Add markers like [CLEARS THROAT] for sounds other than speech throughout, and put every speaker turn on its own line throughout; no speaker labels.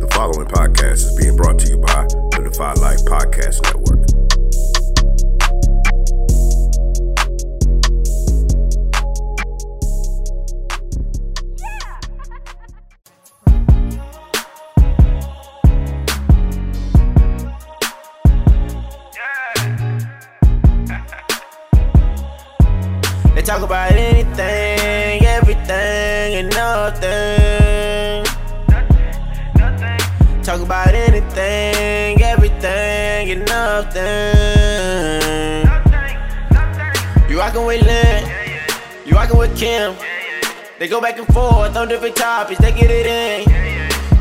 The following podcast is being brought to you by the Defy Life Podcast Network.
They talk about anything, everything, and nothing. Talk about anything, everything, and nothing. You rockin' with Lynn, you rockin' with Kim. They go back and forth on different topics, they get it in.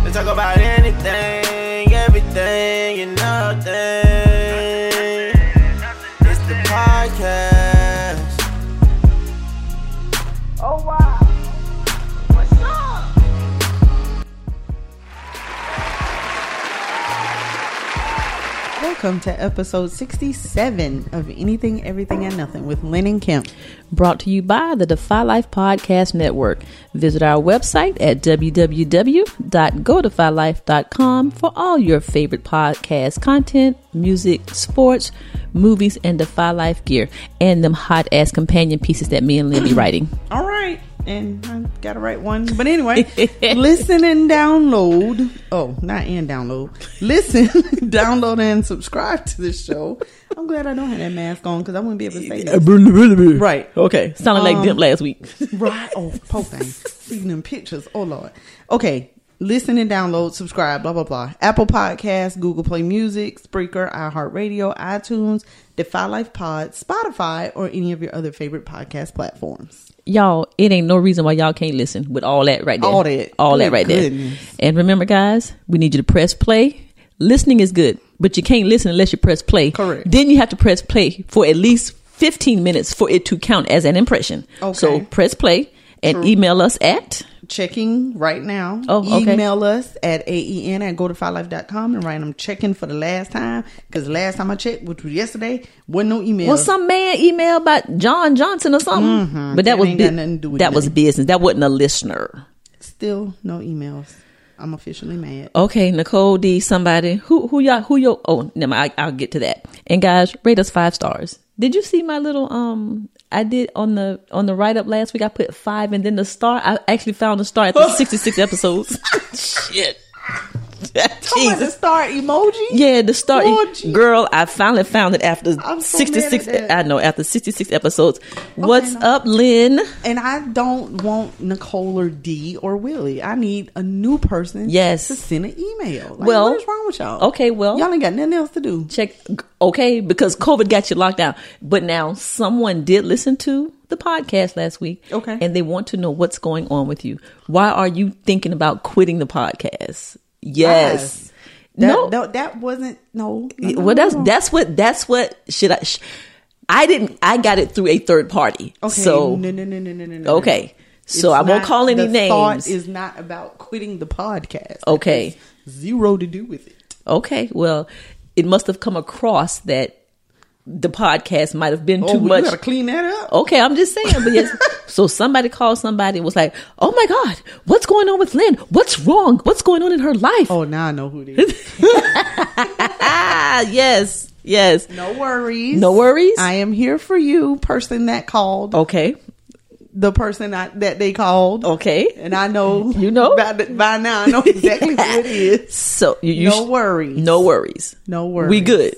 They talk about anything, everything, and nothing. It's the podcast.
Welcome to episode 67 of Anything, Everything, and Nothing with Lynn and Kemp.
Brought to you by the Defy Life Podcast Network. Visit our website at www.godefylife.com for all your favorite podcast content, music, sports, movies, and Defy Life gear, and them hot ass companion pieces that me and Lynn be
[LAUGHS]
writing. [LAUGHS]
All right. And I got to write one. But anyway, [LAUGHS] listen and download. Oh, not and download. Listen, [LAUGHS] download, and subscribe to this show. I'm glad I don't have that mask on because I wouldn't be able to say this.
right.
Right.
Okay. Sounded
Um,
like them last week.
Right. Oh, poor thing. Seeing them pictures. Oh, Lord. Okay. Listen and download, subscribe, blah, blah, blah. Apple Podcasts, Google Play Music, Spreaker, iHeartRadio, iTunes, Defy Life Pod, Spotify, or any of your other favorite podcast platforms.
y'all, it ain't no reason why y'all can't listen with all that right there.
All that.
All that
Good
right
goodness.
there. And remember, guys, we need you to press play. Listening is good, but you can't listen unless you press play.
Correct.
Then you have to press play for at least 15 minutes for it to count as an impression.
Okay.
So press play and email us at.
Checking right now.
Oh, okay.
Email us at aen at go to com and write them checking for the last time because last time I checked, which was yesterday, wasn't no email.
Well, some man emailed about John Johnson or something, but that
That
was
Mm-hmm. ain't got nothing to
bu-
do with
that was
nothing.
business. That wasn't a listener.
Still no emails. I'm officially mad.
Okay, Nicole D. Somebody who who y'all who yo oh never mind, I, I'll get to that. And guys, rate us five stars. Did you see my little um? I did on the on the write up last week. I put five and then the star. I actually found the star
[LAUGHS]
at the sixty six episodes. [LAUGHS] Shit.
Come on, the
Jesus.
star emoji?
Yeah, the star
Lord Jesus.
girl. I finally found it after
Oh, I'm so
sixty six.
mad at that.
I know after sixty six episodes. What's
no.
up, Lynn?
And I don't want Nicole or D or Willie. I need a new person.
Yes.
To send an email. Like,
Well,
what is wrong with y'all?
okay, well-
y'all ain't got nothing else to do.
check okay because covid got you locked down but now someone did listen to the podcast last week
Okay.
and they want to know what's going on with you why are you thinking about quitting the podcast yes,
Yes. That,
no
that, that wasn't no. no, no,
well that's
no.
that's what that's what should i sh- i didn't i got it through a third party
okay.
so
no, no, no, no, no, no, no.
okay so
It's
i won't
not-
call any
the Thought
names
is not about quitting the podcast.
Okay.
It has zero to do with it.
Okay, well, it must have come across that the podcast might have been
Oh,
too
well,
much.
you
Oh.
gotta clean that up.
Okay, I'm just saying.
[LAUGHS]
But yes, so somebody called somebody and was like, "Oh my God, what's going on with Lynn? What's wrong? What's going on in her life?"
Oh, now I know who it
[LAUGHS]
is.
Ah, yes, yes.
No worries.
No worries? Oh.
I am here for you, person that called.
Okay,
The person I, that they called.
okay.
and I know
Oh. [LAUGHS] You know?
by, the, by now I know exactly who
[LAUGHS]
it is.
So you, you
No
sh-
worries.
no worries,
No worries.
We good.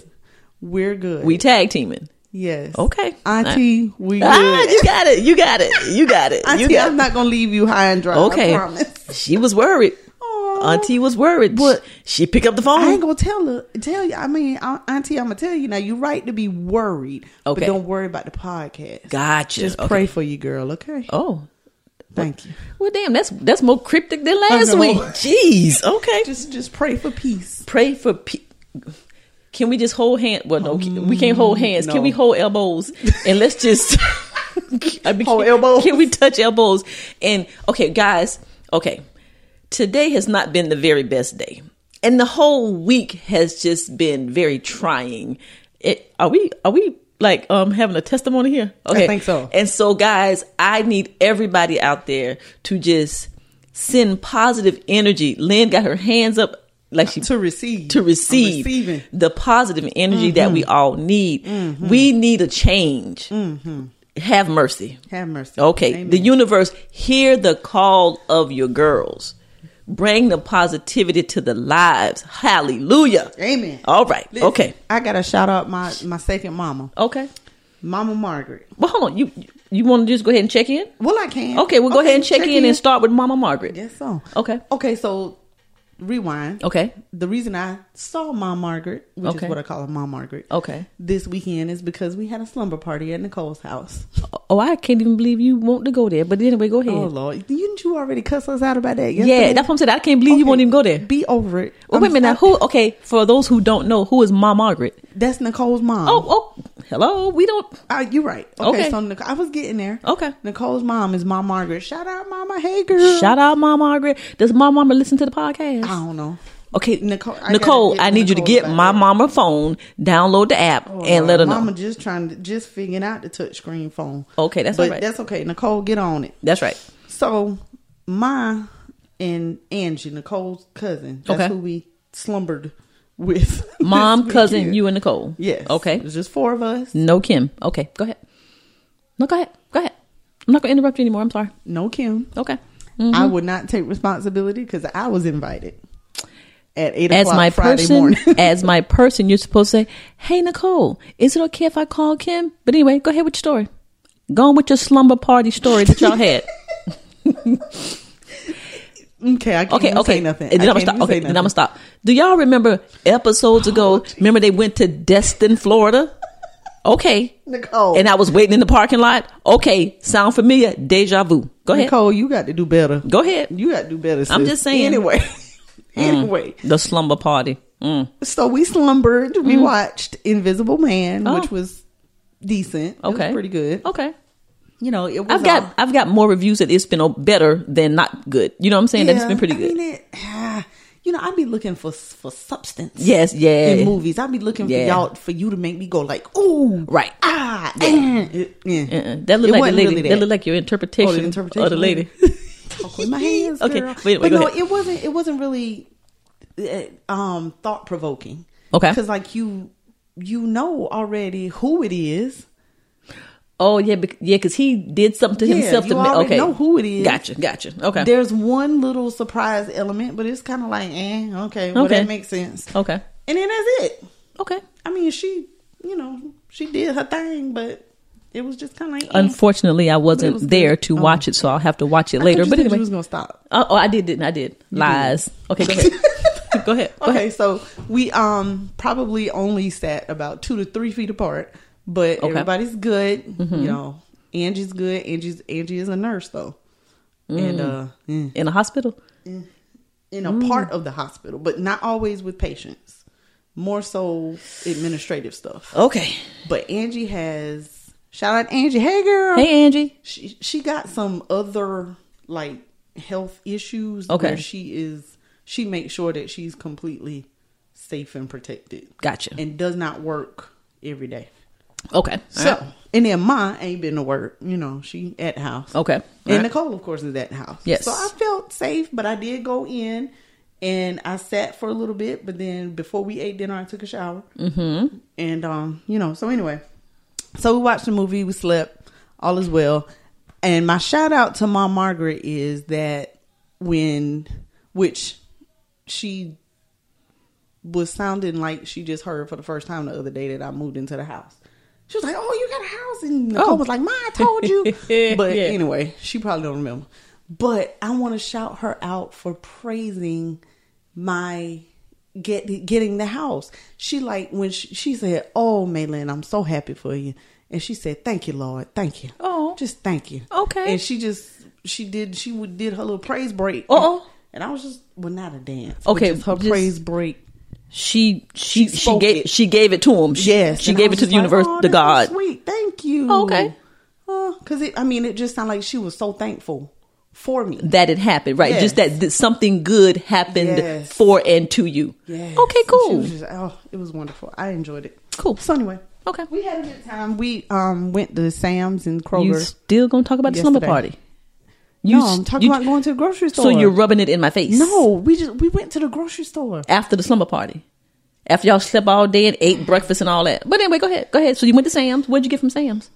We're good.
We tag teaming.
yes.
Okay.
Auntie, we good.
Ah, you got it. You got it. You got it. you
Auntie,
got
I'm not gonna leave you high and dry.
Okay. Oh.
I promise.
She was worried.
Aw.
Auntie was worried.
But-
she picked up the phone.
Oh. I ain't gonna tell her. Tell you. I mean, Au- Auntie, I'm gonna tell you now. You're right to be worried,
Okay.
but don't worry about the podcast.
gotcha.
Just
Okay.
pray for you, girl. Okay.
Oh,
Thank you.
Well, damn, that's that's more cryptic than
I
last
know.
week. Jeez. Okay.
Just just pray for peace.
pray for pe- can we just hold hand well no we can't hold hands
Mm, no.
can we hold elbows and
[LAUGHS]
let's just I mean,
Hold
can-
elbows?
can we touch elbows and okay guys okay today has not been the very best day and the whole week has just been very trying it, are we are we like um having a testimony here okay
think so.
and so guys i need everybody out there to just send positive energy lynn got her hands up like she
To receive.
to
I'm
receive
receiving. Mm-hmm.
the positive energy that we all need. We need a change. Have mercy.
Have mercy.
Okay.
Mm-hmm. Amen.
The universe, hear the call of your girls. Bring the positivity to the lives. Hallelujah.
Amen.
All right.
Listen,
Oh, Okay.
I gotta shout out my my second mama,
Okay.
Mama Margaret.
Well, hold on. You you want to just go ahead and check in?
Well, I can.
Okay. We'll go ahead and check, in, and start with Mama Margaret.
Yes, so
Okay.
okay. So rewind.
Okay.
The reason I saw Mom Margaret, which
Okay.
is what I call her, Mom Margaret.
Okay.
This weekend is because we had a slumber party at Nicole's house.
Oh, I can't even believe you want to go there. But anyway, go ahead.
Oh Lord, didn't you already cuss us out about that?
yeah, that's what I'm saying. I can't believe you won't even go there.
Be over it.
Well,
I'm
wait a minute. Now,
sorry. Mm-hmm.
who? Okay, for those who don't know, who is Ma Margaret?
That's Nicole's mom.
Oh, oh, hello. We don't.
Ah, you're right. Okay,
Okay. Oh.
so Nic- I was getting there.
Okay.
Nicole's mom is Mom Margaret. Shout out, Mama. Hey, girl.
Shout out, Ma Margaret. Does Ma Mama listen to the podcast?
I don't know.
Okay,
Oh. Nicole, I gotta
Nicole,
get
I, need you to
Nicole
get
back
my
up.
mama phone, download the app, and let her know.
Mama just trying to just figuring out the touchscreen phone.
Okay, that's
but
all right.
That's okay. Nicole, get on it. [LAUGHS]
That's right.
So my and Angie, Nicole's cousin. That's
Okay.
who we slumbered with. [LAUGHS] this
Mom, cousin,
weekend.
you, and Nicole.
Yes.
Okay.
It was just four of us.
No Kim. Okay, go ahead. No, go ahead. Go ahead. I'm not gonna interrupt you anymore. I'm sorry.
No Kim.
Okay. Mm-hmm.
I would not take responsibility because I was invited at eight
as
o'clock
my
Friday
person,
morning.
[LAUGHS] as my person, you're supposed to say, "Hey, Nicole, is it okay if I call Kim?" But anyway, go ahead with your story. Go on with your slumber party story that
[LAUGHS]
y'all had.
[LAUGHS] okay, I can't
Okay,
even
okay.
say nothing.
And then
I
I'm gonna
can't
stop.
even say
Okay, then I'm
nothing. Oh,
gonna stop. Do y'all remember episodes ago? remember they went to Destin, Florida. Okay,
Nicole.
and I was waiting in the parking lot. Okay, sound familiar? Deja vu. Go ahead.
Nicole, you got to do better.
Go ahead.
You got to do better.
I'm
sis.
just saying. [LAUGHS] Mm.
Anyway, anyway.
The slumber party. Mm.
So we slumbered. We watched Invisible Man, which
Mm-hmm. Oh.
was decent. It was
Okay,
pretty good.
Okay.
You know, it was.
I've got
all-
I've got more reviews that it's been oh, better than not good. You know what I'm saying? That it's
Yeah,
been pretty
I
good.
mean, it- ah, you know, I'd be looking for for substance.
yes, yeah.
In movies, I'd be looking
Yeah.
for y'all for you to make me go like, ooh,
Right.
ah, eh, eh, eh.
Uh-uh.
It
That looked like the
wasn't
lady.
really
that.
that.
looked like your interpretation,
Oh, the interpretation.
of the lady.
[LAUGHS] Talk
[LAUGHS]
with my hands.
Okay,
girl.
wait, wait,
but
go
no,
ahead.
it wasn't. It wasn't really eh, um, thought provoking.
Okay.
because like you, you know already who it is.
oh yeah, bec- yeah, because he did something to
Yeah,
himself.
you
to ma-
already
okay,
know who it is.
Gotcha, gotcha. Okay,
There's one little surprise element, but it's kind of like, eh, okay, well,
Okay.
that makes sense.
okay,
And then that's it.
okay.
I mean, she, you know, she did her thing, but it was just kind of like, eh.
Unfortunately, I wasn't
was good.
there to
Oh.
watch it, so I'll have to watch it
I
later.
thought you
But
said you
anyway,
was gonna stop.
oh, oh, I did, didn't I? Did lies?
[LAUGHS]
Okay, go ahead. go ahead. Go ahead.
Okay, so we um probably only sat about two to three feet apart, but
Okay. Mm-hmm.
everybody's good. You know, Angie's good. Angie's Angie is a nurse though, and uh, mm,
In a hospital.
in a
Mm.
part of the hospital, but not always with patients. More so administrative stuff.
Okay.
But Angie has shout out Angie. Hey girl.
Hey, Angie.
She she got some other like health issues
Okay.
where she is she makes sure that she's completely safe and protected.
Gotcha.
And does not work every day.
Okay.
So and then Ma ain't been to work. You know, she at the house.
Okay.
And
Alright.
Nicole, of course, is at the house.
Yes.
So I felt safe, but I did go in and I sat for a little bit. But then before we ate dinner, I took a shower. Mm-hmm. And, um, you know, so anyway, so we watched the movie, we slept, all is well. And my shout out to Mom Margaret is that when, which she was sounding like she just heard for the first time the other day that I moved into the house. She was like, "Oh, you got a house," and Nicole
Oh.
was like, "Ma, I told
[LAUGHS]
you." but
Yeah.
anyway, she probably don't remember. But I want to shout her out for praising my get getting the house. She like when she, she said, "Oh, Maylin, I'm so happy for you," and she said, "Thank you, Lord, thank you."
Oh.
just thank you.
Okay.
and she just she did she would did her little praise break.
Uh-oh.
And I was just well not a dance. but
Okay,
just her
just-
praise break.
She she she,
spoke
gave
it.
she gave it to him. She,
Yes,
she
and I
gave it
was
to
just
the
like,
universe,
"Oh,
the
that's so
God.
Sweet, thank you.
Oh, okay.
Because it I mean, it just sounded like she was so thankful for me.
that it happened, right? Just
Yes.
that, that something good happened
Yes.
for and to you.
Yes. And
Okay,
she
cool.
was just- oh, it was wonderful. I enjoyed it.
Cool.
So anyway,
Okay.
we had a good time. We um went to Sam's and
You
Kroger.
still gonna talk about the slumber
Yesterday.
party? You,
no,
s-
I'm talking
you-
about going to the grocery store.
So you're rubbing it in my face?
no, we just we went to the grocery store.
After the slumber party, after y'all slept all day and ate breakfast and all that. But anyway, go ahead, go ahead. So you went to Sam's. What'd you get from Sam's?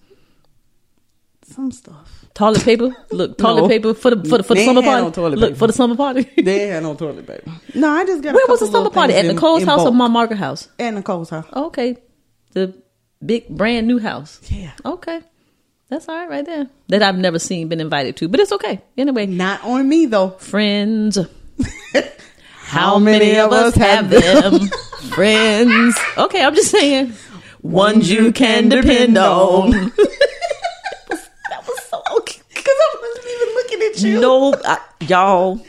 Some stuff.
Toilet paper. Look,
[LAUGHS]
toilet
No.
paper for the for the, for the
They
slumber
had
party.
no toilet
Look
paper.
for the slumber party.
They had no toilet paper. No, I just got.
[LAUGHS] Where
a
was the
couple little
slumber party at
things
Nicole's
in- in
house or
bulk.
Mom Margaret house?
At Nicole's house.
Okay. The big brand new house.
Yeah.
Okay. That's all right right there. That I've never seen been invited to. But it's okay. Anyway,
Not on me though.
friends. How many of us have them? friends. Okay, I'm just saying. Ones you can depend [LAUGHS] on.
So okay, [LAUGHS] because I wasn't even looking at you.
No, I, y'all.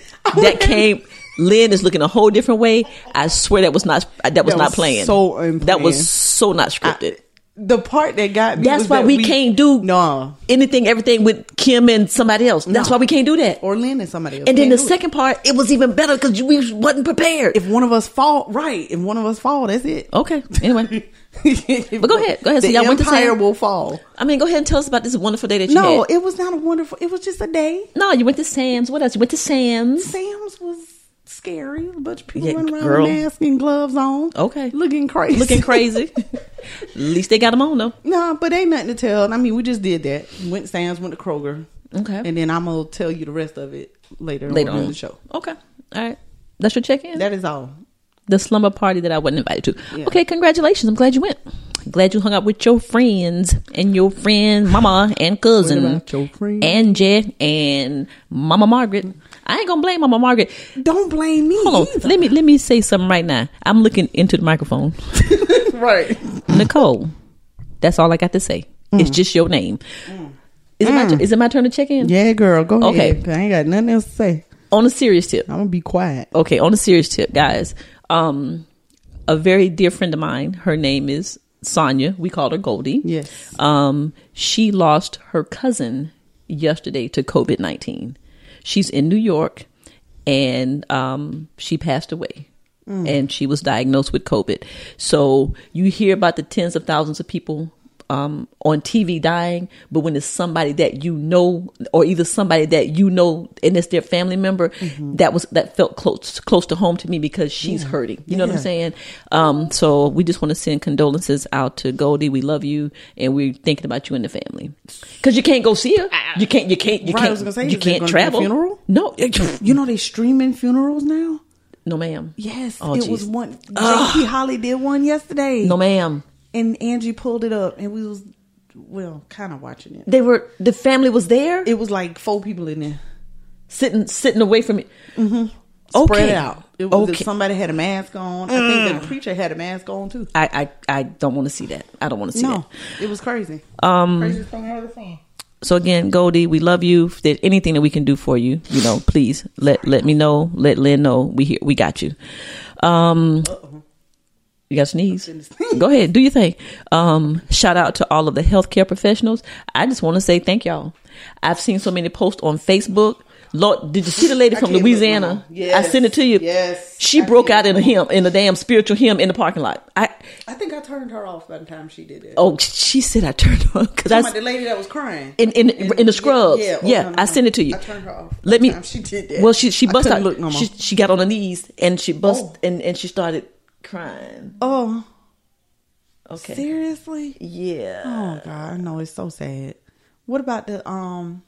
That came. Lynn is looking a whole different way. I swear that was not that was
That
not
was
playing.
so unplanned.
that was so not scripted.
the part that got me.
That's
was
why
that
we, can't do
no
anything, everything with Kim and somebody else. That's
No.
why we can't do that.
or Lynn and somebody else.
and then
Can't do
the
it.
second part, it was even better because we wasn't prepared.
if one of us fall, right? If one of us fall, that's it.
okay, anyway,
[LAUGHS] but
go ahead, go ahead. So
The
y'all went to
empire
Sam-
will fall.
[LAUGHS] I mean, go ahead and tell us about this wonderful day that you
No,
had.
it was not a wonderful. It was just a day.
no, you went to Sam's. What else? You went to Sam's.
Sam's was scary. A bunch of people
Yeah,
running around
girl.
with masks and gloves on.
Okay.
looking crazy. [LAUGHS]
Looking crazy. At least they got them on though.
No, but ain't nothing to tell. I mean, we just did that. Went to Sam's, went to Kroger.
Okay.
And then I'm gonna tell you the rest of it later,
Later
on in
on
the show.
Okay. All right. That's your check in.
That is all.
the slumber party that I wasn't invited to.
Yeah.
Okay, congratulations. I'm glad you went. Glad you hung out with your friends and your friend mama and cousin
What about your friend?
and Jet and Mama Margaret. I ain't gonna blame Mama Margaret.
Don't blame me.
Hold on,
either.
let me let me say something right now. I'm looking into the microphone,
[LAUGHS] Right. Mm.
Nicole. That's all I got to say. It's just your name. Is it my tu- is it my turn to check in?
Yeah, girl, go
Okay.
ahead. 'cause I ain't got nothing else to say.
On a serious tip,
I'm gonna be quiet.
okay, on a serious tip, guys. Um, a very dear friend of mine, her name is Sonia. We called her Goldie.
Yes.
Um, she lost her cousin yesterday to COVID 19. She's in New York and um, she passed away. And she was diagnosed with COVID. So you hear about the tens of thousands of people um, on TV dying, but when it's somebody that you know, or either somebody that you know and it's their family member, that was that felt close close to home to me because she's hurting. You know what I'm
Yeah.
saying? saying? Um, so we just want to send condolences out to Goldie. We love you, and we're thinking about you and the family. Because you can't go see her. You can't. You can't. You
Right, I
can't.
was gonna say,
you
is there
can't
gonna be a
travel.
funeral?
No, [LAUGHS]
You know they streaming funerals now.
no, ma'am.
Yes,
Oh,
it
geez.
was one. J.P. Holly did one yesterday,
No, ma'am.
and Angie pulled it up, and we was well, kind of watching it.
They were. The family was there,
It was like four people in there,
sitting sitting away from it.
Mm-hmm. spread
Okay.
out. It was
Okay. Mm.
somebody had a mask on. I think the preacher had a mask on too.
I, I, I don't want to see that. I don't want to see
No,
that.
it was crazy. Um, Craziest thing I ever seen.
So again, Goldie, we love you. If there's anything that we can do for you, you know, please let let me know. Let Lynn know. We here. We got you. Um, you got sneeze. Go ahead, do your thing. Um, shout out to all of the healthcare professionals. I just want to say thank y'all. I've seen so many posts on Facebook. Lord, did you see the lady
I
from
can't look no
Louisiana?
more. Yes,
I sent it to you.
yes.
she
I
broke
can't
out in a
look no
hymn, in a damn spiritual hymn in the parking lot. I
[LAUGHS] I think I turned her off by the time she did that.
oh, she said I turned [LAUGHS] on
Talking
because I
about the lady that was crying
in in in, the scrubs. Yeah,
oh, no, no,
I
no.
sent it to you.
I turned her off.
Let me.
Time She did that.
Well, she she
I
bust
couldn't
out.
look no more.
she she got on her knees and she bust
Oh.
and and she started crying.
Oh,
Okay.
seriously?
Yeah.
Oh God, I know it's so sad. What about the um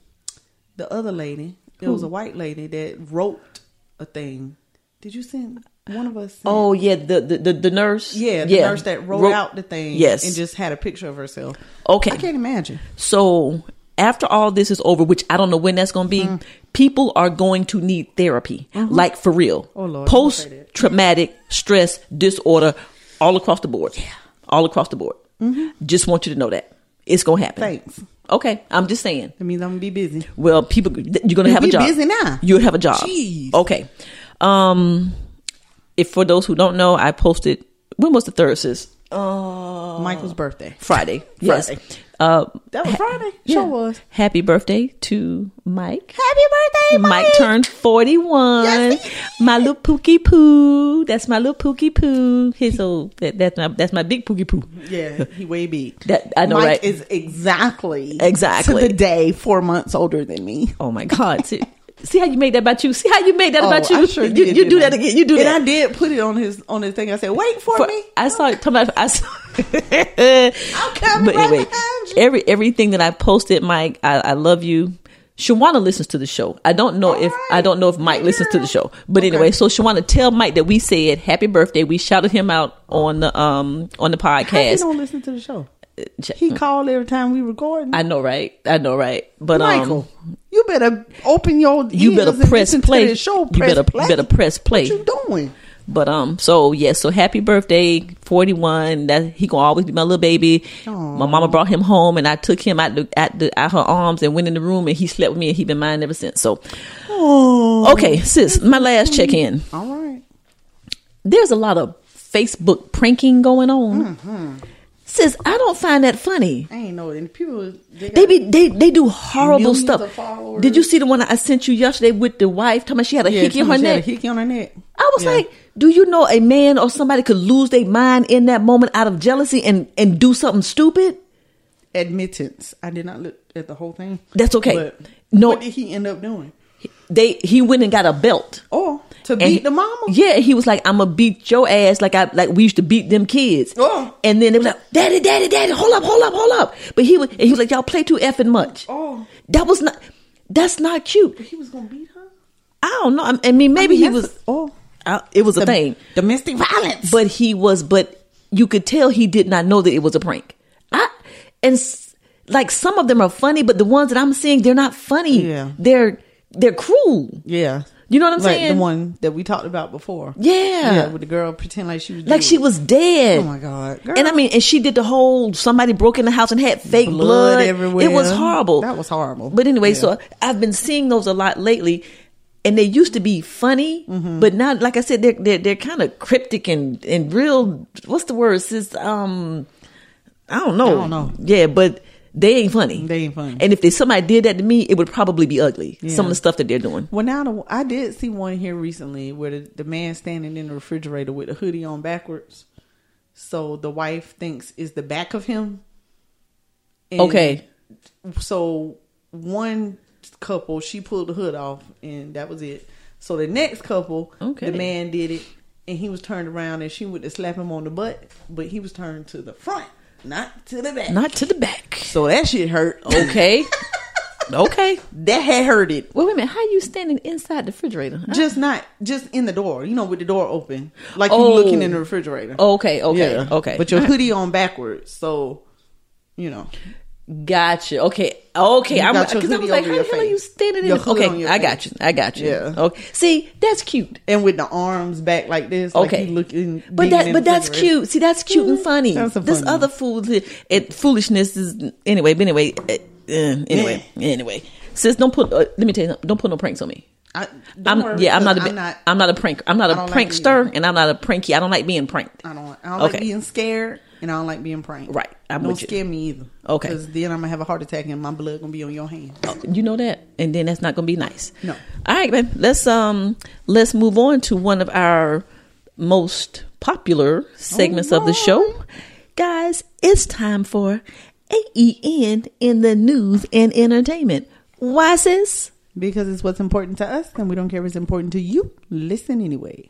the other lady? It was a white lady that wrote a thing. Did you send one of us? sent-
Oh yeah, the the, the, the nurse.
yeah, the
yeah.
nurse that wrote, out the thing.
Yes.
and just had a picture of herself.
Okay.
I can't imagine.
So after all this is over, which I don't know when that's going to be,
Mm-hmm.
people are going to need therapy, like for real.
Oh, Lord, don't say
Post
that.
traumatic stress disorder,
Mm-hmm.
all across the board. Yeah. All across the board. Just want you to know that it's going to happen.
Thanks.
Okay, I'm just saying.
That means I'm gonna be busy.
Well, people, you're gonna
You
have a
be
job.
busy now.
You'll have a job.
Jeez.
Okay. Um, if for those who don't know, I posted when was the third sis Uh,
Michael's birthday.
Friday.
[LAUGHS]
Yes.
Friday.
Uh,
That was Friday.
[LAUGHS] yeah.
Sure was.
Happy birthday to Mike.
Happy birthday,
Mike turned 41.
Yes, he did.
my little pookie poo. That's my little pookie poo. His old that, that's my that's my big pookie poo.
Yeah, he way big.
That I know
Mike
right.
is exactly
Exactly.
to the day four months older than me.
oh my god. See, see how you made that about you. See how you made that
[LAUGHS]
about
Oh,
you.
I sure
you
did,
you do
didn't I?
that again. You do
and
that.
I did put it on his on his thing. I said, "Wait for,
For-
me."
I saw it. Come on, I
[LAUGHS]
saw. I'm
coming right behind you.
every everything that I posted, Mike, I, I love you. Shawana listens to the show. I don't know if I don't know if Mike listens to the show, but anyway, so Shawana, tell Mike that we said happy birthday. We shouted him out on the um on the
He
podcast.
don't listen to the show. He called every time we recording.
Uh, I know, right? I know, right? But
Michael,
um,
you better open your
you
ears
better
and
press
listen to
play.
this show.
you
Press
better
play.
better press play.
What you doing?
But um, so yeah, so happy birthday, forty one. That he gonna always be my little baby. My mama brought him home, and I took him out the, out, the, out her arms and went in the room, and he slept with me, and he been mine ever since. So, okay, sis, my last check in.
All right.
There's a lot of Facebook pranking going on.
Mm-hmm.
Sis, I don't find that funny.
I ain't know. And people they,
They
got-
be they they do horrible
Millions
stuff.
of followers.
Did you see the one I sent you yesterday with the wife? Talking about she had a
yeah,
hickey on her
she had a
neck.
hickey on her neck.
I was
Yeah.
like, do you know a man or somebody could lose their mind in that moment out of jealousy and and do something stupid?
admittance. I did not look at the whole thing.
That's okay.
But
No.
what did he end up doing?
They he went and got a belt.
Oh, to
And-
beat the mama.
Yeah, he was like, "I'm gonna beat your ass like I like we used to beat them kids."
Oh.
and then they were like, "Daddy, daddy, daddy, hold up, hold up, hold up!" But he was, and he was like, "Y'all play too effing much."
Oh.
that was not, that's not cute.
He was gonna beat her.
I don't know. I mean, maybe
I mean,
he
that's
was.
a- oh,
I- it was a
Dom-
thing.
Domestic violence.
but he was but you could tell he did not know that it was a prank i and s- like some of them are funny but the ones that i'm seeing they're not funny
Yeah.
they're they're cruel
yeah,
you know what i'm
like
saying
the one that we talked about before.
yeah,
with the girl pretend like she was
like
dead.
she was dead
Oh my god, girl.
and i mean and she did the whole somebody broke in the house and had fake blood,
Blood everywhere.
it was horrible
That was horrible.
but anyway
Yeah.
so i've been seeing those a lot lately and they used to be funny,
Mm-hmm.
but now, like I said, they're they're, they're kind of cryptic and, and real. What's the word? Sis, um, I don't know.
I don't know.
Yeah, but they ain't funny.
They ain't funny.
And if they, somebody did that to me, it would probably be ugly. Some of the stuff that they're doing.
Well, now the, I did see one here recently where the, the man standing in the refrigerator with a hoodie on backwards, so the wife thinks is the back of him. And
okay.
so one couple she pulled the hood off and that was it so the next couple
Okay.
the man did it and he was turned around and she went to slap him on the butt but he was turned to the front not to the back
Not to the back.
so that shit hurt
[LAUGHS]
[LAUGHS]
Okay. okay.
that had hurted
Well, wait a minute. How you standing inside the refrigerator?
just not just in the door you know with the door open like
Oh.
you looking in the refrigerator
Okay. Okay.
Yeah.
Okay.
but your hoodie on backwards so you know
Gotcha. Okay. Okay.
You
I'm
got your
because I
hoodie
was like,
over
how the
your
hell are
face.
you standing in?
Your
the-
hood on
Okay.
your
I got you.
face.
I got you.
Yeah.
Okay. See, that's cute.
and with the arms back like this like
Okay.
you looking
but
digging
that
in
but
the
that's
refrigerator.
cute. See, that's cute and funny.
That's a
this
funny
other fool it foolishness is anyway. But anyway, uh, uh, anyway, anyway. Sis, don't put. Uh, let me tell you, something. don't put no pranks on me.
I, don't
I'm
worry,
yeah. I'm not a.
because
I'm not, I'm not a prank. I'm not a
I don't like
prankster,
either.
and I'm not a pranky. I don't like being pranked.
I don't. I don't
Okay.
like being scared, and I don't like being pranked.
Right. I'm
don't
with you.
scare me either.
Okay.
Because then I'm gonna have a heart attack, and my blood gonna be on your hand.
Oh, You know that, and then that's not going to be nice.
No.
All right, man. Let's um let's move on to one of our most popular segments
Oh,
of the show, guys. It's time for AEN in the news and entertainment. Why, sis?
Because it's what's important to us, and we don't care if it's important to you. Listen anyway.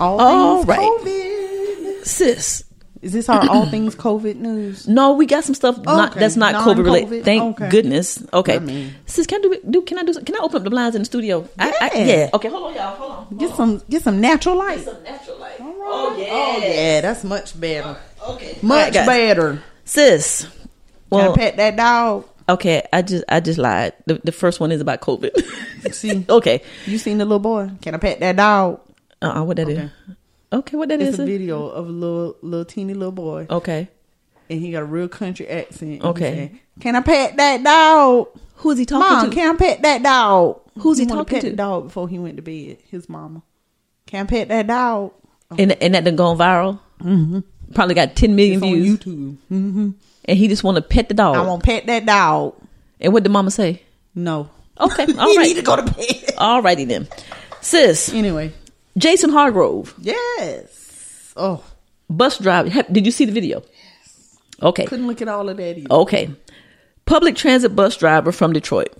All,
All
things
right.
COVID.
Sis.
Is this our all things COVID news?
No, we got some stuff not,
Okay.
that's not COVID related.
Non-COVID?
Thank
Okay.
goodness. Okay,
I mean-
sis, can I do, do? Can I do? Can I open up the blinds in the studio? I, I,
Yeah.
yeah. Okay, hold on, y'all. Hold on. Hold
Get some get some natural light.
on. Natural light.
Oh yeah. that's much better.
Okay.
Much
All right, guys.
better.
sis.
Gotta
Well,
pet that dog.
Okay, I just I just lied. The, the first one is about COVID. [LAUGHS]
See,
okay,
you seen the little boy? Can I pet that dog?
uh, uh what that is? okay. what that is?
It's a video of a little, little teeny little boy,
Okay,
and he got a real country accent. and he
Okay.
said, can I pet that dog?
who is he talking
Mom,
to?
can I pet that dog?
Who's he
wanted
talking
pet
to?
The dog before he went to bed. His mama. Can I pet that dog?
and and that done gone viral. Mm-hmm. Probably got ten
It's
million
on
views,
YouTube.
and he just want to pet the dog.
I won't pet that dog.
and what did Mama say?
No.
Okay, [LAUGHS]
[LAUGHS]
all
he
right,
need to go to bed. [LAUGHS]
all righty then, sis.
Anyway,
Jason Hargrove,
yes. Oh,
bus driver. Have- Did you see the video? Okay,
couldn't look at all of that either.
okay. Public transit bus driver from Detroit.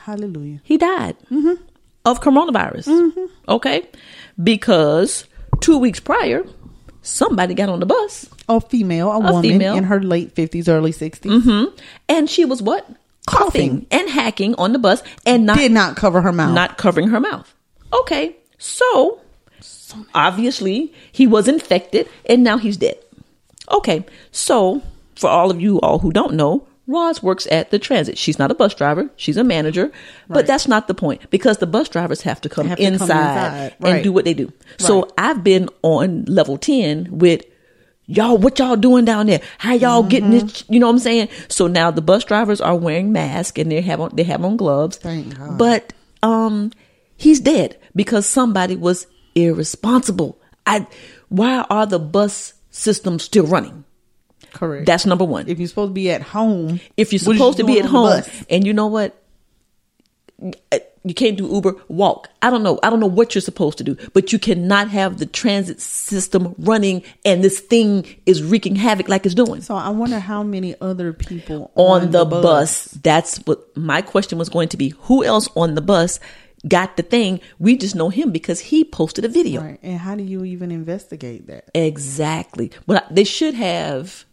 Hallelujah.
He died Mm-hmm. of coronavirus.
Mm-hmm.
Okay, because two weeks prior, somebody got on the bus
A female, a,
A
woman
female. Mm-hmm.
in her late fifties, early 60s
and she was what
Coughing.
coughing and hacking on the bus and not
did not cover her mouth.
not covering her mouth. Okay, so obviously he was infected and now he's dead. Okay, so for all of you all who don't know, Roz works at the transit. She's not a bus driver, she's a manager, but that's not the point because the bus drivers have to come
Have to come
inside,
inside, right.
and do what they do. So I've been on level 10 with y'all what y'all doing down there how y'all getting this
Mm-hmm.
you know what i'm saying so now the bus drivers are wearing masks and they have on they have on gloves
Thank God.
but um he's dead because somebody was irresponsible i why are the bus systems still running
Correct.
that's number one
if you're supposed to be at home.
if you're
what is
supposed to be
doing
at
on the
home
bus?
and you know what Uh, you can't do uber walk i don't know i don't know what you're supposed to do but you cannot have the transit system running and this thing is wreaking havoc like it's doing
So I wonder how many other people
on, the, bus. that's what my question was going to be who else on the bus got the thing we just know him because he posted a video
Right. And how do you even investigate that?
Exactly. But I- they should have,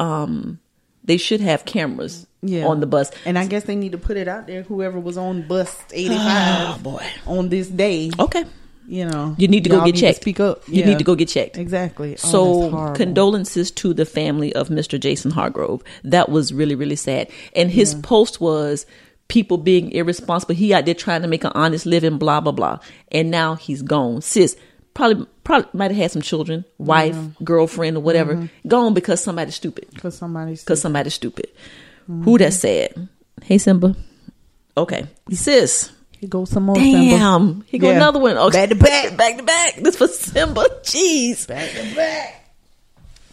um, they should have cameras on the bus.
And I guess they need to put it out there. Whoever was on
[SIGHS]
bus
oh
85
boy.
on this day,
Okay.
you know,
You need to go
y'all
get
need
checked.
speak up.
You
Yeah.
need to go get checked.
Exactly. Oh, that's
So
horrible.
condolences to the family of Mr. Jason Hargrove. That was really really sad. And his post was people being irresponsible. He out there trying to make an honest living. Blah blah blah. And now he's gone. Sis probably probably might have had some children, wife, girlfriend, or whatever.
Mm-hmm.
Gone because somebody's stupid.
because somebody's
because somebody's stupid. Who
Mm-hmm.
that said? Hey Simba. Okay, sis.
Here goes some more. Simba.
Damn, he got
Yeah.
another one. Okay.
Back to back.
back to back. This for Simba. Jeez.
Back to back.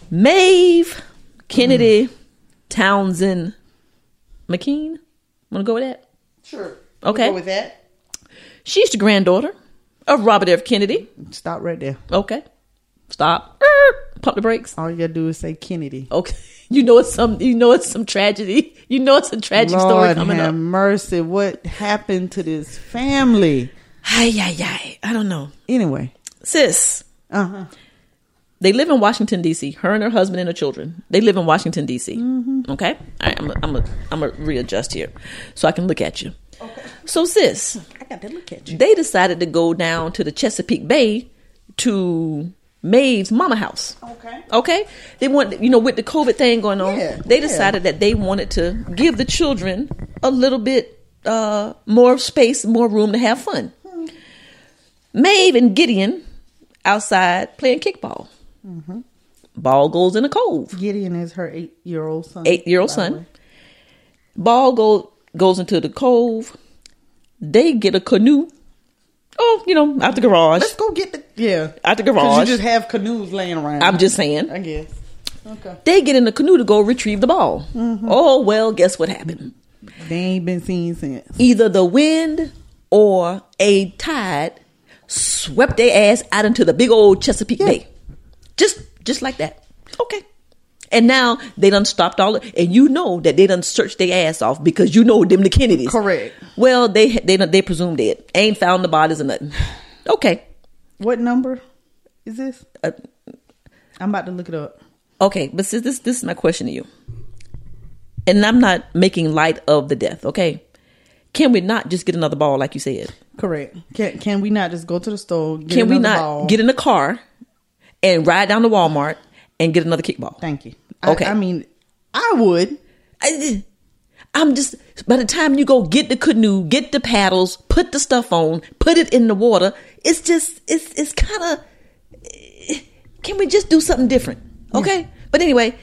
Maeve, Kennedy, Townsend, McKean. Want to go with that?
Sure.
Okay.
Go with that.
She's the granddaughter of Robert F. Kennedy.
Stop right there.
Okay. Stop. Er, Pump the brakes.
All you gotta do is say Kennedy.
Okay. [LAUGHS] You know it's some. You know it's some tragedy. You know it's a tragic story
Lord
coming
have
up.
mercy. What happened to this family?
Ay, ay, ay. I don't know.
Anyway.
sis.
Uh-huh.
They live in Washington D.C. Her and her husband and her children. They live in Washington D.C. Okay, All right, I'm a, I'm a, I'm a readjust here, so I can look at you. So sis,
I got to look at you.
they decided to go down to the Chesapeake Bay to Maeve's mama house.
Okay.
Okay, they want you know with the COVID thing going on,
Yeah,
they
yeah.
decided that they wanted to give the children a little bit uh, more space, more room to have fun.
Hmm.
Maeve and Gideon outside playing kickball.
Mm-hmm.
Ball goes in a cove.
Gideon is her eight year old son.
Eight year old
by the
son.
way.
Ball go, goes into the cove. They get a canoe. Oh, you know, out the
Mm-hmm.
garage.
Let's go get the yeah
Out the
'Cause
garage.
You just have canoes laying around.
I'm just saying.
I guess. Okay.
They get in the canoe to go retrieve the ball.
Mm-hmm.
Oh, well, guess what happened?
They ain't been seen since.
Either the wind or a tide swept their ass out into the big old Chesapeake Bay. Just just like that. Okay. And now they done stopped all and you know that they done searched their ass off because you know them the Kennedys.
Correct.
Well, they they done, they presumed dead. Ain't found the bodies or nothing. Okay.
What number is this?
Uh,
I'm about to look it up.
Okay, but sis, this this is my question to you, and I'm not making light of the death. Okay, can we not just get another ball, like you said?
Correct. Can can we not just go to the store? Get
Can we
another
not
ball?
get in a car and ride down to Walmart and get another kickball?
Thank you. I,
Okay.
I mean, I would.
I, I'm just by the time you go get the canoe, get the paddles, put the stuff on, put it in the water. It's just it's it's kind of can we just do something different? Okay. But anyway,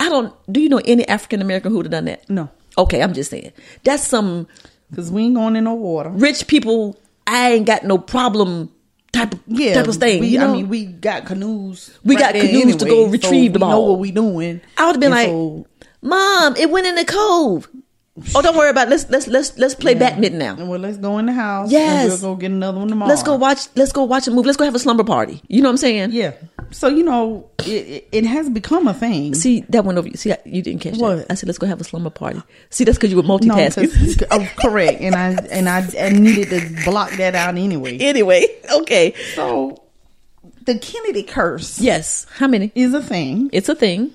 I don't. Do you know any African American who'd have done that?
No.
Okay, I'm just saying that's some
Because we ain't going in no water.
rich people. I ain't got no problem type of
Yeah,
type of thing.
We,
you know?
I mean, we got canoes.
We got
there
canoes to go retrieve
so
the
We know
ball.
what we doing.
I would have
And
been like,
so-
"Mom, it went in the cove." Oh, don't worry about. It. Let's let's let's let's play badminton now.
well, let's go in the house.
Yes.
and we'll go get another one tomorrow.
Let's go watch. Let's go watch a movie. Let's go have a slumber party. You know what I'm saying?
Yeah. So you know, it, it, it has become a thing.
See that went over you. See, I- you didn't catch
What?
that. I said, "Let's go have a slumber party." See, that's because you were
No, [LAUGHS]
multitasking.
'cause- oh, correct. And I and I, I needed to block that out
[LAUGHS]
anyway.
anyway, okay.
So the Kennedy curse
Yes. How many?
is a thing.
It's a thing.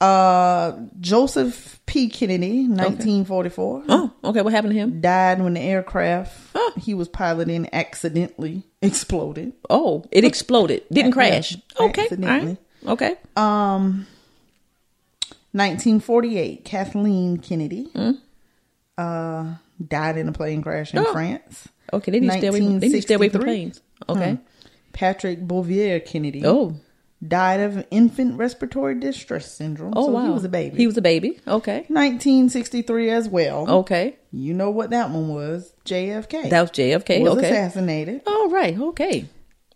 Uh, Joseph P. Kennedy, 1944,
Oh, okay. What happened to him?
died when the aircraft
Huh.
he was piloting accidentally exploded.
Oh, it exploded. Didn't crash.
Yeah,
Okay. All
accidentally.
right. Okay.
1948, Kathleen Kennedy uh, died in a plane crash in
Hmm? Oh.
France.
Okay. They need to stay away. From, they need to stay away from
1963.
planes. Okay.
Patrick Bouvier Kennedy
Oh.
died of infant respiratory distress syndrome.
Oh
so
wow.
he was a baby.
He was a baby. Okay.
1963 as well.
Okay.
You know what that one was? JFK.
That was JFK.
was
okay.
assassinated.
All right. Okay.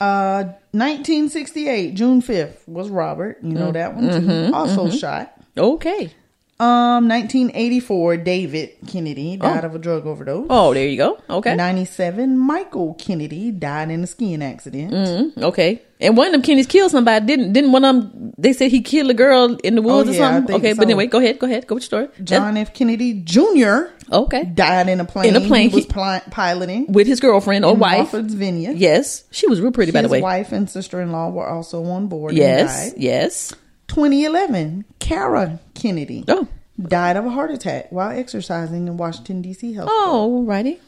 Uh, 1968, June 5th was Robert. You
Mm.
know that one too.
Mm-hmm,
also shot.
Okay.
Um, 1984, David Kennedy died of a drug overdose.
Oh, there you go. Okay.
97, Michael Kennedy died in a skiing accident.
Mm, okay. And one of them Kennys killed somebody. Didn't didn't one of them? They said he killed a girl in the woods
Oh, yeah, I
or something.
think
Okay.
so.
But anyway, go ahead. Go ahead. Go with your story.
John F. Kennedy Jr.
That- okay.
died in a plane.
In a plane.
He was pli- piloting.
With his girlfriend or
in
wife.
Lawfords Vineyard.
Yes, she was real pretty by the
His
way.
wife and sister in law were also on board. and
yes.
died.
Yes.
2011, Kara Kennedy
Oh.
died of a heart attack while exercising in Washington, D.C. Health.
Oh, righty.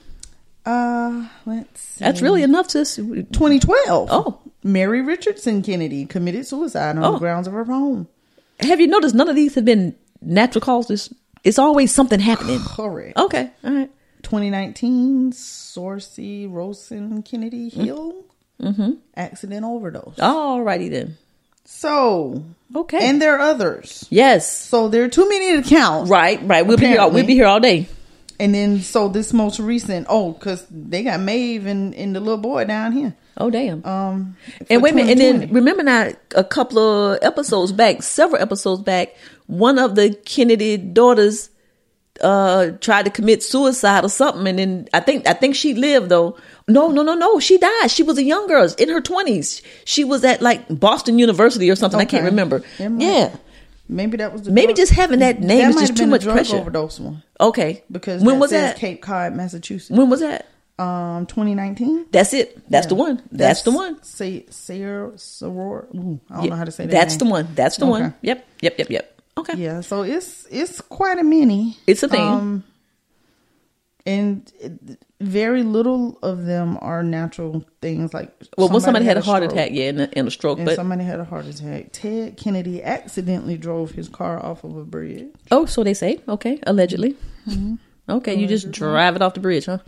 Uh, let's see.
That's really enough to. s-
2012.
Oh.
Mary Richardson Kennedy committed suicide on
Oh.
the grounds of her home.
Have you noticed none of these have been natural causes? It's always
[GASPS]
something happening.
Correct.
Okay. All right.
2019, Sorcy Rosen Kennedy
Mm-hmm.
Hill. Accident overdose.
All righty then.
So,
Okay.
and there are others.
yes.
So there are too many to count.
Right. Right. We'll be here. All,
Apparently.
we'll be here all day.
And then, so this most recent, oh, because they got Maeve and, and the little boy down here.
Oh damn.
Um,
and
for
wait a minute. And then
2020.
remember now, a couple of episodes back, several episodes back, one of the Kennedy daughters uh tried to commit suicide or something and then i think i think she lived though no no no no she died she was a young girl in her 20s she was at like boston university or something i can't
Okay.
remember
It might-
yeah
maybe that was the
Maybe just having that name is
might
just
have
too
been
much
a drug
pressure.
Overdose one
okay
because
when was
says
that
Cape Cod, Massachusetts,
when was that
um, 2019.
that's it that's the one that's, the one
Say Sarah Soror. Ooh, I don't know how to say that.
that's
name.
the one that's the one
Okay.
yep yep yep yep okay
Yeah, so it's it's quite a many. Um,
It's a thing.
and it- very little of them are natural things like
Well, when somebody had a heart
stroke
attack, yeah, and a, and a stroke,
and
but
somebody had a heart attack. Ted Kennedy accidentally drove his car off of a bridge.
oh, so they say, okay, allegedly,
Mm-hmm.
okay, you just drive it off the bridge, huh?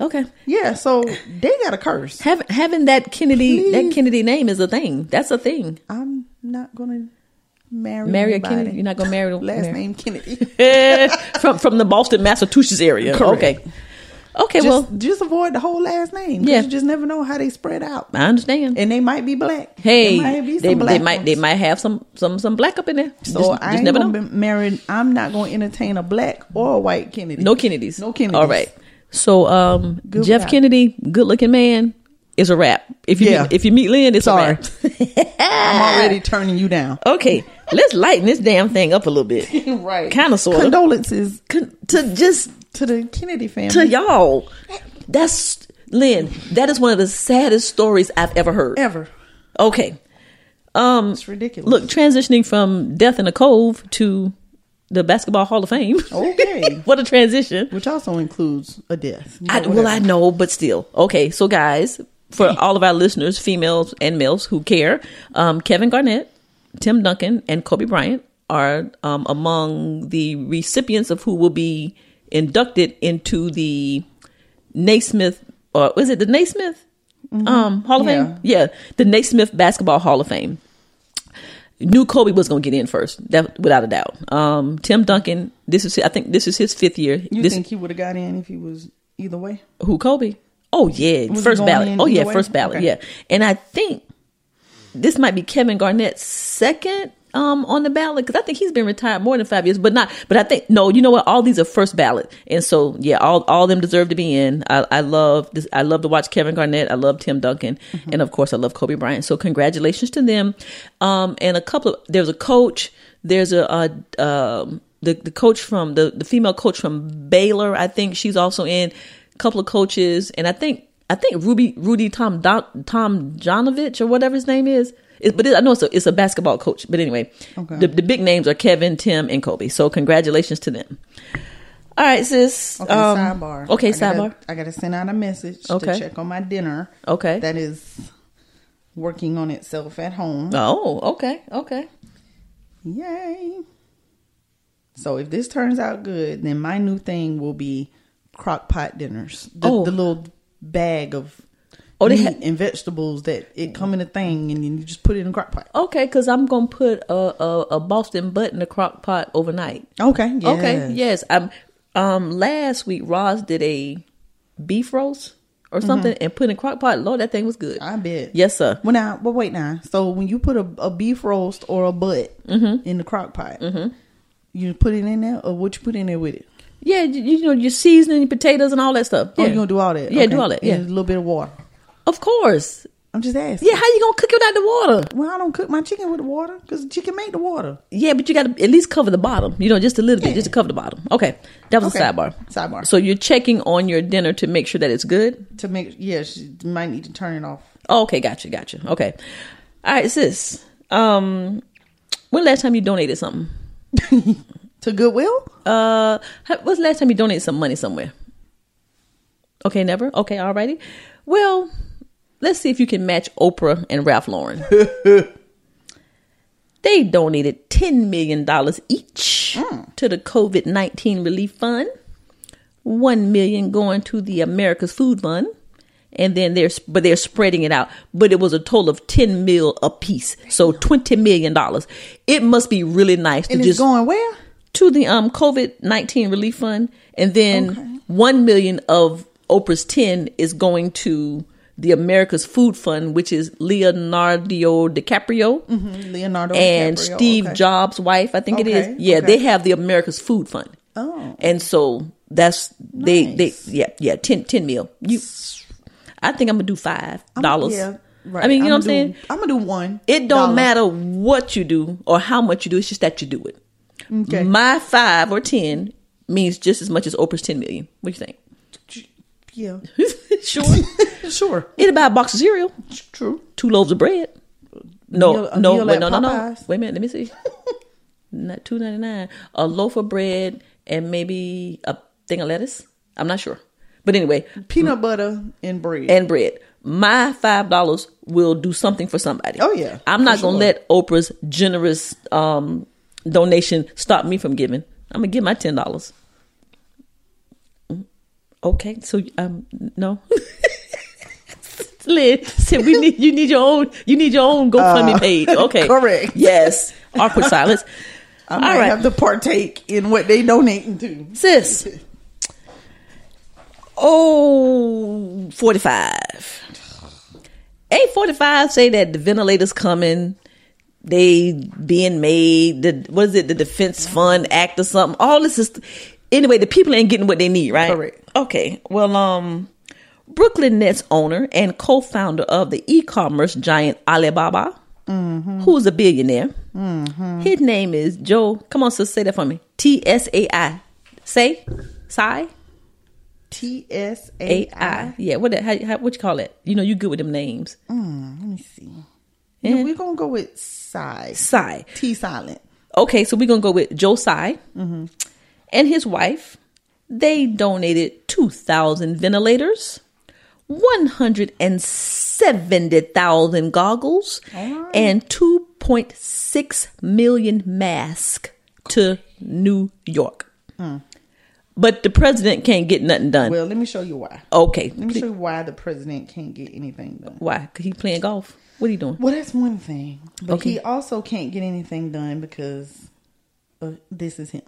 Okay,
Yeah, so they got a curse.
having having that Kennedy that
Please.
Kennedy name is a thing. That's a thing. [LAUGHS]
I'm not gonna marry
Marry a
anybody.
Kennedy. You're not gonna
[LAUGHS]
marry a
last
marry-
name
[LAUGHS]
Kennedy.
from from the Boston, Massachusetts area.
Correct.
Okay, okay,
just,
well,
just avoid the whole last name. 'cause
Yeah.
you just never know how they spread out,
I understand.
and they might be black.
hey,
There might be some
they,
black
they might they
ones.
might have some some some black up in there.
So
just,
I
just
ain't
never know.
gonna be married. I'm not gonna entertain a black or a white Kennedy.
No Kennedys.
No Kennedys.
All right. So um,
Good
Jeff
rap.
Kennedy, good looking man, is a rap. If you
Yeah.
meet, if you meet Lynn, it's
Sorry.
a
I'm
rap.
already turning you down.
[LAUGHS] okay, let's lighten this damn thing up a little bit.
[LAUGHS] Right.
Kinda, sorta.
Condolences
Con- to just
to the Kennedy family.
to y'all. That's Lynn. That is one of the saddest stories I've ever heard.
ever.
Okay. Um,
It's ridiculous.
look, transitioning from Death in a Cove to the Basketball Hall of Fame.
Okay.
[LAUGHS] what a transition.
Which also includes a death.
I, well, I know, but still. Okay, so guys, for
[LAUGHS]
all of our listeners, females and males who care, um, Kevin Garnett, Tim Duncan, and Kobe Bryant are um, among the recipients of who will be inducted into the Naismith, or is it the Naismith um, Hall of
Mm-hmm. Yeah.
Fame? Yeah, the Naismith Basketball Hall of Fame. Knew Kobe was going to get in first, that without a doubt. Um, Tim Duncan, this is I think this is his fifth year.
You
this
think he would have got in if he was either way?
who Kobe? Oh yeah,
Was he
first
going
ballot.
in
Oh yeah,
either way?
first ballot.
Okay.
Yeah, and I think this might be Kevin Garnett's second um on the ballot because I think he's been retired more than five years, but not. But I think no, you know what? All these are first ballot, and so yeah, all all them deserve to be in. I, I love this. I love to watch Kevin Garnett. I love Tim Duncan,
Mm-hmm.
and of course I love Kobe Bryant. So congratulations to them. Um, and a couple of there's a coach. There's a uh, um the the coach from the the female coach from Baylor. I think she's also in. A couple of coaches, and I think I think Ruby Rudy Tom Don, Tom Janovich or whatever his name is. It, but it, I know it's a, it's a basketball coach. But anyway, the, the big names are Kevin, Tim, and Kobe. So congratulations to them. All right, sis.
Okay,
Um,
sidebar.
Okay,
I
sidebar.
gotta- I gotta send out a message
Okay.
to check on my dinner.
Okay.
That is working on itself at home.
oh, okay, okay.
Yay. So if this turns out good, then my new thing will be crock pot dinners. The,
Oh.
the little bag of
Oh, they
meat
had-
and vegetables that it come in a thing and then you just put it in a crock pot.
Okay, because I'm gonna put a, a a Boston butt in the crock pot overnight.
Okay. Yes.
Okay, yes. Um, um, last week Roz did a beef roast or
Mm-hmm.
something and put in a crock pot. Lord, that thing was good.
I bet.
Yes, sir.
Well, now, but wait now. So when you put a, a beef roast or a butt
Mm-hmm.
in the crock pot, you put it in there, or what you put in there with it?
Yeah, you, you know, your seasoning, your potatoes, and all that stuff.
Oh,
yeah.
you gonna do all that?
Yeah,
Okay.
do all that.
And
Yeah,
a little bit of water.
of course.
I'm just asking.
Yeah, how you gonna cook it without the water?
Well, I don't cook my chicken with water because chicken make the water.
Yeah, but you got to at least cover the bottom. You know, just a little bit,
Yeah.
just to cover the bottom. Okay, that was
Okay.
a sidebar.
Sidebar.
So you're checking on your dinner to make sure that it's good.
To make, yeah, she might need to turn it off.
Oh, okay, gotcha, gotcha. Okay, all right, sis. Um, when last time you donated something?
To Goodwill?
Uh, how- what's the last time you donated some money somewhere? Okay, never. Okay, alrighty. Well, let's see if you can match Oprah and Ralph
[LAUGHS]
Lauren. they donated ten million dollars each
Mm.
to the COVID nineteen relief fund. One million going to the America's Food Fund, and then they're but they're spreading it out. But it was a total of ten mil a piece, so twenty million dollars. It must be really nice to
And it's
just
going where?
to the um COVID nineteen relief fund, and then
Okay.
one million of Oprah's ten is going to the America's Food Fund, which is Leonardo DiCaprio
Leonardo
Mm-hmm. and
Mm-hmm. DiCaprio,
Steve
okay.
Jobs' wife. I think it
Okay,
is. Yeah,
okay.
they have the America's Food Fund,
Oh,
and so that's they they
Nice.
yeah yeah 10, 10 mil. You, I think I'm gonna do five
I'm-
dollars.
yeah, right.
I mean, you know what I'm
I'ma do-
saying.
I'm gonna do one.
It don't
dollar.
matter what you do or how much you do. It's just that you do it.
Okay.
My five or ten means just as much as Oprah's ten million. What [LAUGHS] do you
yeah.
[LAUGHS] think? sure.
sure.
It'll buy a box of cereal,
True.
two loaves of bread. No,
Meal- a
no,
meal
wait,
at
no, no, no.
Popeyes.
Wait a minute. Let
[LAUGHS]
me see. Not two ninety nine. A loaf of bread and maybe a thing of lettuce. I'm not sure, but anyway,
Peanut butter and bread.
and bread. My five dollars will do something for somebody.
Oh, yeah,
I'm not
for
gonna
sure.
let Oprah's generous um, donation stop me from giving. I'm gonna give my ten dollars. Mm. Okay, so um, no. [LAUGHS] Lynn said we need you need your own you need your own GoFundMe page. Okay,
Uh, [LAUGHS] correct.
Yes, awkward silence.
I might
All right,
have to partake in what they donating to.
sis. Oh, 45. Ain't 45 say that the ventilator's coming, they being made, the, what is it, the Defense Fund Act or something? All this is, anyway, the people ain't getting what they need, right?
Correct.
Okay, well, um, Brooklyn Nets owner and co founder of the e commerce giant Alibaba, who's a billionaire. His name is Joe. Come on, sis, say that for me. T S A I. Say, Sai.
T S A
AI.
I.
Yeah, what the- how, how, what you call it? You know, you good with them names.
Let me see. Yeah, we're gonna go with side.
Sai.
T silent.
Okay, so we're gonna go with Joe Sai
Mm-hmm.
and his wife. They donated two thousand ventilators, 170,000 goggles and 2.6 million masks to New York. But the president can't get nothing done.
Hmm. Well, let me show you why.
okay.
Let me
please-
show you why the president can't get anything done.
Why? Cause he playing golf. What he doing?
Well, that's one thing. But
Okay.
he also can't get anything done because uh, this is him.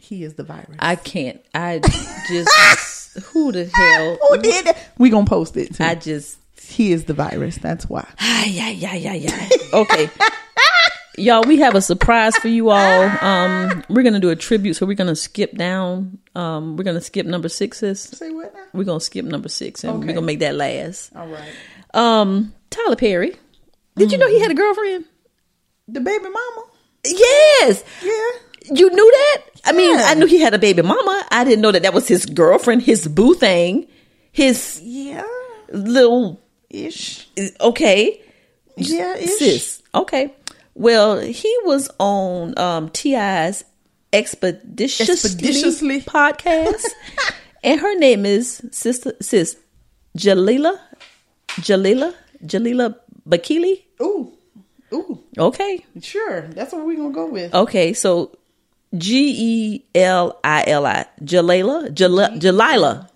He is the virus.
I can't. I just who the hell?
[LAUGHS] Who did that? We gonna post it. Too.
I just
he is the virus. That's why.
yeah yeah yeah yeah. Okay. Y'all, we have a surprise for you all. Um, we're gonna do a tribute, so we're gonna skip down. Um, we're gonna skip number sixes.
Say what? now?
We're gonna skip number six, and
Okay.
we're gonna make that last.
All right.
Um, Tyler Perry, did you know he had a girlfriend?
The baby mama.
Yes,
Yeah.
You knew that? I mean,
Yeah.
I knew he had a baby mama. I didn't know that that was his girlfriend, his boo thing, his
Yeah.
little
Ish.
okay
Yeah. Ish.
sis. Okay, well, he was on um, Ti's expeditiously,
Expeditiously. [LAUGHS]
podcast, and her name is sister sis Jalila, Jalila, Jalila Bakili.
Ooh. Ooh.
Okay,
Sure. That's what we gonna go with.
Okay, so G E L I L I Jalila Jal-
E
Jalila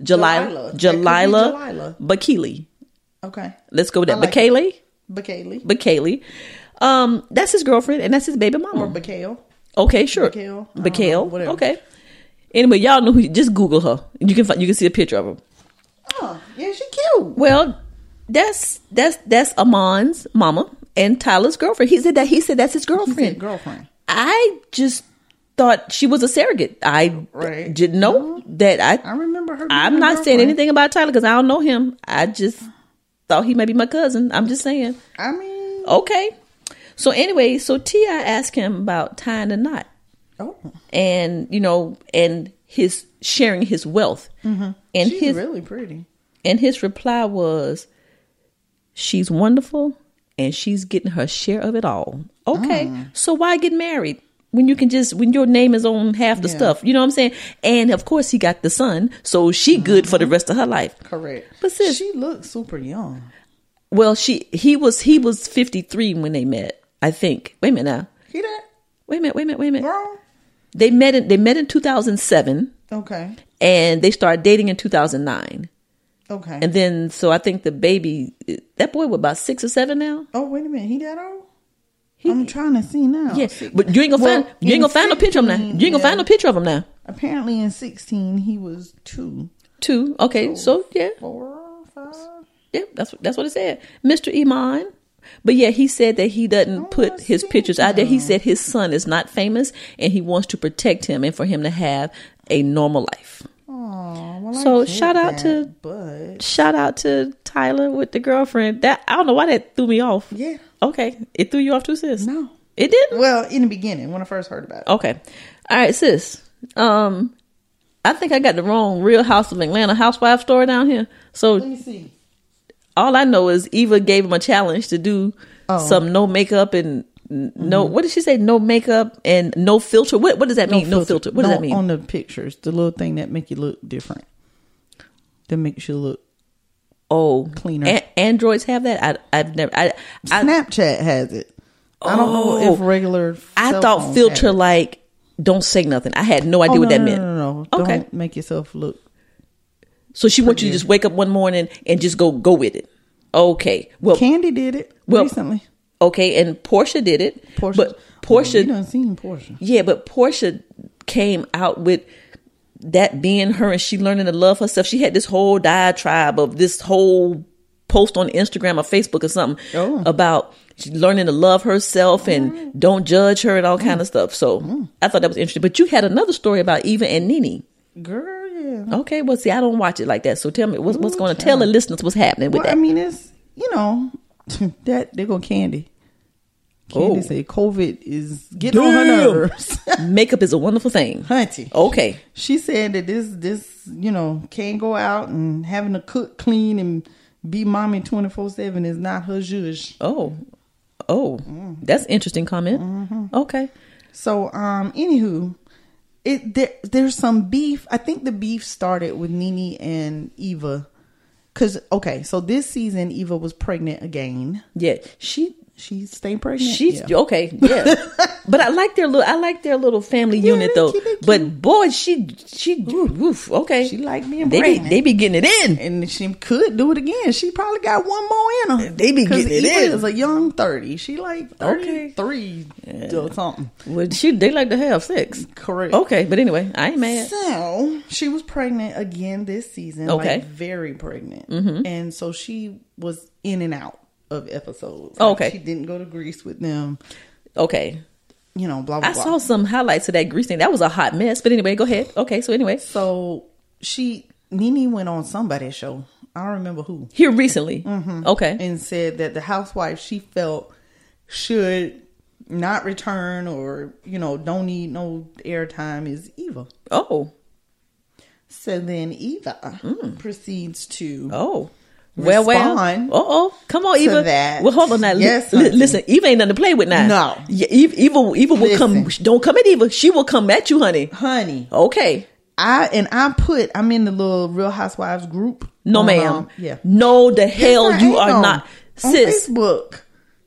Jalila.
Jalila
That could be
Jalila
Jalila.
Bakili.
Okay.
Let's go with that.
I like
Bakele
But Kaylee.
Bakele. Um, that's his girlfriend and that's his baby mama.
Or Bakale.
okay, sure.
Bakele. I don't know,
Bakele.
whatever.
Okay. Anyway, y'all know who. Just Google her. You can find, you can see a picture of her.
Oh, yeah, she cute.
Well, that's that's that's Amon's mama and Tyler's girlfriend. He said that he said that's his girlfriend.
Said girlfriend.
I just thought she was a surrogate. I
Right. Mm-hmm.
didn't know that. I,
I remember her.
I
being
am
a
not saying
girlfriend.
anything about Tyler because I don't know him. I just thought he may be my cousin. I'm just saying.
I mean,
Okay. So anyway, so Ti asked him about tying a knot
oh,
and you know and his sharing his wealth and
Mm-hmm. she's
his
really pretty.
and his reply was, "She's wonderful, and she's getting her share of it all." Okay,
Ah.
so why get married when you can just when your name is on half the
Yeah.
stuff? You know what I'm saying? And of course, he got the son, so she
Mm-hmm.
good for the rest of her life.
Correct.
But sis-
she looks super young.
Well, she he was he was 53 when they met. I think. Wait a minute now.
He that
Wait a minute. Wait a minute. Wait a minute.
wrong?
They met in they met in 2007,
Okay.
and they started dating in 2009.
Okay.
And then, so I think the baby, that boy was about six or seven now.
oh wait a minute, he that old? I'm trying to see now.
Yeah,
See,
but you ain't gonna
Well,
find you ain't
in
gonna find no picture of him now. You ain't
16,
gonna find
yeah.
no picture of him now.
Apparently, in 16, he was two,
Two. Okay,
Oh.
so yeah,
four, five.
yeah, that's what that's what it said, Mister Iman. But yeah, he said that he doesn't put
Oh, I
his
see
pictures out there. He
now.
said his son is not famous, and he wants to protect him and for him to have a normal life.
Aw, Oh, well, I
So,
get
shout out
that,
to-
but
Shout out to Tyler with the girlfriend. That I don't know why that threw me off.
yeah,
Okay, it threw you off too, sis.
no.
it didn't.
Well, in the beginning, when I first heard about it,
Okay. All right, sis. Um, I think I got the wrong Real House of Atlanta housewife story down here.
let
So
me see.
all I know is Eva gave him a challenge to do
Oh.
some no makeup and n- no. What did she say? No makeup and no filter. What What does that mean? No filter. What does
Mm-hmm. No,
that mean?
On the pictures, the little thing that make you look different, that makes you look.
oh,
Cleaner.
A- androids have that. I, I've never. I I,
Snapchat has it. I don't know if
Oh.
regular.
I
cell
thought
phones
filter
have it.
like don't say nothing. I had no idea
Oh,
what
no,
that
no,
meant.
No, no, no.
Okay.
Don't make yourself look.
So she wants you to just wake up one morning and just go go with it. Okay. Well,
Candy did it
Well,
recently.
Okay, and Portia did it.
Portia,
But
oh, you
Portia,
done seen Portia.
yeah, but Portia came out with that being her and she learning to love herself. She had this whole diatribe of this whole post on Instagram or Facebook or something
Oh.
about she learning to love herself and don't judge her
Oh.
and all kind of stuff. So I thought that was interesting. But you had another story about Eva and Nini.
Girl, yeah.
Okay, well, see, I don't watch it like that. So tell me what's, what's going to tell the listeners what's happening with
Well, I
that.
mean, it's you know [LAUGHS] that they go Candy. Candy
Oh.
say COVID is getting on her
Damn.
nerves, [LAUGHS]
Makeup is a wonderful thing.
hunty.
Okay.
she said that this this you know can't go out and having to cook, clean, and be mommy twenty four seven is not her zhuzh.
Oh, oh, that's interesting comment.
Mm-hmm.
Okay,
So, um, anywho, it there, there's some beef. I think the beef started with Nene and Eva Cause okay, so this season Eva was pregnant again.
Yeah, she
She stayed pregnant.
she's
Yeah.
okay.
[LAUGHS]
Yeah, but I like their little I like their little family
Yeah,
unit
they
though.
cute, they cute.
But boy, she she oof, okay.
She like being
they be,
pregnant.
they be getting it in.
and she could do it again. She probably got one more in her.
They be
'Cause
getting it
Eva
in.
is a young thirty. She like thirty
Okay.
three or something.
Well, she they like to have sex.
Correct.
Okay, but anyway, I ain't mad.
So she was pregnant again this season.
Okay. Mm-hmm.
Like very pregnant. And so she was in and out of episodes.
Oh,
Like,
okay.
She didn't go to Greece with them.
Okay,
You know, blah blah
I
blah.
saw some highlights of that grease thing. That was a hot mess. But anyway, go ahead. Okay, so anyway,
so she Nene went on somebody's show. I don't remember who.
here recently. Okay,
Mm-hmm. and said that the housewife she felt should not return or you know don't need no airtime is Eva.
oh
So then Eva procedes to
Mm. oh. Well, well, uh
Respond
oh, come on,
to
Eva.
that.
Well, hold on now. Li-
Yes,
li-
auntie.
listen, Eva ain't nothing to play with now.
No.
yeah, Eva, Eva, Eva will come.
Listen.
Don't come at Eva. She will come at you, honey.
honey.
Okay,
I and I put I'm in the little Real Housewives group.
no,
on,
ma'am.
um, yeah.
no, the hell
Yes, I
you
am.
are not,
on
sis.
Facebook.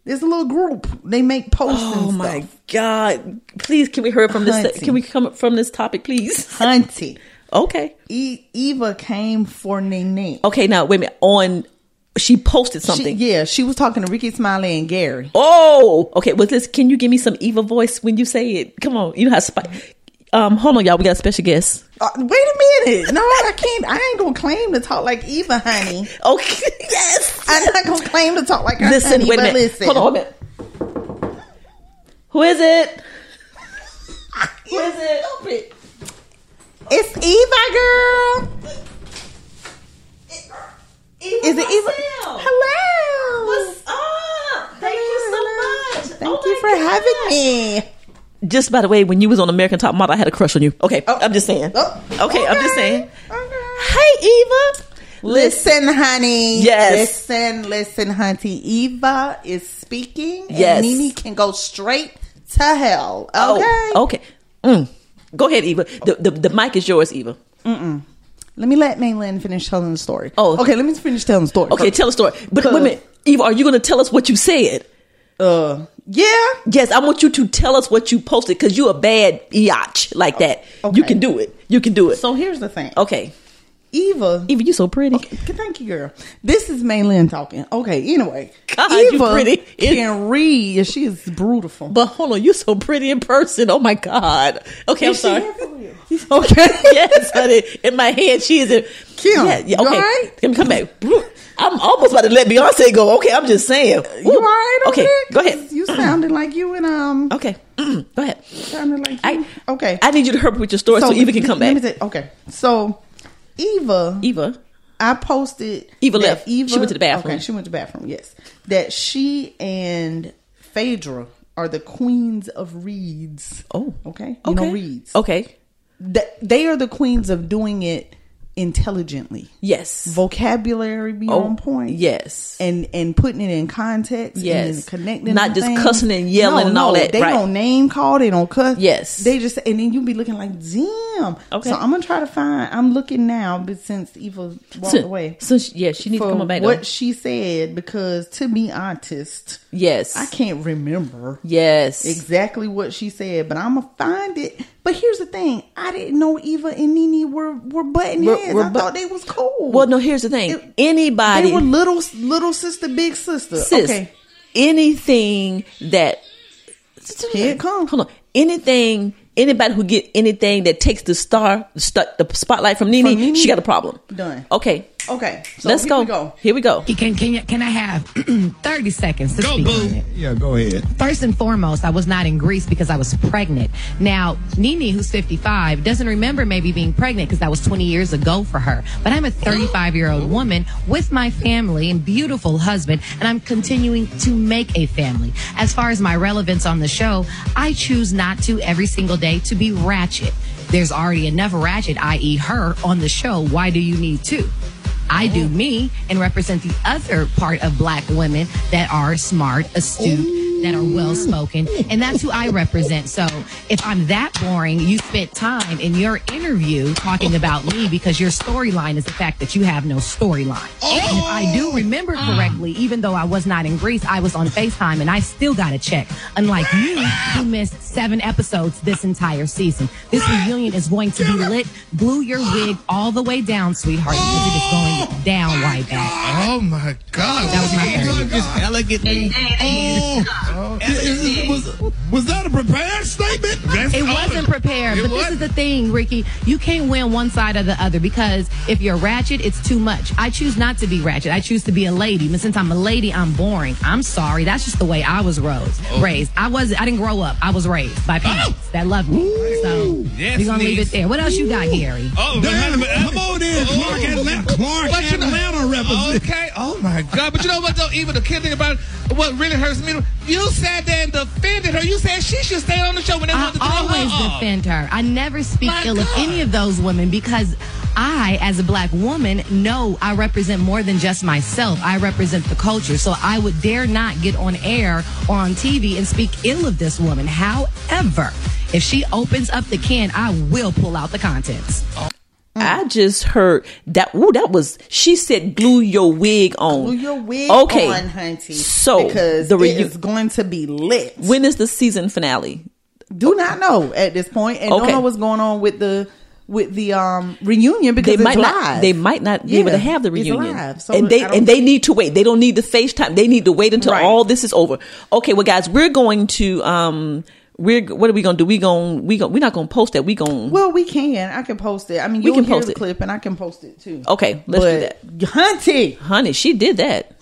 There's a little group. They make posts
Oh
and
my
stuff.
God! Please, can we hear from this?
Hunting.
Can we come from this topic, please?
Hunty.
Okay.
E- Eva came for Nene.
Okay. Now wait a minute. On, she posted
She,
Oh, something.
yeah, she was talking to Ricky Smiley and Gary.
Oh, okay. Well, this can you give me some evil voice when you say it? Come on, you know how spy. Um, hold on, y'all. We got a special guest.
Uh, wait a minute. No, I can't. I ain't gonna claim to talk like Eva, honey.
Okay. [LAUGHS] Yes.
I'm not gonna claim to talk like her.
listen.
honey,
wait a
but
minute.
Listen.
Hold on. Wait a minute. Who is it? Who is
It's,
it? Open. it.
it's Eva, girl. Is it Eva?
myself.
Hello.
What's up? Thank
Hello,
you so
hello.
much.
Thank
Oh
you
my
for
God.
having me.
Just by the way, when you was on American Top Model, I had a crush on you. Okay, I'm just saying.
Oh,
okay, I'm just saying.
Okay.
Hey, Eva.
Listen, honey.
Yes.
Listen, listen, hunty. Eva is speaking. and
Yes.
Nene can go straight to hell. Okay.
Oh, okay. Mm. Go ahead, Eva. The, the the mic is yours, Eva.
Let me let Mainland finish telling the story.
Oh.
Okay, let me finish telling the story.
Okay,
first.
tell a story. But wait a minute, Eva, are you going to tell us what you said?
uh, yeah.
Yes, I want you to tell us what you posted because you a bad biatch like that.
Okay.
You can do it. You can do it.
So here's the thing.
okay,
Eva.
Eva, you so pretty.
Okay, thank you, girl. This is Mainland talking. Okay, anyway.
God, you pretty.
can read. She is beautiful.
But hold on, you so pretty in person. Oh my God. Okay,
Is she
I'm
here
[LAUGHS] sorry.
for real? Okay.
yes, honey. In my head, she is in.
Kim,
Yeah, yeah,
you
okay.
alright?
Kim, come back. I'm almost about to let Beyonce go. Okay, I'm just saying.
You all right over
Okay,
there?
go ahead.
'Cause You sounded like you and um
Okay, go ahead.
sounded like
I
you. okay.
I need you to help with your story so, Eva can come
let
back.
me say- okay. So Eva
Eva,
I posted
Eva
that
left. She went to the bathroom.
Okay, she went to the bathroom. Yes, that she and Phaedra are the queens of reeds.
Oh.
okay, you
okay,
know reeds.
Okay,
Th- they are the queens of doing it intelligently.
yes.
Vocabulary be
Oh,
on point.
Yes.
And and putting it in context.
Yes.
And connecting.
Not
the
just
things.
cussing and yelling
No,
and all
no,
that,
They
right.
don't name call. They don't cuss.
Yes.
They just and then you be looking like damn.
Okay.
So I'm gonna try to find. I'm looking now, but since Eva walked
so,
away
so she, yeah, she needs to
for
come on back.
what
though.
she said because to be honest,
yes.
I can't remember
Yes.
exactly what she said, but I'm gonna find it. But here's the thing: I didn't know Eva and Nene were were butting
Were-
heads.
were
I
bu-
thought they was cool.
Well, no, here's the thing.
It-
Anybody
they were little little sister, big sister.
sis,
Okay,
anything that
Here it come.
Hold on. Anything anybody who get anything that takes the star the, star, the spotlight from Nene,
From Nene?
she got a problem.
Done.
Okay.
okay. So
Let's
here
go.
we go.
Here we go.
Can, can, you- can I have [CLEARS THROAT] 30 seconds to speak on it?
Yeah, go ahead.
First and foremost, I was not in Greece because I was pregnant. Now, Nini, who's 55, doesn't remember maybe being pregnant because that was 20 years ago for her. But I'm a 35 year old woman with my family and beautiful husband, and I'm continuing to make a family. As far as my relevance on the show, I choose not to every single day to be ratchet. There's already enough ratchet, i.e., her, on the show. Why do you need two? I do me and represent the other part of black women that are smart, astute, that are well spoken. And that's who I represent. So if I'm that boring, you spent time in your interview talking about me because your storyline is the fact that you have no storyline. And if I do remember correctly, even though I was not in Greece, I was on FaceTime and I still got a check. Unlike you, who missed seven episodes this entire season. This reunion is going to be lit. Glue your wig all the way down, sweetheart, because it is going down, white back.
Oh my God!
That was my
She
third.
done this elegantly. Oh, it- it- was, was that a prepared statement? That's
It
all
wasn't prepared,
It
but this
wasn't.
is the thing, Ricky. You can't win one side or the other because if you're ratchet, it's too much. I choose not to be ratchet. I choose to be a lady. But since I'm a lady, I'm boring. I'm sorry. That's just the way I was raised. Raised. I was. I didn't grow up. I was raised by parents that loved me. So
Yes,
we're gonna leave
niece.
it there. What else you got, Gary?
Oh,
Damn,
but-
come on in, Clark Atlanta- Clark
But you know-
Atlanta represent.
Okay, oh my God. But you know what, though, even the kid thing about it, what really hurts me, you sat there and defended her. You said she should stay on the show when they
I
wanted to throw
always
her off.
defend her. I never speak
My
ill of
God.
any of those women because I, as a black woman, know I represent more than just myself. I represent the culture. So I would dare not get on air or on TV and speak ill of this woman. However, if she opens up the can, I will pull out the contents.
Mm.
I just heard that. Ooh, that was. She said, "Glue your wig on."
Glue your wig
Okay,
on, hunty.
So
because
the
it
reu-
is going to be lit.
when is the season finale?
Do not know at this point, and don't
Okay.
know what's going on with the with the um reunion because
They
it's
might
live.
not. They might not be
Yeah,
able to have the
it's
reunion,
live. So
and
I
they
don't
and they need to wait. They don't need the FaceTime. They need to wait until
Right.
all this is over. Okay, well, guys, we're going to um, we're what are we gonna do? We going we going we're not gonna post that. We going
Well, we can. I can post it. I mean, you can
can
hear
post
the
it.
clip, and I can post it too.
okay. Let's do that.
do that, hunty. hmm.
honey, she did that.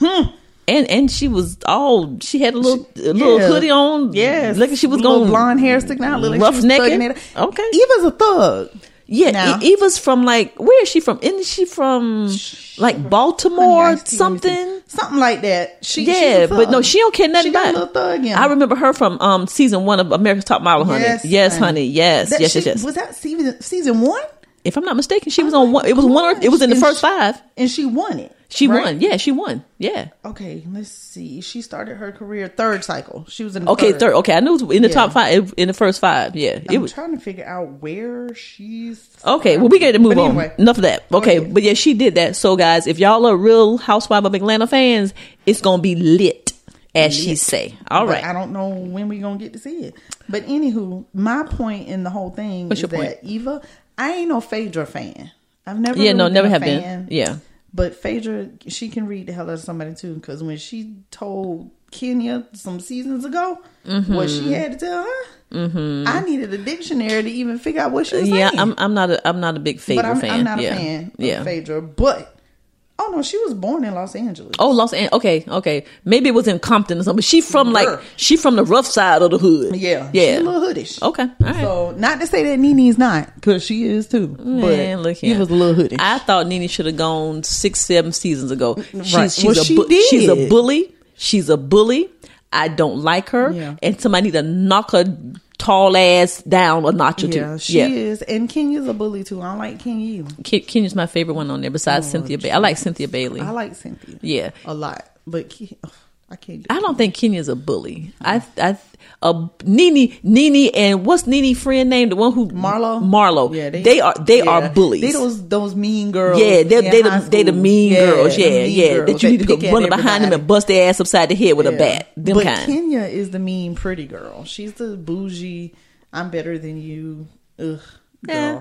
And and she was all she had a little a little
Yeah.
hoodie on.
Yes,
like she was
Little
going
blonde hair sticking out, look like
rough
she was
naked.
thugging it.
Okay.
Eva's a thug.
Yeah,
now.
E- Eva's from like where is she from? Isn't she from like Baltimore
Honey, I
or
see what you think.
something?
something like that. She, she's a
Yeah, but no,
thug.
she don't care nothing
She got a
about
little
it.
thug. Yeah,
I remember her from um season one of America's Top Model, honey. Yes, honey. Yes,
That
yes,
she-
yes, yes.
Was that season season one?
if I'm not mistaken, she was
Oh
on
my
one. It was one. Or, it was in the
gosh.
first five.
and she won it.
She
right?
won. Yeah, she won. Yeah.
Okay, let's see. She started her career third cycle. She was in the
Okay, third. Okay, I knew it was in the
Yeah.
top five. In the first five. Yeah.
I'm
It was.
trying to figure out where she's.
Okay, well, we got to move
But
on.
anyway.
Enough of that.
Go
Okay,
ahead.
but yeah, she did that. So, guys, if y'all are real Housewife of Atlanta fans, it's gonna be lit, as she
Lit.
say. All
But
right.
I don't know when we're gonna get to see it. But anywho, my point in the whole thing
What's
is
your point?
that Eva, I ain't no Phaedra fan. I've never
Yeah,
really
no,
been
never
a
have been.
fan.
Yeah.
But Phaedra, she can read the hell out of somebody too, because when she told Kenya some seasons ago what
Mm-hmm.
she had to tell her, I needed a dictionary to even figure out what she was
yeah,
saying.
I'm. I'm not a. I'm not a big Phaedra
but I'm,
fan.
I'm not
yeah.
a fan
Yeah.
of Phaedra. But oh no, she was born in Los Angeles.
Oh, Los Angeles. Okay, okay. Maybe it was in Compton or something. But she from like
Girl.
she from the rough side of the hood.
yeah,
yeah.
she's a little hoodish.
Okay, all right.
So not to say that Nini's not, because she is too.
Man,
but
look
he
here.
was a little hoodie.
I thought Nene should have gone six, seven seasons ago. She's
Well,
she's a
she
bu- she's a
did.
bully. She's a bully. I don't like her,
Yeah.
and somebody need to knock her tall ass down a notch or two.
yeah, she is, and Kenya's a bully too. I don't like Kenya. either.
Ke- Kenya's my favorite one on there. Besides Cynthia Bailey, I like Cynthia Bailey.
Oh, I like Cynthia.
Yeah.
a lot, but Ke- ugh, I can't. Do
I don't think Kenya's a bully. I, I, a Nene, Nene, and what's Nene's friend name? The one who
Marlo.
Marlo.
Yeah,
they, are they
yeah.
are bullies.
They those those mean girls.
Yeah, they're,
in
they
high
the, they the
school.
mean girls.
the
Yeah,
mean
yeah.
girls
That you need to go
pick at
running behind them
everybody.
and bust their ass upside the head with a
Yeah.
bat. Them
but
kind.
Kenya is the mean pretty girl. She's the bougie. I'm better than you. Ugh,
Eh,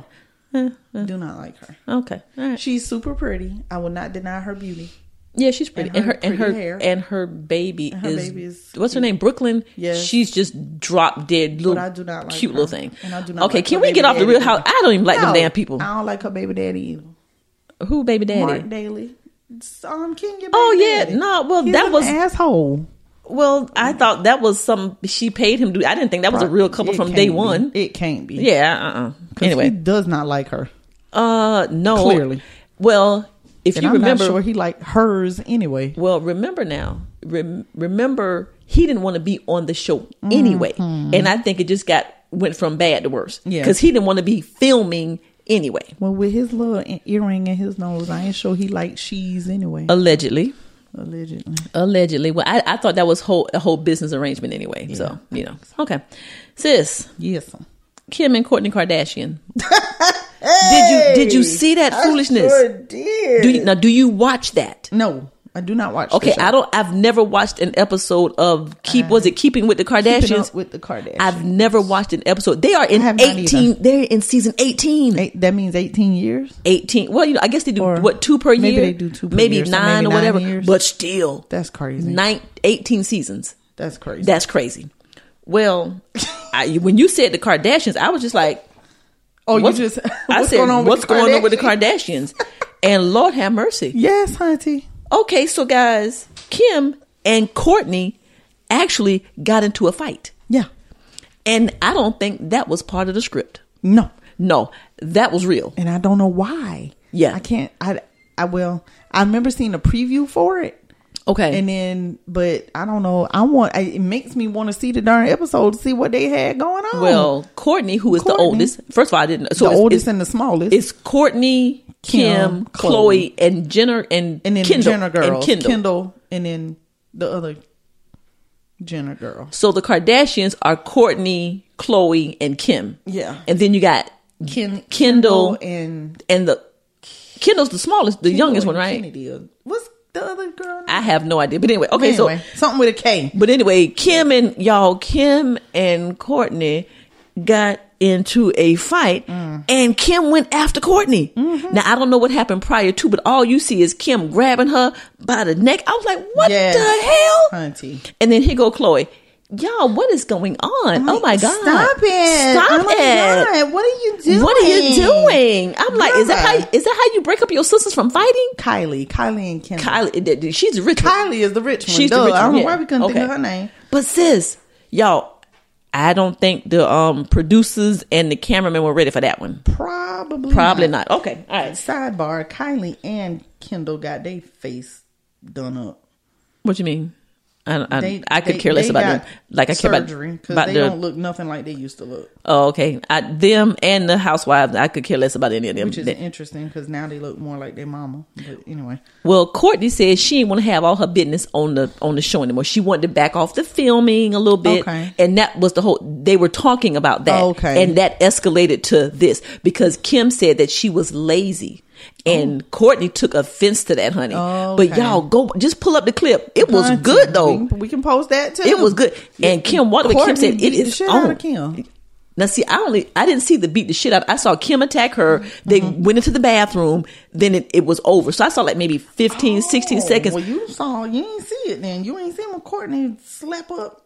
girl. Do not like her.
okay. All right.
She's super pretty. I will not deny her beauty.
Yeah, she's pretty.
And
And her
her
and her
pretty hair.
and her baby
And her
is
baby is
what's her name? Brooklyn.
Yes.
she's just drop dead little
I do not like
cute
her.
little thing.
And I do not
okay,
like
can
her
we get
baby
off the
daddy
real house?
either.
I don't even like
No,
them damn people.
I don't like her baby daddy either.
Who baby daddy?
Mark Daly. It's, Um, Kenya.
Oh,
baby
yeah.
daddy.
No, well,
He's
that
an
was-
asshole.
Well, I thought that was some she paid him to. I didn't think that was a real couple
It
from
can't
day
be.
one.
It can't be.
yeah. Uh. uh
'Cause he
Anyway.
does not like her.
Uh. No.
Clearly.
Well, if
And
you
I'm
remember,
not sure he like hers anyway.
Well, remember now, rem- remember he didn't want to be on the show anyway, and I think it just got went from bad to worse
Mm-hmm. Yeah.
because he didn't want to be filming anyway, Uh,
Well, with his little e- earring and his nose, I ain't sure he likes cheese anyway.
allegedly.
Allegedly.
Allegedly. Well, I, I thought that was whole a whole business arrangement anyway. So you know, okay, sis
Yes.
Kim and Courtney Kardashian. did you did you see that foolishness?
Sure did.
Do you, now do you watch that?
no, I do not watch. the
Okay,
show.
I don't. I've never watched an episode of Keep. was it Keeping with the
Keeping
Kardashians?
up with the Kardashians.
I've never watched an episode. They are in
have not
eighteen.
either.
They're in season 18.
Eight, that means eighteen years.
18 well you know i guess they do
Or
what two per
maybe
year
they do two per
maybe
year, so
nine
maybe
or
nine
whatever
years.
but still
That's crazy.
nine, 18 seasons
That's crazy.
that's crazy
[LAUGHS]
well I, when you said the kardashians i was just like
oh, you
what's-
just. [LAUGHS]
i
what's
said
going on with
what's
the
going on with the
Kardashians?
kardashians and lord have mercy
Yes, hunty.
okay so guys kim and courtney actually got into a fight
Yeah.
and i don't think that was part of the script
No.
no that was real
and I don't know why.
Yeah.
I can't. I I will. I remember seeing a preview for it,
okay
and then, but I don't know. I want. I, it makes me want to see the darn episode to see what they had going on.
Well, Courtney, who is
Courtney.
the oldest, first of all, I didn't. So
the
it's,
oldest
it's,
and the smallest.
it's Courtney, Kim,
Kim,
Chloe,
Chloe.
and Jenner, and
and then
Kendall,
Jenner girl,
and Kendall.
and then the other Jenner girl.
So the Kardashians are Courtney, Chloe, and Kim.
Yeah.
and then you got
Ken,
Kendall and,
and
the Kendall's the smallest, the youngest one,
Kendall and
right?
Kennedy are- What's the other girl?
I have no idea, but anyway, okay, so
anyway, something with a K.
But anyway, Kim and y'all, Kim and Courtney got into a fight
Mm.
and Kim went after Courtney.
Mm-hmm.
Now, I don't know what happened prior to, but all you see is Kim grabbing her by the neck. I was like, what
Yes,
the hell?
hunty.
And then here go Chloe. Y'all, what is going on? oh my God.
Stop it!
Stop
Oh my
it.
God, What are you doing?
What are you doing? I'm like, is that
Yeah.
how is that how you break up your sisters from fighting?
Kylie, Kylie and Kendall.
Kylie, she's rich.
Kylie is the rich one.
She's the
duh.
rich
I don't
one,
know
yeah.
why we couldn't think of
Okay.
her name.
But sis, y'all, I don't think the um producers and the cameramen were ready for that one.
Probably,
Probably not. Okay. All right.
Sidebar: Kylie and Kendall got their face done up.
What you mean? I don't, I,
They,
I could
they-
care less
they
about
got
them. Like I care about,
surgery because
about
they
the
don't look nothing like they used to look,
oh okay I, them and the housewives. I could care less about any of them.
which is
They-
interesting because now they look more like their mama. But anyway,
Well, Courtney says she didn't want to have all her business on the on the show anymore. She wanted to back off the filming a little bit,
Okay.
and that was the whole. They were talking about that,
Okay.
and that escalated to this because Kim said that she was lazy, and Courtney took offense to that, honey. But
Oh. Okay.
y'all go just pull up the clip. It was
Auntie,
good
We,
though.
we can post that too.
It was good. And Kim Waterway, Kim
Courtney
said it
beat the
is
shit
on.
out of Kim.
Now, see, I only I didn't see the beat the shit out. I saw Kim attack her. They
Mm-hmm.
went into the bathroom. Then it, it was over. So I saw like maybe 15, 16
Oh,
seconds.
Well, you saw, you ain't see it then. You ain't seen when Courtney slap up.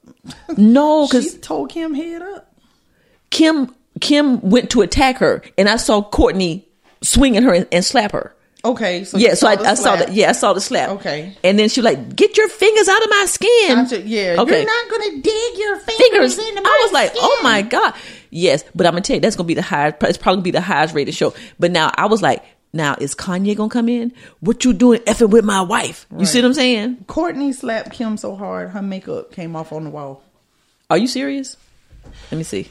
No,
She
because
told Kim head up.
Kim Kim went to attack her, and I saw Courtney swing at her and, and slap her.
Okay, so
yeah,
you
so I,
the
I saw
slap.
that. Yeah, I saw the slap.
Okay.
and then she like, "Get your fingers out of my skin."
I said, yeah,
Okay.
you're not gonna dig your fingers,
fingers.
into my
I was like, "Oh
skin."
my god!" Yes, but I'm gonna tell you, that's gonna be the highest. It's probably be the highest rated show. But now I was like, "Now is Kanye gonna come in? What you doing effing with my wife?" You see what I'm saying?
Courtney slapped Kim so hard her makeup came off on the wall.
Are you serious? Let me see.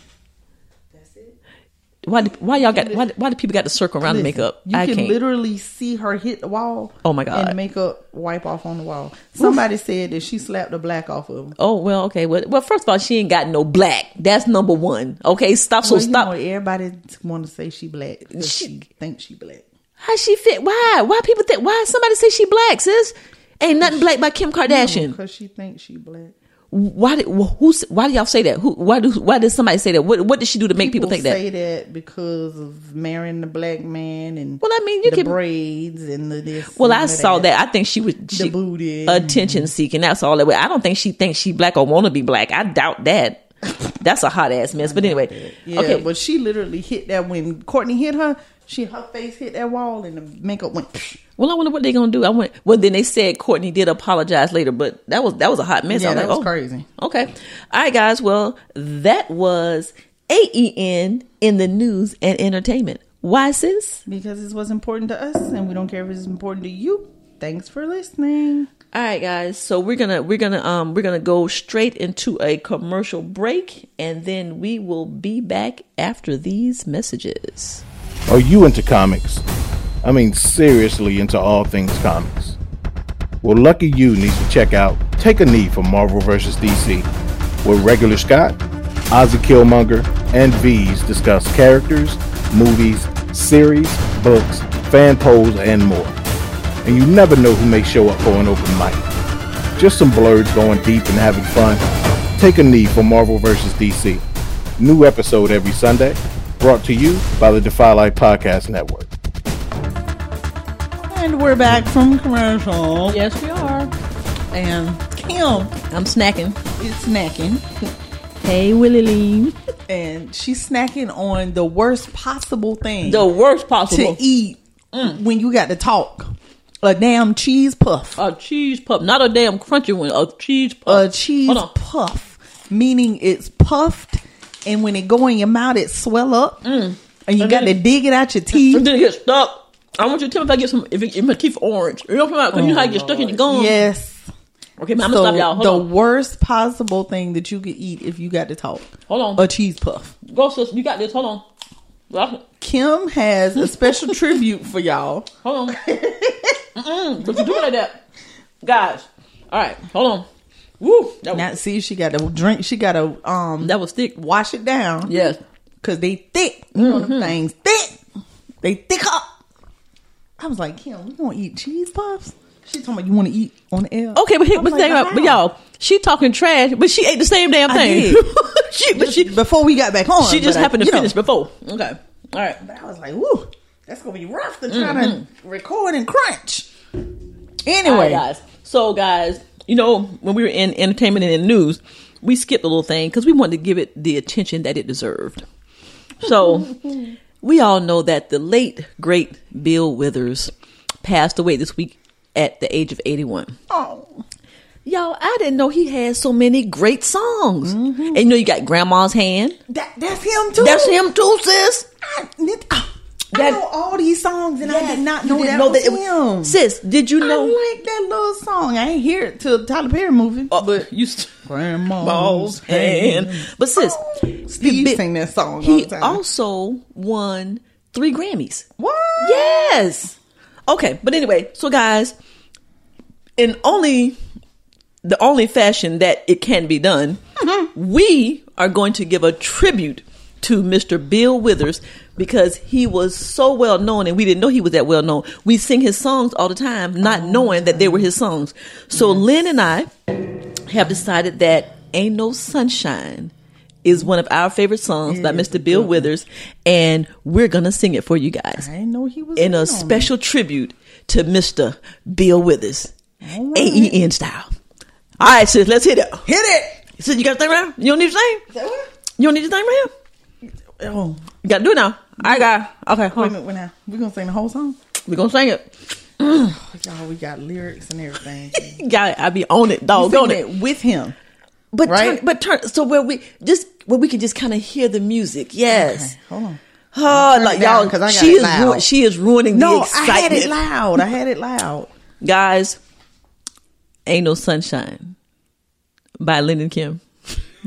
Why, do- why y'all got why, why do people got to circle around to make
Listen,
up?
You
I
can
can't.
literally see her hit the wall.
Oh my God.
And makeup wipe off on the wall. Somebody said that she slapped the black off of him.
Oh well, okay. Well, well, first of all, she ain't got no black. That's number one. Okay, stop. So
Well, you
stop.
know, everybody want to say she black. 'cause
She-
She, thinks she black.
How she fit? Why? Why people think? Why somebody say she black? Sis, ain't nothing black by Kim Kardashian.
because she thinks she black.
Why did who's? Why do y'all say that? Who? Why do? Why did somebody say that? What? What did she do to make people, think that?
say that because of marrying the black man and
Well, I mean, you
the
can-
braids and the this.
Well,
and
I
the
saw that. I think she was she,
booty.
attention seeking. That's all that. was. I don't think she thinks she black or want to be black. I doubt
[LAUGHS]
that. That's a hot ass mess. But anyway,
Yeah,
okay.
but she literally hit that when Courtney hit her. She her face hit that wall and the makeup went.
Well, I wonder what they're gonna do. I went. Well, then they said Courtney did apologize later, but that was that was a hot mess.
Yeah,
I was
that
like,
was
oh.
crazy.
Okay, all right, guys. Well, that was AEN in the news and entertainment. Why, sis?
because it's what's important to us and we don't care if it's important to you thanks for listening
All right, guys. So we're gonna we're gonna um we're gonna go straight into a commercial break, and then we will be back after these messages.
Are you into comics? I mean, seriously into all things comics. Well, lucky you needs to check out Take a Knee for Marvel vs. DC, where regular Scott, Ozzy Killmonger, and V's discuss characters, movies, series, books, fan polls, and more. And you never know who may show up for an open mic. Just some blurs going deep and having fun. Take a Knee for Marvel vs. DC. New episode every Sunday, brought to you by the Defy Life Podcast Network.
And we're back from commercial.
Yes, we are.
And Kim
I'm snacking.
is snacking.
Hey, Willie Lee.
And she's snacking on the worst possible thing
The worst
to
possible.
eat
Mm.
when you got to talk. A damn cheese puff.
A cheese puff, not a damn crunchy one. A cheese puff.
A cheese
Oh. Hold on.
puff. Meaning it's puffed and when it go in your mouth it swell up.
Mm.
And you
And
got to
then-
dig it out your
You
teeth.
didn't get stuck. I want you to tell me if I get some. If, it, if my teeth orange, you know what I'm talking about? 'Cause you know how you get stuck in your gum.
Yes.
Okay, man, I'm
Oh, so
gonna stop y'all. Hold
the
on.
worst possible thing that you could eat if you got to talk.
Hold on.
A cheese puff.
Go, sis. You got this. Hold on. Well,
Kim has a
[LAUGHS]
special tribute for y'all.
Hold on. [LAUGHS] Mm-mm, but you do it like that, guys. All right. Hold on. Woo. That was,
Now see she got to drink she got to um
that was thick.
wash it down.
Yes.
Cause they thick. You know
Mm-hmm.
them things thick. They thick up. I was like, Kim, we gonna eat cheese puffs? She told me you wanna eat on the air.
Okay, but, here,
I'm
but,
like,
think about, but
how?
y'all, she talking trash, but she ate the same damn
I
thing.
did.
[LAUGHS] she, but she,
before we got back on.
she just
but I-
happened to
you know.
finish before. Okay. All right.
But I was like, woo, that's gonna be rough to try
Mm-hmm.
to record and crunch.
All right,
Anyway,
guys. So, guys, you know, when we were in entertainment and in news, we skipped a little thing because we wanted to give it the attention that it deserved.
[LAUGHS]
So, we all know that the late, great Bill Withers passed away this week at the age of 81.
oh,
Y'all, I didn't know he had so many great songs.
Mm-hmm.
And you know, you got Grandma's Hand.
that, that's him too.
That's him too, sis.
I, oh, I
That-
know all these songs, and I did not know that was
it
him.
Sis, did you know?
I like that little song. I ain't hear it till Tyler Perry movie.
Oh, you st-
Grandma's Oh,
Ball's hand. But sis,
Steve
the bi-
sing that song. all
He
the time.
also won three Grammys.
what?
Yes. Okay, but anyway, so guys, in only the only fashion that it can be done,
Mm-hmm.
we are going to give a tribute to Mr. Bill Withers because he was so well known and we didn't know he was that well known. We sing his songs all the time, not knowing that they were his songs. So Lynn and I have decided that Ain't No Sunshine is one of our favorite songs by Mr. Bill Withers, and we're gonna sing it for you guys
I didn't know he was
in
in on
a
it.
special tribute to Mr. Bill Withers, AEN style. All right, sis, let's hit it.
Hit it.
Sis, you got the thing around? You don't need your thing? You don't need your thing around?
Oh,
You got to do it now. I got Okay,
wait a
hold on.
minute. Wait now. We gonna sing the whole song?
We're going to sing it.
Y'all, we got lyrics and everything.
[LAUGHS] Got it. I be on it, dog.
Sing
On it.
it with him.
But
right?
turn, but turn. So where we just where we can just kind of hear the music. Yes.
Okay, hold on.
Oh,
Turn it
like
down,
y'all,
'cause I got
she
it
is
loud.
ruin, she is ruining the
No,
excitement.
I had it loud. I had it
[LAUGHS]
loud.
Guys, ain't no sunshine by Lyndon Kim.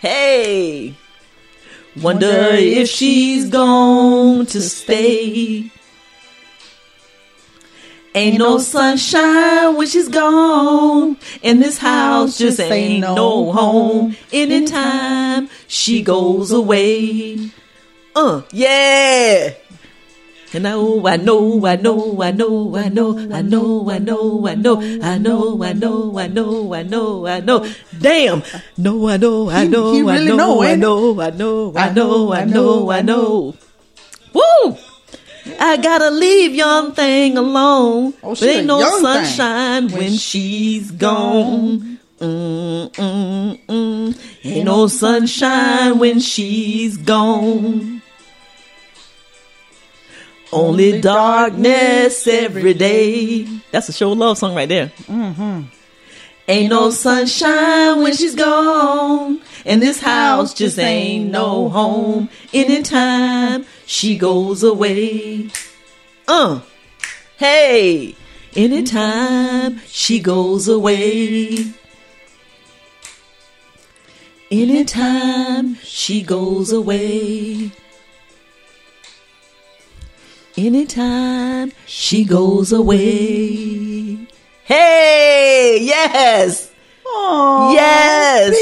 Hey, wonder if she's gone to stay. Ain't no sunshine when she's gone, and this house just ain't no home. Anytime she goes away, uh, yeah. And I oh, I know, I know, I know, I know, eh? I know, I know, I know, I know, I know, I know, I know, I know. Damn, no, I know, I
He-
know,
he
I
really
know,
know,
I
ain't he?
know, I know, I know, I know, I know. Woo! I gotta leave young thing alone.
Oh, she
there
a
ain't no
young thing.
sunshine when she's gone. Mm, mm, mm. Ain't no sunshine when she's gone. Only
Mm-hmm.
darkness every day. That's a show love song right there. Ain't no sunshine when she's gone. And this house just ain't no home. Anytime she goes away. Uh. Hey. Anytime she goes away. Anytime she goes away. Anytime she goes away. Hey, yes. yes.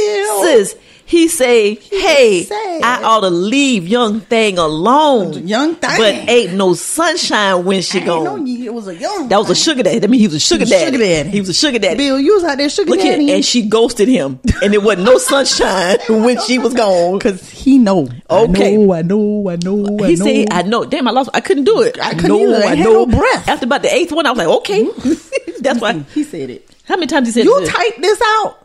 Sis, he say, hey, I ought to leave young thing alone. Young
thing.
But ain't no sunshine when she
Ain't
gone.
no ye- it was a young.
That was a sugar daddy. I mean, he was a sugar
was
daddy.
sugar daddy.
He was a sugar daddy.
Bill, you was out there sugar
Look
daddy.
here, and she ghosted him, and there wasn't
[LAUGHS]
no sunshine [LAUGHS] when she was gone.
Cause he know.
Okay.
I know. I know. I know. I
He
know.
said, "I know." Damn, I lost. I couldn't do it. I
couldn't either. I had no breath.
After about the eighth one, I was like, "Okay, [LAUGHS] that's why."
He said it.
How many times he said
[LAUGHS] You
this?
type this out.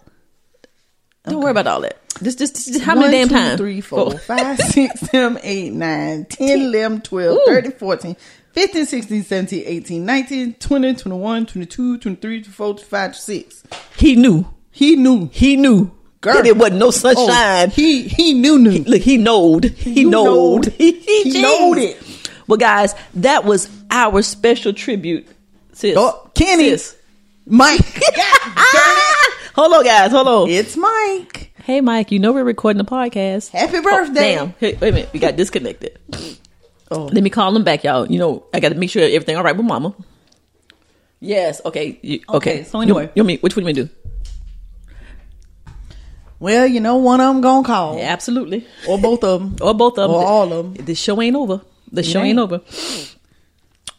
Don't worry about all that. This, this, this, how many
One,
damn
two,
times? Oh.
three, four,
Go. [LAUGHS]
five, six, seven, eight, nine, 10, 11, 12,
Ooh.
13, 14, 15, 16, 17, 18, 19, 20, 21, 22, 23, 24, 25, 26.
He knew.
He knew.
He knew.
Girl.
That it wasn't no sunshine.
Oh, he he knew knew.
Look, he knowed. He
You
knowed.
knowed.
[LAUGHS] He, he,
He
jeez.
knowed it.
Well, guys, that was our special tribute. Sis.
Oh, Kenny.
Sis.
Mike.
[LAUGHS]
[LAUGHS] God damn it.
Hold on, guys. Hold on.
It's Mike.
Hey, Mike, you know we're recording the podcast.
Happy birthday.
Oh, damn. Hey, wait a minute. We got disconnected.
Oh,
Let me call him back, y'all. You know, I got to make sure everything all right with Mama. Yes. Okay. You- okay.
Okay, so anyway.
you, you want me, which one you want me to do?
Well, you know, one of them gonna call.
Absolutely.
Or both of them.
or [LAUGHS] both of them,
Or Oh, all of them.
The show ain't over. The show
ain't.
ain't over.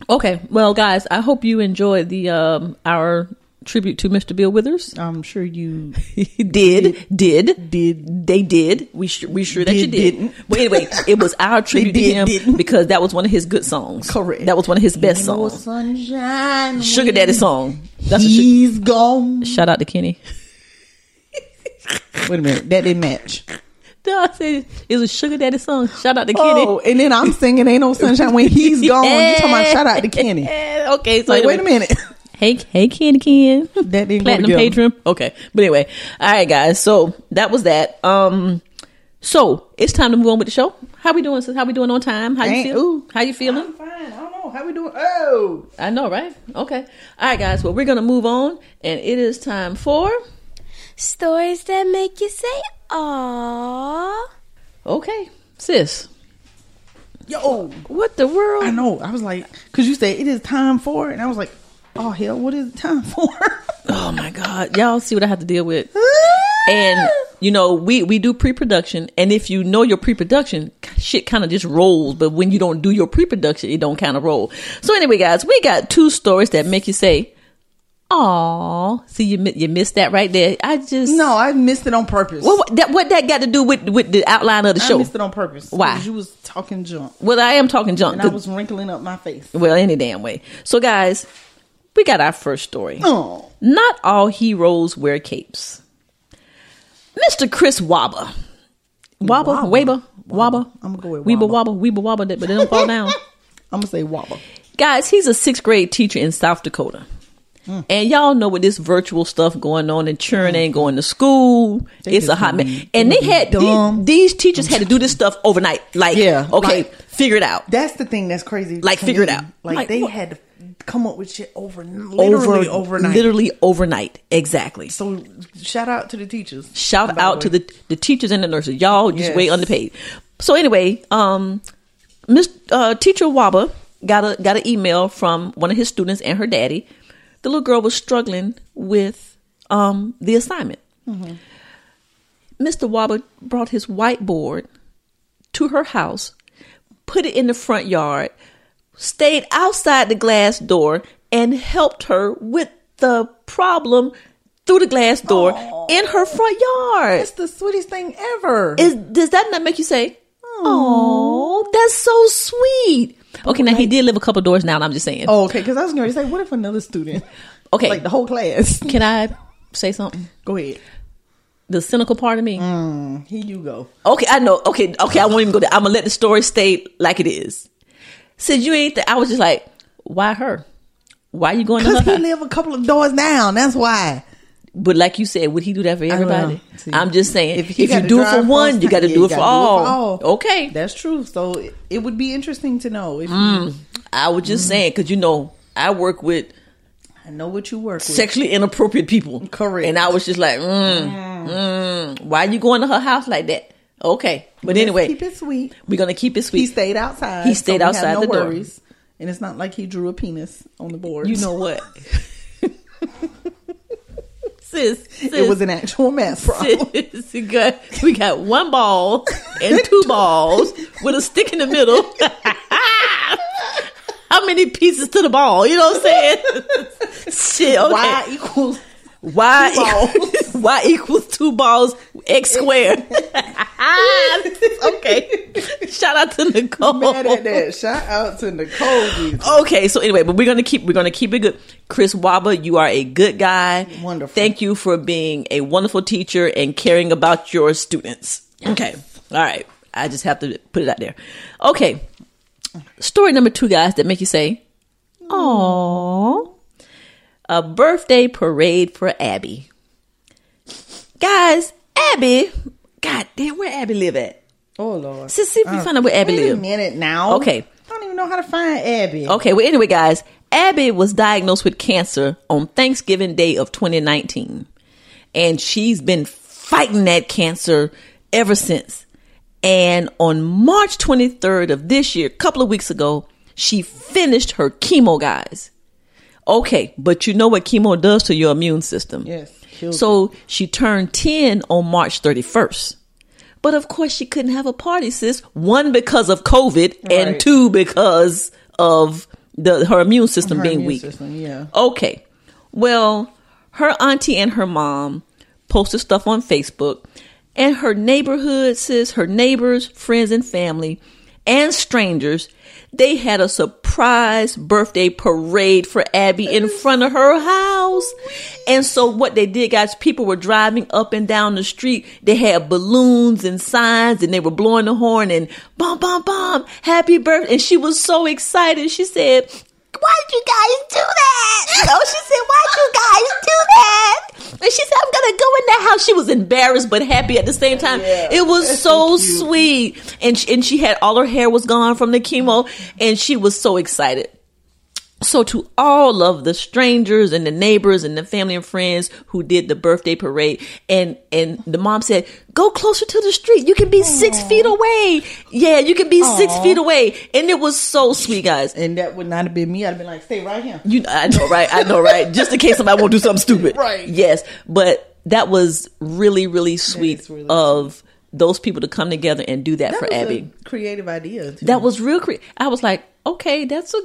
Okay, well, guys, I hope you enjoyed the um our tribute to Mr. Bill Withers.
I'm sure you
[LAUGHS] did, did, did they did? We sh- we sure that you
Did,
did.
didn't.
Well, anyway, it was
[LAUGHS]
our tribute
did,
to him
didn't.
because that was one of his good songs.
Correct.
That was one of his best
No
songs.
sunshine.
Sugar
when
Daddy song. That's a su-
He's gone.
shout out to Kenny. [LAUGHS]
Wait a minute. That didn't match.
No, I said it was a Sugar Daddy song. Shout out to Kenny.
Oh, and then I'm singing "Ain't No Sunshine" when
[LAUGHS]
he's gone. You talking about shout out to Kenny?
okay, so
Like,
anyway.
wait a minute.
Hey, hey, Ken,
[LAUGHS]
Ken.
That didn't go
Platinum
together.
patron. Okay, but anyway, all right, guys. So that was that. Um, so it's time to move on with the show. How we doing? Sis? How we doing on time? How you
Ain't-
feel?
ooh.
How you feeling?
Fine. I don't know how we doing. Oh,
I know, right? Okay. All right, guys. Well, we're gonna move on, and it is time for.
Stories that make you say, aww.
Okay, sis.
yo, oh,
What the world?
I know. I was like, because you said it is time for, it, and I was like, oh hell, what is it time for? [LAUGHS]
Oh my God, y'all see what I have to deal with. and you know we we do pre-production and if you know your pre-production k- shit kind of just rolls but when you don't do your pre-production it don't kind of roll so anyway guys we got two stories that make you say "Aw." see you mi- you missed that right there i just
no, I missed it on purpose.
what, what that what that got to do with with the outline of the
I
show
missed it on purpose.
Why?
'Cause You was talking junk,
well i am talking junk
and I
'cause-
was wrinkling up my face.
well any damn way so guys we got our first story
Oh,
Not all heroes wear capes. Mr. Chris Wabba. Wabba, Waba, Wabba.
I'm gonna go with
Weeba
Wabba.
Wabba, Weeba Wabba, that- but they don't
[LAUGHS]
fall down.
I'm gonna say wobble.
Guys, he's a sixth grade teacher in South Dakota.
Hmm.
And y'all know with this virtual stuff going on and children ain't going to school. it's a hot mess. And they had
dumb.
these, these teachers had to do this stuff overnight. Like,
Yeah,
okay,
like-
figure it out.
That's the thing that's crazy.
Like,
to
figure it
me.
out.
Like,
Like,
they
what-
had to come up with shit over literally overnight.
Literally overnight. Exactly.
So shout out to the teachers.
Shout
by
out
the
to
way.
the the teachers and the nurses. Y'all Oh, just
Yes.
way underpaid. So anyway, um, Miss uh, Teacher Waba got a got an email from one of his students and her daddy. The little girl was struggling with um the assignment.
Mm-hmm.
Mr. Waba brought his whiteboard to her house, put it in the front yard, stayed outside the glass door, and helped her with the problem through the glass door in her front yard.
That's the sweetest thing ever.
Is does that not make you say, "Oh, that's so sweet"? Okay, now he did live a couple doors down. I'm just saying.
oh, okay, because I was going to say, what if another student, [LAUGHS]
okay,
like the whole class? [LAUGHS]
can I say something?
Go ahead.
The cynical part of me.
Mm. Here you go.
Okay, I know. Okay, okay, I won't even go there. I'm gonna let the story stay like it is. Since you ain't, th- I was just like, why her? Why you going to her?
Because he
house?
live a couple of doors down. That's why.
But like you said, would he do that for
I don't
everybody?
know. See,
I'm just saying, if,
he
you
gotta
do it
drive
for one, you got to
yeah,
do, it for
gotta
all.
Okay, that's true. So it, it would be interesting to know if you-
Mm, I was just saying because you know I work with
I know what you work with.
sexually inappropriate people, correct? And I was just like, mm, mm, why you going to her house like that? Okay, but
Let's
anyway,
keep it sweet.
we're gonna keep it sweet.
He stayed outside.
He stayed
so we have
outside
no
the door.
worries. and it's not like he drew a penis on the board.
You know what? [LAUGHS] sis, sis,
It was an actual mess.
[LAUGHS] Sis, you got- we got one ball
[LAUGHS]
and two balls with a stick in the middle. [LAUGHS] How many pieces to the ball? You know what I'm saying? [LAUGHS] Shit. Okay.
Y equals
y [LAUGHS] equals y equals two balls x
[LAUGHS]
squared. [LAUGHS] okay. Shout out to Nicole.
Mad at that. Shout out to Nicole. Jesus.
Okay, so anyway, but we're gonna keep we're gonna keep it good. Chris Waba, you are a good guy. Wonderful. Thank you for being a wonderful teacher and caring about your students. Okay. All right. I just have to put it out there. Okay. Story number two, guys, that make you say, "Aww." A birthday parade for Abby. Guys, Abby, God damn, where Abby live at?
Oh Lord.
Sis, see if we
Uh,
find out where Abby
wait
live.
a minute now.
Okay.
I don't even know how to find Abby.
Okay, well, anyway, guys, Abby was diagnosed with cancer on Thanksgiving Day of 2019, and she's been fighting that cancer ever since. And on March 23rd of this year, a couple of weeks ago, she finished her chemo, guys. Okay, but you know what chemo does to your immune system.
Yes. kills
So she turned 10 on March 31st. But of course, she couldn't have a party, sis. One, because of COVID,
Right.
and two, because of the her immune system
Her
being
immune
weak.
system, yeah.
Okay. Well, her auntie and her mom posted stuff on Facebook, and her neighborhood, sis, her neighbors, friends, and family, and strangers, they had a surprise birthday parade for Abby in front of her house. And so, what they did, guys, people were driving up and down the street. They had balloons and signs, and they were blowing the horn and bum, bum, bum, happy birthday. And she was so excited. She said, Why'd you guys do that? Oh, she said, Why'd you guys do that? And she said, I'm gonna go in that house. She was embarrassed but happy at the same time. it was so, sweet. And she, and she had all her hair was gone from the chemo, and she was so excited. So, to all of the strangers and the neighbors and the family and friends who did the birthday parade, and and the mom said, "Go closer to the street. You can be six feet away. Yeah, you can be six
Aw.
feet away." And it was so sweet, guys.
And that would not have been me. I'd have been like, stay right here.
You, I know, right? I know, right? Just in case somebody won't do something stupid,
Right.
Yes, but that was really, really sweet of those people to come together and do that,
That
for
was a
Abby.
creative idea. too.
That was real. Cre- I was like, okay, that's a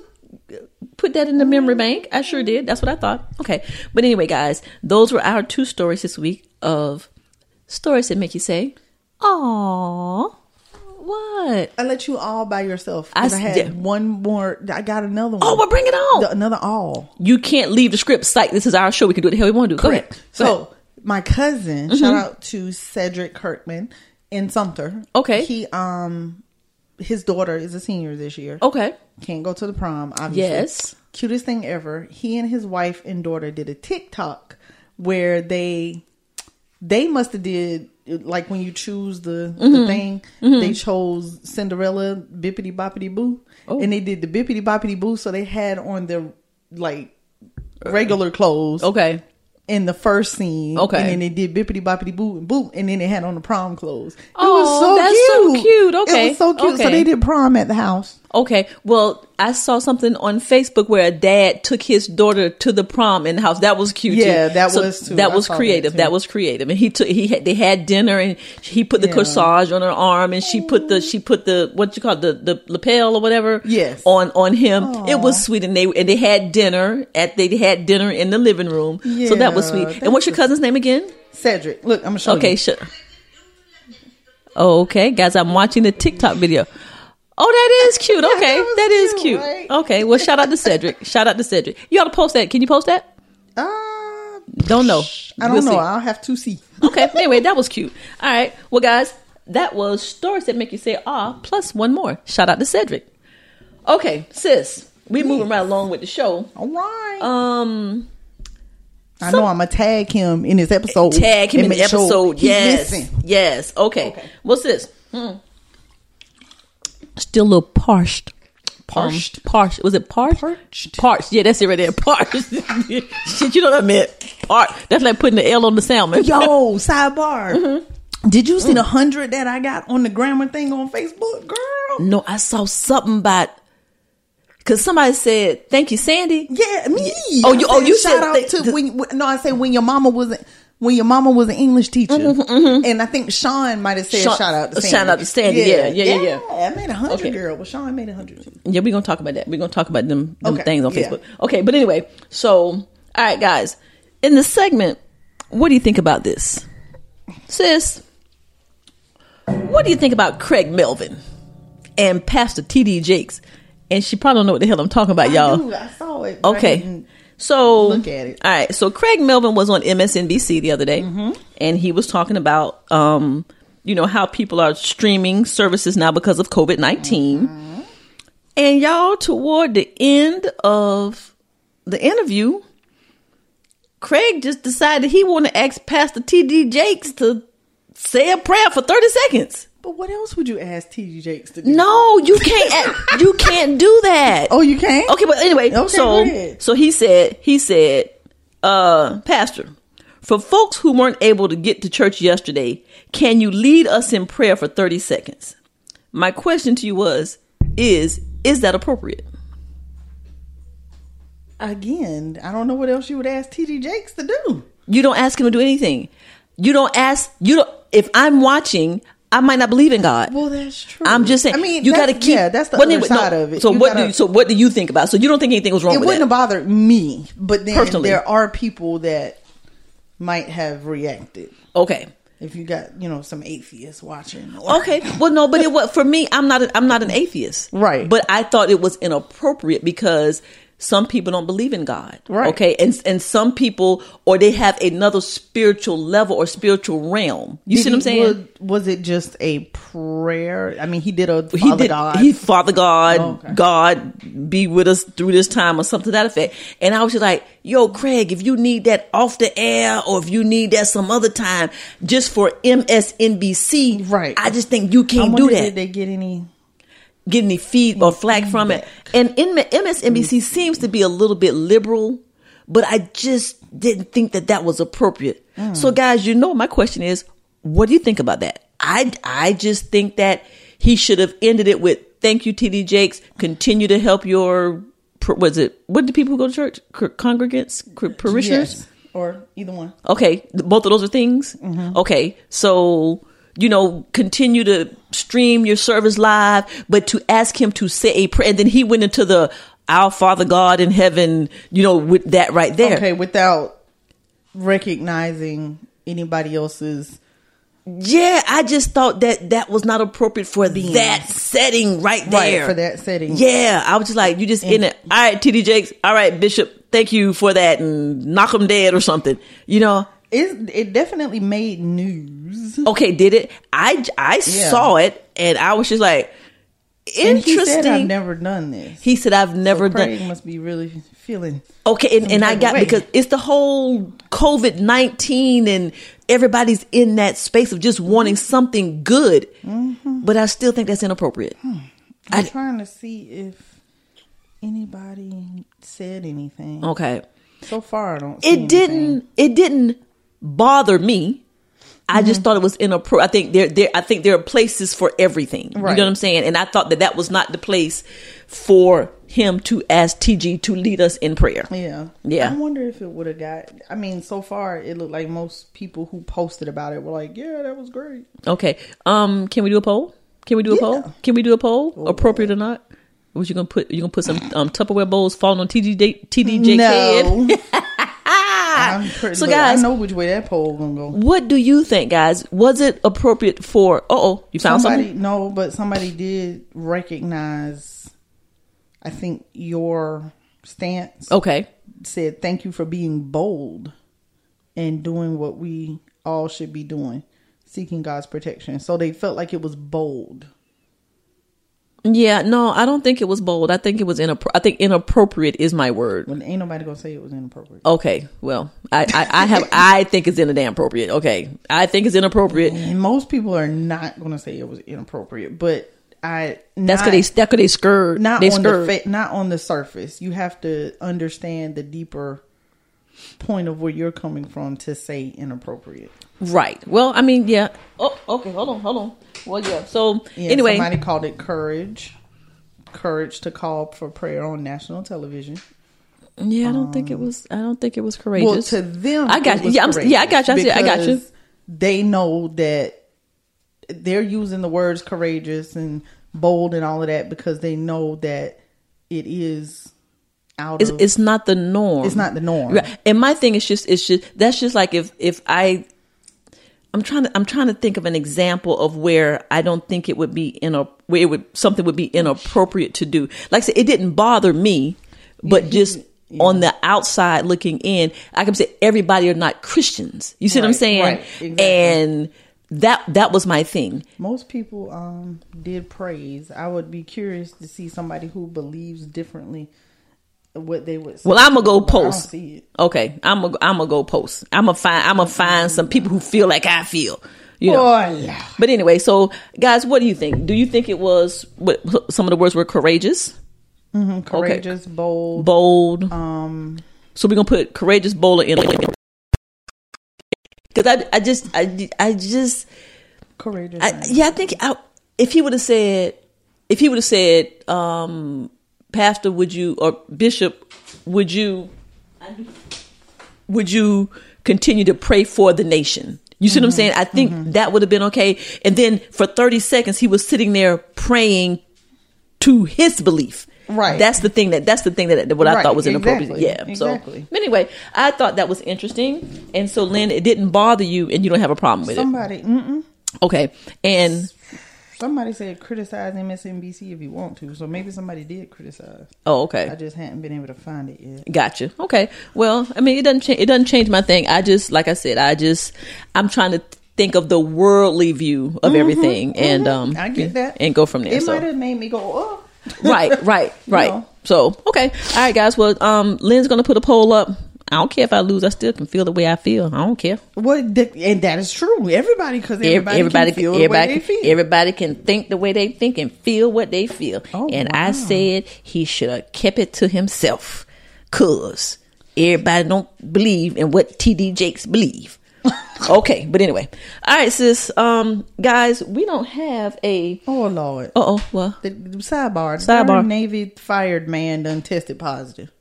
put that in the memory bank. I sure did. That's what I thought. Okay, but anyway, guys, those were our two stories this week of stories that make you say, "Aww." What?
I let you all by yourself.
I
'cause I,
s-
had
yeah.
one more. I got another one.
Oh, well, bring it on.
The- another all.
You can't leave the script. Psych. This is our show. We can do what the hell we want to do. Correct. Go ahead. Go ahead.
So my cousin,
Mhm.
shout out to Cedric Kirkman in Sumter.
Okay.
He um his daughter is a senior this year.
Okay.
Can't go to the prom, obviously.
Yes.
Cutest thing ever. He and his wife and daughter did a TikTok where they they must have did like when you choose the, the
Mhm.
thing, they chose Cinderella bippity boppity boo.
Oh.
And they did the bippity boppity boo, so they had on their like regular clothes.
Uh, Okay.
In the first scene.
Okay.
And then they did bippity boppity boo and boop. And then they had on the prom clothes. It
Oh,
was so
that's so
cute.
cute. Okay.
It was so cute. So
Okay.
they did prom at the house.
Okay. Well, I saw something on Facebook where a dad took his daughter to the prom in the house. That was cute.
Yeah,
too.
that was too.
That
I
was
saw that
creative.
too.
That, was creative. And he took he had, they had dinner and he put the
Yeah.
corsage on her arm and she put the she put the what you call it, the the lapel or whatever.
Yes.
On on him. It was sweet and they and they had dinner at they had dinner in the living room. so that was
Yeah,
sweet.
that's
And what's your cousin's name again?
Cedric. Look, I'm gonna show
okay,
you.
sure. Oh, Okay, guys, I'm watching the TikTok video. Oh, that is cute. Okay, that is
cute,
cute.
right?
Okay, well, shout out to
[LAUGHS]
Cedric. shout out to Cedric. You ought to post that. Can you post that? Uh, don't know.
I don't
We'll
know.
see.
I'll have to see.
okay, anyway, that was cute. All right, well, guys, that was stories that make you say ah, plus one more. Shout out to Cedric. Okay, sis, we're moving right along with the show.
All right.
Um,
I know I'm gonna tag him in his episode.
Tag him
and
in the
make sure
episode.
he
yes.
listen.
Yes. Okay. What's this? Hmm. Still a little parched.
Parched?
Um, parched. Was it parched? Parched. Yeah, that's it right there. [LAUGHS] Parched. Shit, you know what I meant. Parched. That's like putting the L on the salmon.
Yo, sidebar.
Mm-hmm.
Did you see
Mm.
the hundred that I got on the grammar thing on Facebook, girl?
No, I saw something about because somebody said, "Thank you, Sandy."
Yeah, me.
Oh, you.
I
Oh,
said,
you
shout
said.
out
thank-
to when, when- no. I said when your mama was when your mama was an English teacher, and I think Sean might have said
Mm-hmm, Sean-
shout out to Sandy.
shout out to Sandy. Yeah, yeah, yeah, yeah.
I made a hundred, girl. Well, Sean made a hundred.
Yeah, we're gonna talk about that. We're gonna talk about them, them
Okay,
things on
yeah.
Facebook. Okay, but anyway, so all right, guys, in this segment, what do you think about this, sis? What do you think about Craig Melvin and Pastor TD Jakes? And she probably don't know what the hell I'm talking about, y'all.
Dude, I saw it. but I
Okay.
didn't-
So
look at it.
All right. So Craig Melvin was on MSNBC the other day, and he was talking about, um, you know, how people are streaming services now because of COVID 19 And y'all, toward the end of the interview, Craig just decided he wanted to ask Pastor T.D. Jakes to say a prayer for thirty seconds.
But what else would you ask T.G. Jakes to do?
No, you can't. a- you can't do that.
Oh, you can't.
Okay, but anyway,
Okay, go
so
ahead.
so he said he said, uh, Pastor, for folks who weren't able to get to church yesterday, can you lead us in prayer for thirty seconds? My question to you was, is is that appropriate?
Again, I don't know what else you would ask T.G. Jakes to do.
You don't ask him to do anything. You don't ask. You don't. If I'm watching, I might not believe in God.
Well, that's true.
I'm just saying.
I mean,
you got
that's-
to keep.
Yeah, that's the
well,
other
anyway, no,
side of it.
So
You
what
gotta-
do you, so what do you think about? So you don't think anything was wrong
it
with
wouldn't
that?
have bothered me, but then
Personally.
there are people that might have reacted.
okay.
If you got you know some atheists watching, or-
Okay. Well, no, but it was for me. I'm not. A, I'm not an atheist.
Right.
But I thought it was inappropriate because some people don't believe in God.
Right.
Okay. And and some people or they have another spiritual level or spiritual realm. You
Did
see what I'm
he-
saying?
Was, was it just a prayer? I mean, he did a
he
Father
did.
God.
He Father God.
Oh, okay.
God be with us through this time or something to that effect. And I was just like, Yo, Craig, if you need that off the air or if you need that some other time, just for MSNBC,
Right.
I just think you
I
can't
wonder,
do that.
Did they get any?
get any feed or flack from it. And in MSNBC seems to be a little bit liberal, but I just didn't think that that was appropriate. So, guys, you know, my question is, what do you think about that? I I just think that he should have ended it with "Thank you, TD Jakes. Continue to help your pr- was it what do people who go to church C- congregants C- parishioners."
Yes. Or either one.
Okay, th- both of those are things.
Mm-hmm.
Okay, so you know, continue to stream your service live, but to ask him to say a prayer, and then he went into the "Our Father God in heaven," you know, with that right there.
Okay, without recognizing anybody else's.
Yeah, I just thought that that was not appropriate for that setting right
Right,
there
for that setting.
Yeah, I was just like, you just in it. All right, TD Jakes. All right, Bishop. Thank you for that, and knock him dead or something. You know.
It, it definitely made news.
Okay, did it? I I
Yeah.
saw it and I was just like,
And
interesting.
He said, I've never done this.
He said, I've never
Craig
done.
must be really feeling.
Okay, and,
some
and I
type of
got
way.
because it's the whole COVID nineteen and everybody's in that space of just wanting
Mm-hmm.
something good, but I still think that's inappropriate.
Hmm. I'm
I-
trying to see if anybody said anything.
Okay,
So far, I don't. see
it didn't. It didn't bother me. I
Mm-hmm.
just thought it was inappropriate. I think there, there, I think there are places for everything. You
Right.
know what I'm saying? And I thought that that was not the place for him to ask TG to lead us in prayer.
Yeah.
Yeah.
I wonder if it would have got. I mean, so far it looked like most people who posted about it were like, "Yeah, that was great."
Okay. Um, can we do a poll? Can we do a
Yeah.
poll? Can we do a poll? Appropriate or not? What you gonna put? You gonna put some um, Tupperware bowls falling on TG da- TD Jake's head?
no. [LAUGHS]
[LAUGHS]
I'm pretty, so
So
guys,
guys-
I know which way that poll gonna go.
What do you think, guys? Was it appropriate for? Oh, you found
Somebody
something.
no, but somebody did recognize. I think your stance
Okay.
said, "Thank you for being bold and doing what we all should be doing, seeking God's protection." So they felt like it was bold.
Yeah, no, I don't think it was bold. I think it was inappro- I think inappropriate is my word.
Well, ain't nobody gonna say it was inappropriate.
Okay, well, I, I,
[LAUGHS]
I have I think it's inappropriate. Okay, I think it's inappropriate.
And most people are not gonna say it was inappropriate, but I
That's 'cause
not-
they that's 'cause they scared.
Not
they
on
scared.
the fa- not on the surface. You have to understand the deeper point of where you're coming from to say inappropriate.
right. Well, I mean, yeah. Oh, okay. Hold on, hold on. Well, yeah. So
Yeah,
anyway,
somebody called it courage. Courage to call for prayer on national television.
yeah, I don't think it was. I don't think it was courageous.
Um, Well, to them,
I got
it
you.
was
Yeah, I'm, yeah, I got you. I,
courageous
see- I got you.
because They know that they're using the words courageous and bold and all of that because they know that it is out
It's,
of
it's not the norm.
It's not the norm.
Right. And my thing is just it's just that's just like if if I I'm trying to I'm trying to think of an example of where I don't think it would be in a where it would something would be inappropriate to do. Like I said, it didn't bother me, but just on the outside looking in, I can say everybody are not Christians. You see what I'm
Right,
saying?
right, exactly.
And that that was my thing.
Most people um did praise. I would be curious to see somebody who believes differently what they would say.
Well, I'm gonna go
But I don't
post.
see it.
Okay, I'm gonna I'm gonna go post. I'm gonna find I'm gonna find some people who feel like I feel. You know.
Boy.
But anyway, so guys, what do you think? Do you think it was what some of the words were courageous,
Mhm, [LAUGHS] courageous, bold.
bold?
Um.
So we're gonna put courageous, bold, and because I I just I I just
courageous.
I, yeah, I think I, if he would have said, if he would have said, um, Pastor, would you or Bishop, would you, would you continue to pray for the nation? You see what I'm
Mm-hmm.
saying? I think that would have been okay. And then for 30 seconds, he was sitting there praying to his belief.
Right.
That's the thing that that's the thing that, that what I
Right,
thought was inappropriate.
exactly,
Yeah.
exactly.
So anyway, I thought that was interesting. And so Lynn, it didn't bother you, and you don't have a problem with
Somebody. Mm-mm.
it. Okay. And
Somebody said criticize MSNBC if you want to. So maybe somebody did criticize.
Oh, okay.
I just hadn't been able to find it yet.
Gotcha. Okay. Well, I mean, it doesn't cha- it doesn't change my thing. I just, like I said, I just I'm trying to think of the worldly view of everything, and um,
Mm-hmm. I get that.
and go from there.
It
so.
might have made me go, oh.
[LAUGHS] right,
[LAUGHS]
right, right.
know.
So, okay, all right, guys. Well, um, Lynn's gonna put a poll up. I don't care if I lose. I still can feel the way I feel. I don't care.
What? the- and that is true. Everybody, because
Ev-
everybody,
everybody,
can feel the
everybody,
way they feel.
everybody can think the way they think and feel what they feel.
Oh,
and I said he should have kept it to himself, cause everybody don't believe in what TD
[LAUGHS]
Jakes believe. okay, but anyway, all right, sis. Um, guys, we don't have a.
[LAUGHS] Oh Lord.
Uh oh. Well,
The, the sidebar. The
Sidebar.
darn Navy fired man done tested positive.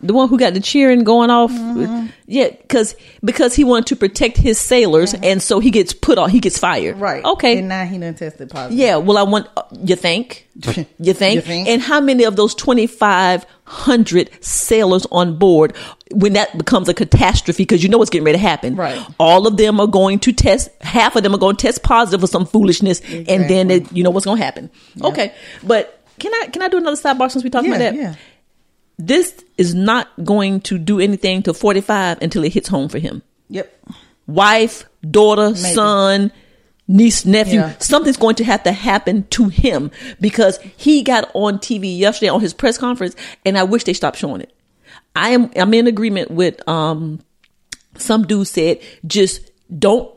the one who got the cheering going off,
Mm-hmm.
yeah, because because he wanted to protect his sailors, and so he gets put on. He gets fired.
Right.
Okay.
And now he done tested positive.
Yeah, well, I want uh, you
[LAUGHS]
think, you think,
You think?
and how many of those twenty five hundred sailors on board when that becomes a catastrophe because you know what's getting ready to happen.
Right.
all of them are going to test. Half of them are going to test positive for some foolishness, and then
Exactly.
it, you know what's going to happen. Okay, but can I can I do another sidebar since we talking
Yeah,
about that?
yeah.
This is not going to do anything to forty five until it hits home for him
Yep.
wife, daughter, son, niece, nephew.
Yeah.
Something's going to have to happen to him because he got on TV yesterday on his press conference, and I wish they stopped showing it. I am I'm in agreement with um some dude said just don't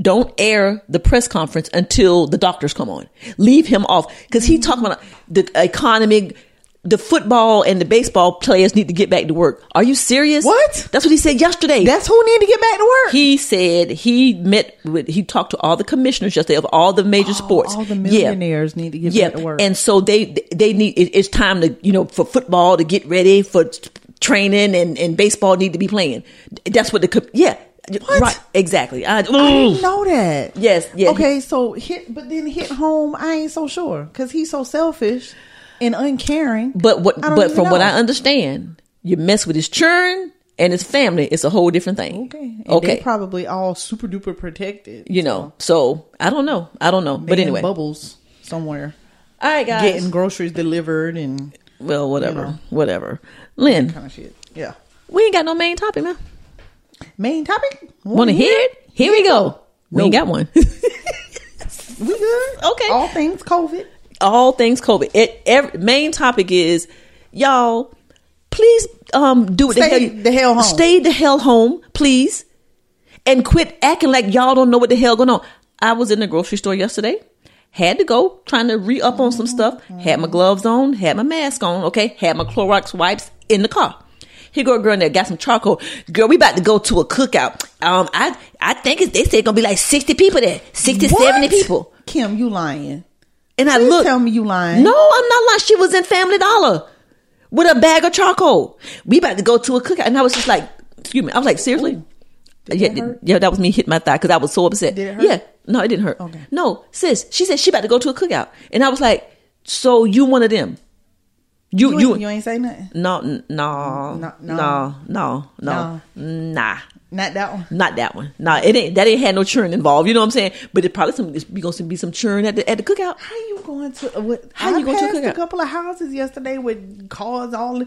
don't air the press conference until the doctors come on. Leave him off because he talking about the economy. The football and the baseball players need to get back to work. Are you serious?
What?
That's what he said yesterday.
That's who need to get back to work.
He said he met with he talked to all the commissioners yesterday of all the major sports.
Oh, All the
Yeah.
millionaires need to get
Yeah,
back to work.
and so they they need it, it's time to you know for football to get ready for t- training and and baseball need to be playing. That's what the co- yeah
What?
right exactly. I,
I didn't
mm.
know that.
Yes, yeah.
Okay, so hit, but then hit home. I ain't so sure because he's so selfish and uncaring.
But what
I don't
but
even
from what
know.
I understand, you mess with his children and his family, it's a whole different thing.
okay, and
okay.
they probably all super duper protected.
you know, so I don't know. I don't know.
They
but
in
anyway. All
bubbles somewhere
right, guys.
getting groceries delivered and
well, whatever.
know.
Whatever. Lynn,
kind of shit. Yeah,
we ain't got no main topic, man.
main topic.
Want to hear it? Here we go. We ain't got one. [LAUGHS]
We good?
Okay.
all Mm-hmm. things COVID.
all things COVID. It every, main topic is y'all. Please um, do what
Stay
the hell, the hell home. Stay the hell home, please, and quit acting like y'all don't know what the hell going on. I was in the grocery store yesterday. Had to go trying to re up on some stuff. Had my gloves on. Had my mask on. Okay. Had my Clorox wipes in the car. Here go a girl in there, got some charcoal. Girl, we about to go to a cookout. Um, I I think it's, they say it's gonna be like sixty people there, sixty
What?
seventy people.
Kim, you lying?
And I
Please
look.
Tell me you lying?
No, I'm not lying. She was in Family Dollar with a bag of charcoal. We about to go to a cookout, and I was just like, excuse me. I was like, seriously? yeah, yeah, that was me hitting my thigh because I was so upset. Did it hurt? Yeah, no, it didn't hurt. Okay. No, sis, she said she about to go to a cookout, and I was like, so you one of them? You
you,
you,
ain't- you ain't say nothing.
no, n- no,
No,
no,
no.
no, no, no, nah.
Not that one.
Not that one. Nah, it ain't. That ain't had no churn involved. You know what I'm saying? But it probably some be gonna be some churn at the at the cookout. [SIGHS]
How you going to? uh, What,
How
I
you going to a
passed a
cookout?
couple of houses yesterday with cars all.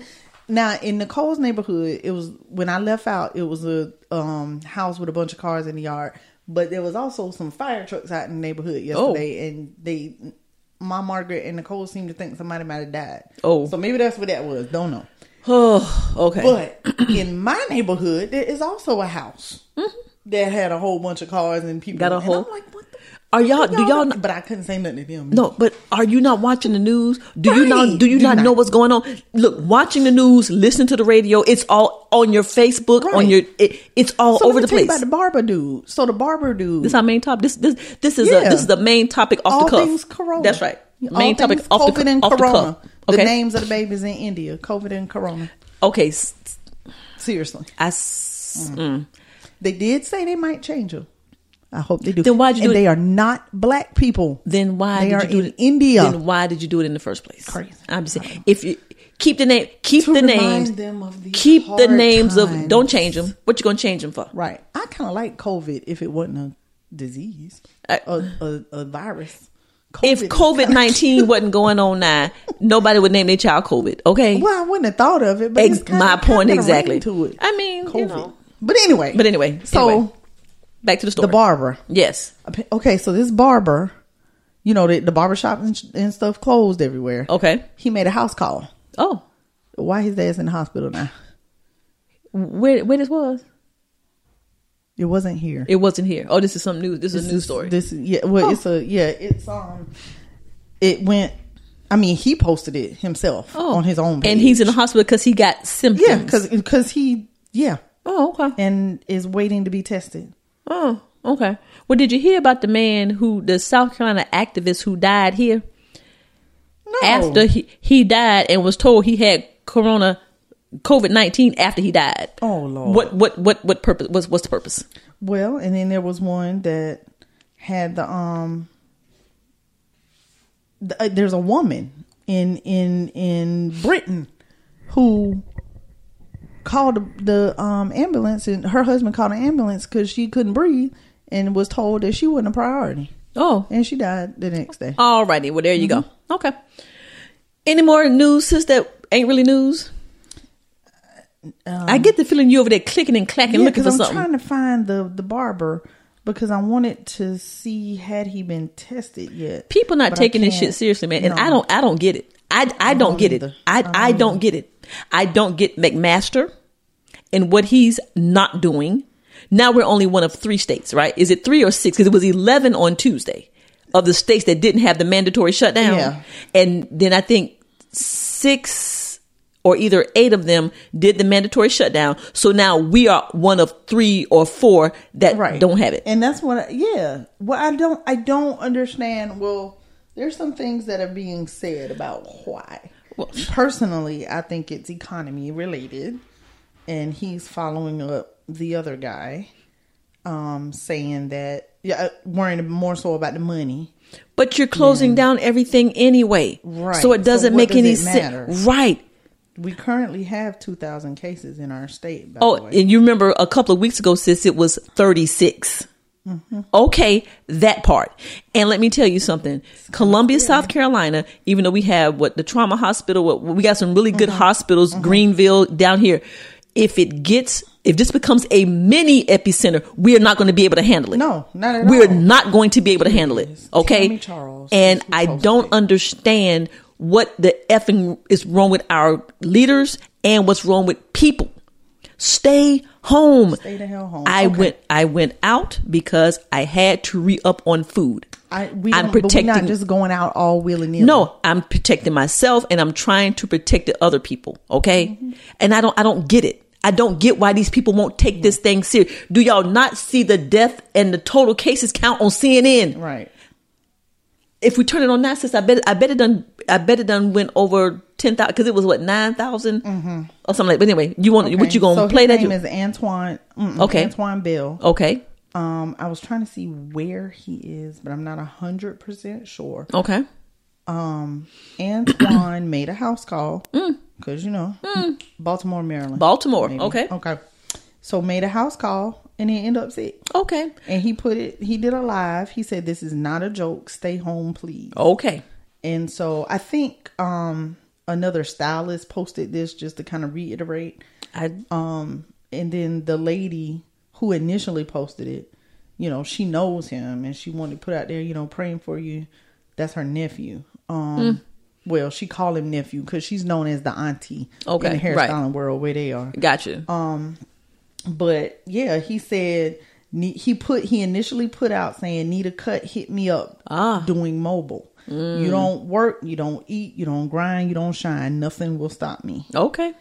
Now in Nicole's neighborhood, it was when I left out. It was a um, house with a bunch of cars in the yard, but there was also some fire trucks out in the neighborhood
Oh.
yesterday, and they, my Margaret and Nicole seemed to think somebody might have died.
Oh.
so maybe that's what that was. Don't know.
Oh, okay.
But in my neighborhood, there is also a house that had a whole bunch of cars and people.
Mm-hmm. Got a
and
whole-
I'm like, what the?
Are y'all? Do y'all?
But I couldn't say nothing to them.
No, but are you not watching the news? Do you
Right.
not? Do you
Do
not,
not.
know what's going on? Look, watching the news, listening to the radio, it's all on your Facebook,
Right.
on your. It, it's all
So let
over
me
the
tell you
place.
about the barber dude. So the barber dude.
This our main topic. This this this is
Yeah.
a this is the main topic off
all
the cuff.
things corona.
That's right.
All
main topic
things
off the,
COVID
cu-
and
off the
corona.
cuff.
The,
Okay.
names of the babies in India. COVID and corona.
Okay. s-
Seriously,
I. s- mm.
they did say they might change them. I hope they do.
Then why'd you
And
do it-
they are not black people.
Then why
They
did
are
you do
in
it
India.
Then why did you do it in the first place?
Crazy. Uh-huh.
I'm just saying, if you keep the name, keep
To
the
remind
names,
them of the
keep the
hard
names
times.
of. Don't change them. What you gonna change them for?
Right. I kind of like COVID if it wasn't a disease,
I-
a, a, a virus.
if
is
COVID nineteen wasn't going on now, nobody would name their child COVID. Okay,
[LAUGHS] Well, I wouldn't have thought of it, but
Ex-
it's kinda-
my
kinda
point
got a
exactly.
ring To it.
I mean, you
COVID.
know.
But anyway,
But anyway,
so
anyway, back to the story.
the barber.
yes.
Okay, so this barber, you know, the, the barber shop and, sh- and stuff closed everywhere.
Okay.
He made a house call.
Oh,
Why his ass in the hospital now?
where where this was?
It wasn't here.
It wasn't here. Oh, this is some news. This, is a news story.
This is yeah. Well,
Oh.
it's a yeah. It's um. It went. I mean, he posted it himself
oh,
on his own. Page.
and he's in the hospital because he got symptoms.
yeah, because he yeah,
oh okay.
and is waiting to be tested.
Oh, okay. Well, did you hear about the man who the South Carolina activist who died here
No.
after he he died and was told he had corona COVID nineteen after he died?
Oh, Lord.
What what what what purpose? What's what's the purpose?
Well, and then there was one that had the um. The, uh, there's a woman in in in Britain who called the, the um ambulance, and her husband called an ambulance because she couldn't breathe and was told that she wasn't a priority,
Oh,
and she died the next day.
alrighty. Well, there you
Mm-hmm.
go. Okay. Any more news since that ain't really news? I get the feeling you over there clicking and clacking
Uh, Yeah,
looking
'cause
for
I'm
something.
trying to find the the barber because I wanted to see had he been tested yet.
people not
But I
taking this
can't.
shit seriously, man. And
No.
I don't, I don't get it. I, I don't get it.
either.
I, I don't get it. I don't get McMaster and what he's not doing. Now we're only one of three states, right? Is it three or six? Because it was eleven on Tuesday of the states that didn't have the mandatory shutdown,
Yeah.
and then I think six or either eight of them did the mandatory shutdown. So now we are one of three or four that
right.
don't have it.
And that's what, I, yeah. Well, I don't, I don't understand. Well, there's some things that are being said about why.
Well-
Personally, I think it's economy related, and he's following up the other guy, um, saying that yeah, uh, worrying more so about the money.
But you're closing down everything anyway.
Right.
So it
So
doesn't
what
make
does
any
it matter?
sense. Right.
We currently have two thousand cases in our state. By the
Oh,
way.
and you remember a couple of weeks ago, sis, it was 36.
Mm-hmm.
Okay, that part. And let me tell you something. Columbia, South Carolina, even though we have what the trauma
Mm-hmm.
hospital, what we got some really good hospitals, Greenville down here. If it gets if this becomes a mini epicenter, we're not going to be able to handle it. No,
not at
We're
all.
not going to be able to handle it. Okay, and I don't understand what the effing is wrong with our leaders and what's wrong with people. Stay home.
Stay the hell home.
I
Okay.
went. I went out because I had to re up on food.
I, we
I'm
don't- but we not
protecting-
just going out all willy nilly.
No, I'm protecting myself and I'm trying to protect the other people. Okay.
Mm-hmm.
And I don't, I don't get it. I don't get why these people won't take this thing serious. Do y'all not see the death and the total cases count on CNN?
Right.
If we turn it on now, since I bet, I bet it done, I bet it done went over 10,000 because it was what, 9,000 or something like But anyway, you want, what you going to
Mm-hmm. so
play
his
that?
name
You-
is Antoine. mm,
Okay.
Antoine Bill.
Okay.
Um, I was trying to see where he is, but I'm not hundred percent sure.
Okay.
Um, Antoine made a house call because you know Baltimore, Maryland,
Mm. Baltimore.
maybe.
Okay.
okay. So made a house call and he ended up sick.
Okay.
And he put it. He did a live. He said, "This is not a joke. Stay home, please."
Okay.
And so I think um another stylist posted this just to kind of reiterate.
I
um and then the lady who initially posted it, you know, she knows him and she wanted to put out there, you know, praying for you. That's her nephew. Um
Mm.
well, she called him nephew because she's known as the auntie
Okay,
in the hairstyling
right.
world where they are.
Gotcha.
Um, but yeah, he said ne- he put he initially put out saying need a cut, hit me up. Ah. doing mobile.
Mm.
You don't work, you don't eat, you don't grind, you don't shine. Nothing will stop me.
Okay.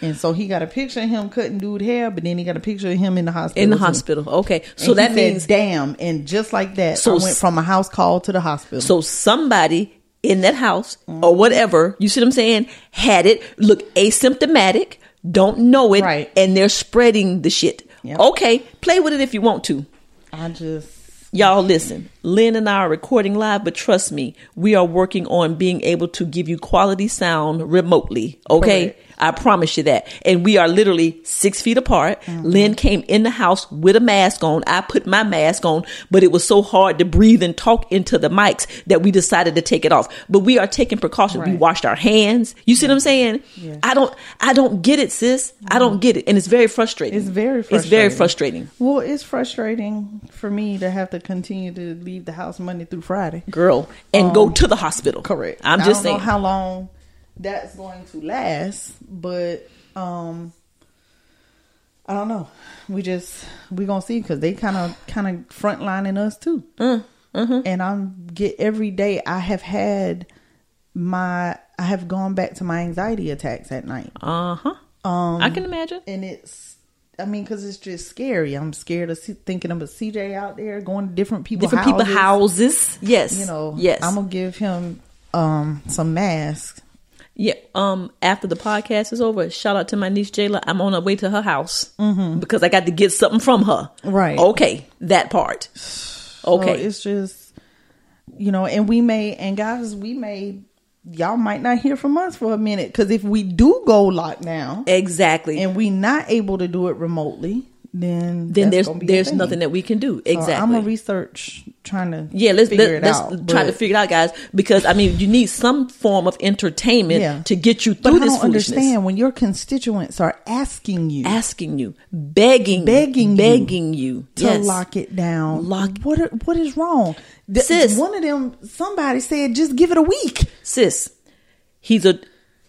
And so he got a picture of him cutting dude hair, but then he got a picture of him in the hospital.
in the
too.
hospital. Okay.
And
So
he
that
said,
means
damn. And just like that,
So
I went
s-
from a house call to the hospital.
So somebody in that house or whatever, you see what I'm saying, had it, look asymptomatic, don't know it, and they're spreading the shit. Okay, play with it if you want to.
I just
Y'all listen, Lynn and I are recording live, but trust me, we are working on being able to give you quality sound remotely. Okay. I promise you that. And we are literally six feet apart.
Mm-hmm.
Lynn came in the house with a mask on. I put my mask on, but it was so hard to breathe and talk into the mics that we decided to take it off. But we are taking precautions. We washed our hands. You see what I'm saying? I don't I don't get it, sis. I don't get it. And it's very frustrating. It's
Mm-hmm. very
It's very
frustrating.
frustrating.
well, it's frustrating for me to have to continue to leave the house Monday through Friday.
Girl. And go
Um,
to the hospital. Correct. I'm
I
just
don't
saying
know how long that's going to last, but um, I don't know. We just we gonna see because they kind of kind of frontlining us too.
Mm, mm-hmm.
And I'm get every day. I have had my I have gone back to my anxiety attacks at night.
Uh huh.
Um,
I can imagine.
And it's, I mean, because it's just scary. I'm scared of see, thinking of a CJ out there going to different people,
Different people houses. Yes.
you know.
Yes.
I'm gonna give him um some masks.
Yeah. Um. After the podcast is over, shout out to my niece Jayla. I'm on my way to her house
Mhm.
because I got to get something from her.
Right.
Okay. That part.
So
Okay.
it's just, you know, and we may, and guys, we may, y'all might not hear from us for a minute because if we do go lockdown,
exactly,
and we not able to do it remotely, then
then
that's
there's
gonna be a
there's
thing.
nothing that we can do.
So I'm
Exactly.
gonna research trying to
yeah, let's
figure
let,
it
let's
out,
try to
but-
figure it out, guys. Because I mean, you need some form of entertainment
Yeah.
to get you
But
through
I
this
don't
foolishness.
understand when your constituents are asking you,
asking you, begging,
begging,
begging you
to
Yes.
lock it down.
Lock.
What are- what is wrong, The-
Sis.
One of them, somebody said, just give it a week.
sis he's a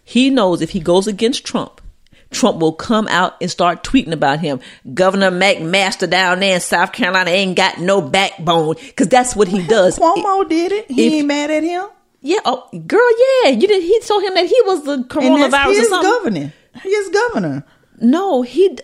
he knows if he goes against trump trump will come out and start tweeting about him governor mcmaster down there in south carolina ain't got no backbone because that's what he does
Cuomo did it. He
if-
ain't mad at him.
yeah oh girl yeah you did he told him that he was the
And
coronavirus
that's
or
his
something
governor. His governor.
no he d-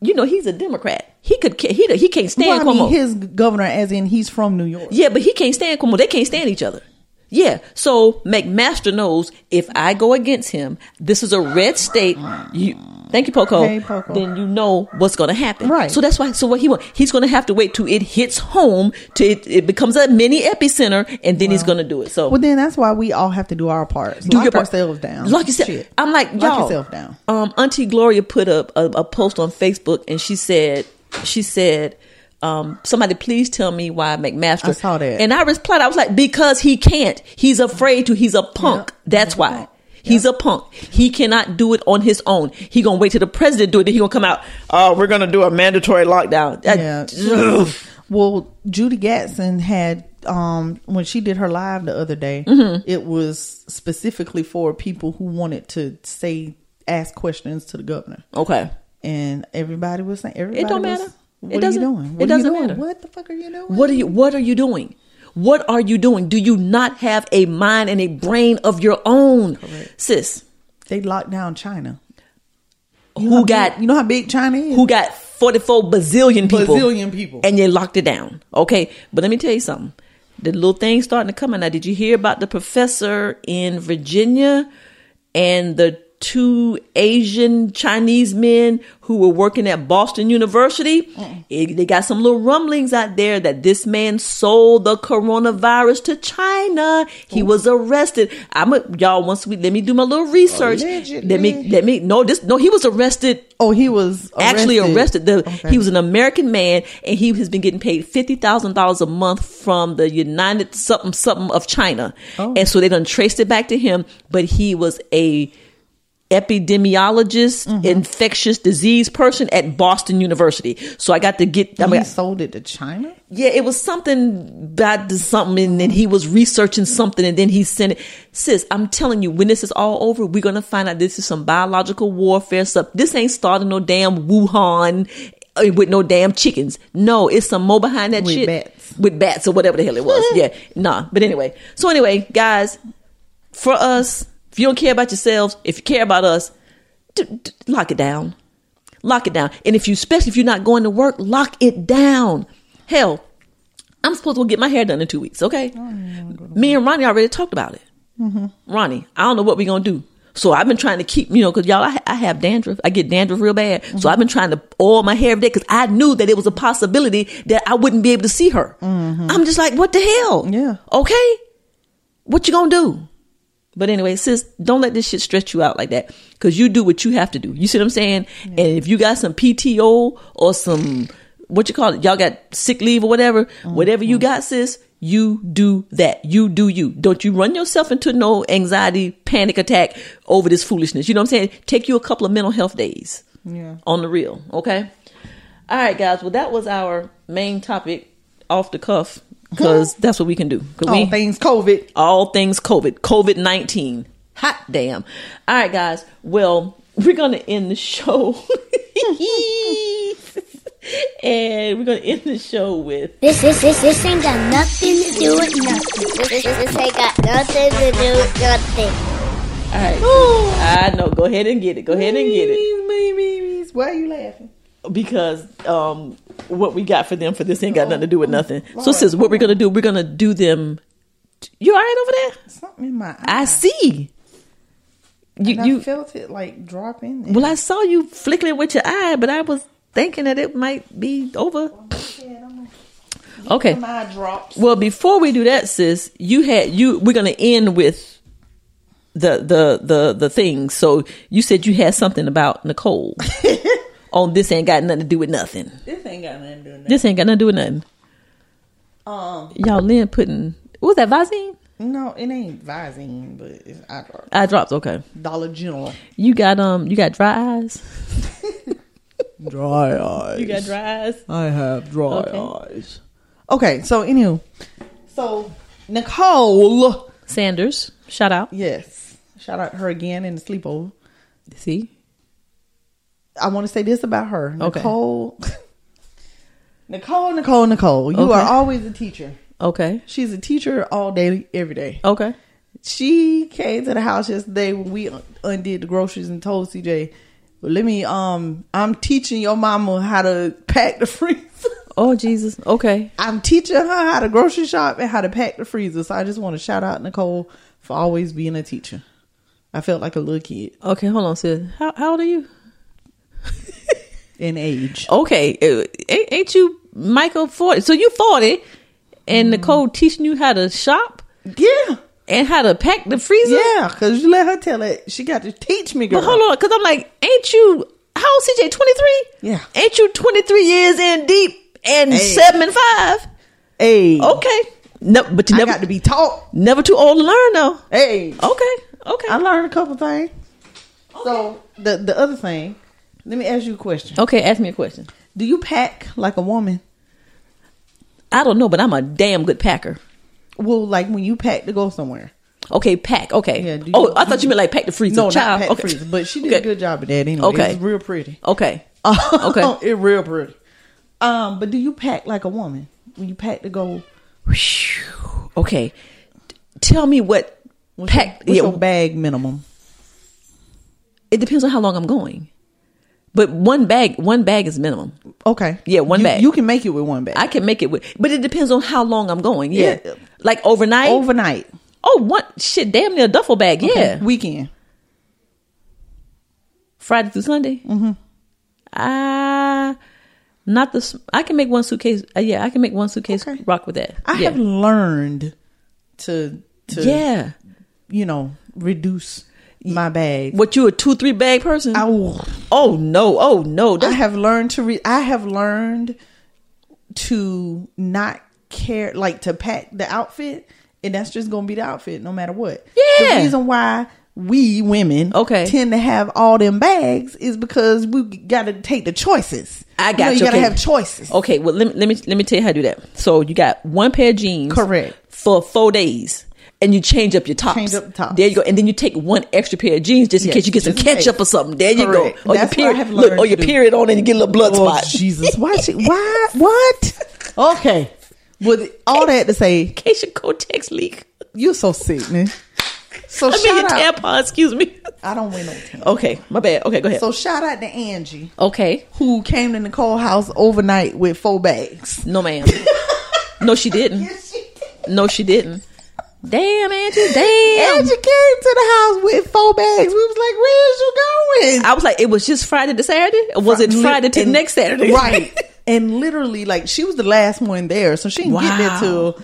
you know he's a democrat he could ca- he he can't stand
Well, I mean,
Cuomo.
his governor, as in he's from New York.
Yeah, but he can't stand Cuomo. They can't stand each other. Yeah. So McMaster knows if I go against him, this is a red state. You thank you, Poco.
Hey, Poco.
Then you know what's going to happen.
Right.
So that's why. So what he want? He's going to have to wait till it hits home, till it, it becomes a mini epicenter, and then he's going to do it. So
Well, then that's why we all have to do our parts.
Do
lock
your part.
ourselves down.
Lock yourself- I'm like,
lock
y'all.
yourself down.
um, Auntie Gloria put up a, a post on Facebook, and she said, she said, um, somebody please tell me why McMaster.
I saw that.
And I replied, I was like, because he can't. He's afraid to. He's a punk. That's why. He's a punk. He cannot do it on his own. He gonna wait till the president do it. Then he gonna come out. Oh, we're gonna do a mandatory lockdown. That-
Yeah. well, Judy Gatson had um when she did her live the other day,
Mhm.
it was specifically for people who wanted to say ask questions to the governor.
[LAUGHS] Okay.
And everybody was saying everybody
It don't
was,
matter.
What
it
are
doesn't.
you doing? What
it
are you
doesn't
doing?
matter.
What the fuck are you doing?
What are you What are you doing? What are you doing? Do you not have a mind and a brain of your own, sis?
They locked down China.
who got
you know how big China is?
Who got forty four bazillion people?
Bazillion people.
and they locked it down. Okay, but let me tell you something. The little thing's starting to come out now. Did you hear about the professor in Virginia and the two Asian Chinese men who were working at Boston University? It- they got some little rumblings out there that this man sold the coronavirus to China. He was arrested. I'm a, y'all once we let me do my little research. Let me
Allegedly.
let me no this no he was arrested.
Oh, he was
actually arrested.
arrested.
The,
Okay.
He was an American man, and he has been getting paid fifty thousand dollars a month from the United something something of China, and so they done traced it back to him. But he was a epidemiologist, infectious disease person at Boston University. So I got to get. I
He
mean,
sold it to China?
yeah, it was something about the something, and then he was researching something, and then he sent it. Sis, I'm telling you, when this is all over, we're gonna find out this is some biological warfare stuff. This ain't starting no damn Wuhan uh, with no damn chickens. No, it's some mo behind that
With
shit
bats.
with bats or whatever the hell
[LAUGHS]
it was. yeah, nah. But anyway, so anyway, guys, for us, if you don't care about yourselves, if you care about us, d- d- lock it down. Lock it down. And if you, especially if you're not going to work, lock it down. Hell, I'm supposed to go get my hair done in two weeks, okay? Me and Ronnie already talked about it. Ronnie, I don't know what we're going to do. So I've been trying to keep, you know, because y'all, I, I have dandruff. I get dandruff real bad. So I've been trying to oil my hair every day because I knew that it was a possibility that I wouldn't be able to see her. I'm just like, what the hell? Yeah. Okay. What you going to do? But anyway, sis, don't let this shit stretch you out like that because you do what you have to do. You see what I'm saying? And if you got some PTO or some, what you call it, y'all got sick leave or whatever, whatever you got, sis, you do that. You do you. Don't you run yourself into no anxiety, panic attack over this foolishness. You know what I'm saying? Take you a couple of mental health days
Yeah.
on the real, okay? All right, guys. Well, that was our main topic off the cuff because that's what we can do. 'Cause
All
we-
things COVID.
all things COVID, COVID 19. Hot damn. All right, guys. Well, we're going to end the show. [LAUGHS] and we're going to end the show with
This, this, this, this ain't got nothing to do with nothing. This, this, this ain't got nothing to do with nothing.
All right. I know. Go ahead and get it. Go ahead and get it.
Why are you laughing?
Because um, what we got for them for this ain't got nothing to do with nothing. So, sis, what we're going to do, we're going to do them. You all right over there?
Something in my eye.
I see. You,
And I
you
felt it like dropping.
Well, I saw you flickering with your eye, but I was thinking that it might be over. Okay.
My eye drops.
Well, before we do that, sis, you had you. We're gonna end with the the the the thing. So you said you had something about [LAUGHS] Nicole on this ain't got nothing to do with nothing.
This ain't got nothing to do with
This ain't got nothing to do with nothing.
Um,
Y'all, Lynn putting what was that Visine?
no, it ain't Visine, but it's eye drops.
Eye drops. Okay.
Dollar General.
You got um. You got dry eyes.
Dry eyes.
You got dry eyes.
I have dry
Okay.
eyes. Okay, so anywho, so Nicole
Sanders, shout out.
Yes, shout out her again in the sleepover.
See,
I want to say this about her,
Okay.
Nicole. [LAUGHS] Nicole, Nicole, Nicole. You are
Okay.
always a teacher.
Okay.
She's a teacher all day, every day.
Okay.
She came to the house yesterday when we undid the groceries and told CJ, well, "Let me. Um, I'm teaching your mama how to pack the [LAUGHS] freezer.
Oh Jesus. Okay.
I'm teaching her how to grocery shop and how to pack the freezer. So I just want to shout out Nicole for always being a teacher. I felt like a little kid
Okay, hold on, sis. How how old are you?
in age.
Okay, uh, ain't, ain't you Michael forty? So you forty, and
Mm.
Nicole teaching you how to shop
Yeah.
and how to pack the freezer.
Yeah, because you let her tell it. She got to teach me, girl.
But hold on, because I'm like, ain't you how old? CJ twenty three.
Yeah.
Ain't you twenty three years in deep and
Hey.
seven and five?
Hey.
Okay. No, but you
I
never
got to be taught.
never too old to learn though.
Hey.
Okay. Okay.
I learned a couple things. So the the other thing, let me ask you a question.
Okay, ask me a question.
Do you pack like a woman?
I don't know, but I'm a damn good packer.
Well, like when you pack to go somewhere.
Okay, pack. Okay.
Yeah, do you-
oh, I thought you meant like pack the freezer.
No, not
Child.
pack the
okay.
freezer, but she did a good job of that anyway.
Okay.
It was real pretty.
[LAUGHS] Okay.
[LAUGHS] okay, it real pretty. Um, but do you pack like a woman when you pack to go?
Okay. Tell me what
What's your-
pack.
what's
yeah,
your bag minimum?
It depends on how long I'm going. But one bag, one bag is minimum.
Okay.
Yeah, one
You-
bag.
You can make it with one bag.
I can make it with, but it depends on how long I'm going. Yeah,
Yeah.
like overnight.
Overnight.
Oh, what shit? Damn near a duffel bag.
Okay,
Yeah,
Weekend.
Friday through Sunday. Mm-hmm. Ah, not this. I can make one suitcase. Uh, yeah, I can make one suitcase. Rock with that.
I
yeah.
have learned to to
Yeah.
you know reduce my bag.
What you a two three bag person?
Oh,
oh no, oh no!
I have learned to re- I have learned to not care like to pack the outfit, and that's just gonna be the outfit no matter what.
Yeah.
the reason why. We women
Okay.
tend to have all them bags is because we got to take the choices.
I
You
got
know,
you.
you. got to
okay.
have choices.
Okay, well let me, let me let me tell you how to do that. So you got one pair of jeans,
Correct.
for four days, and you change up your tops.
Change up the tops.
There you go, and then you take one extra pair of jeans just in
Yes,
case you get some
just in
ketchup
case.
or something. There you go.
Correct.
Or
That's what
your
I have
period, look,
learned
or
to
your
do.
period on, and you get a little blood
oh,
spot.
Jesus, why?
[LAUGHS]
She, why? What? Okay. With all that to say,
In case your cortex leak.
you're so sick, man. So
I mean your
shout out.
tampon. Excuse me.
I don't win no tampon.
Okay, my bad. Okay, go ahead.
So shout out to Angie
okay,
who came to Nicole house overnight with four bags.
no ma'am. no, [LAUGHS] she didn't. No, she didn't. Damn, Angie. Damn.
Angie came to the house with four bags. We was like, "Where's you going?"
I was like, it was just Friday to Saturday. Or was it
Li-
Friday to
and-
next Saturday? [LAUGHS]
right? And literally, like she was the last one there, so she didn't get there
Wow.
till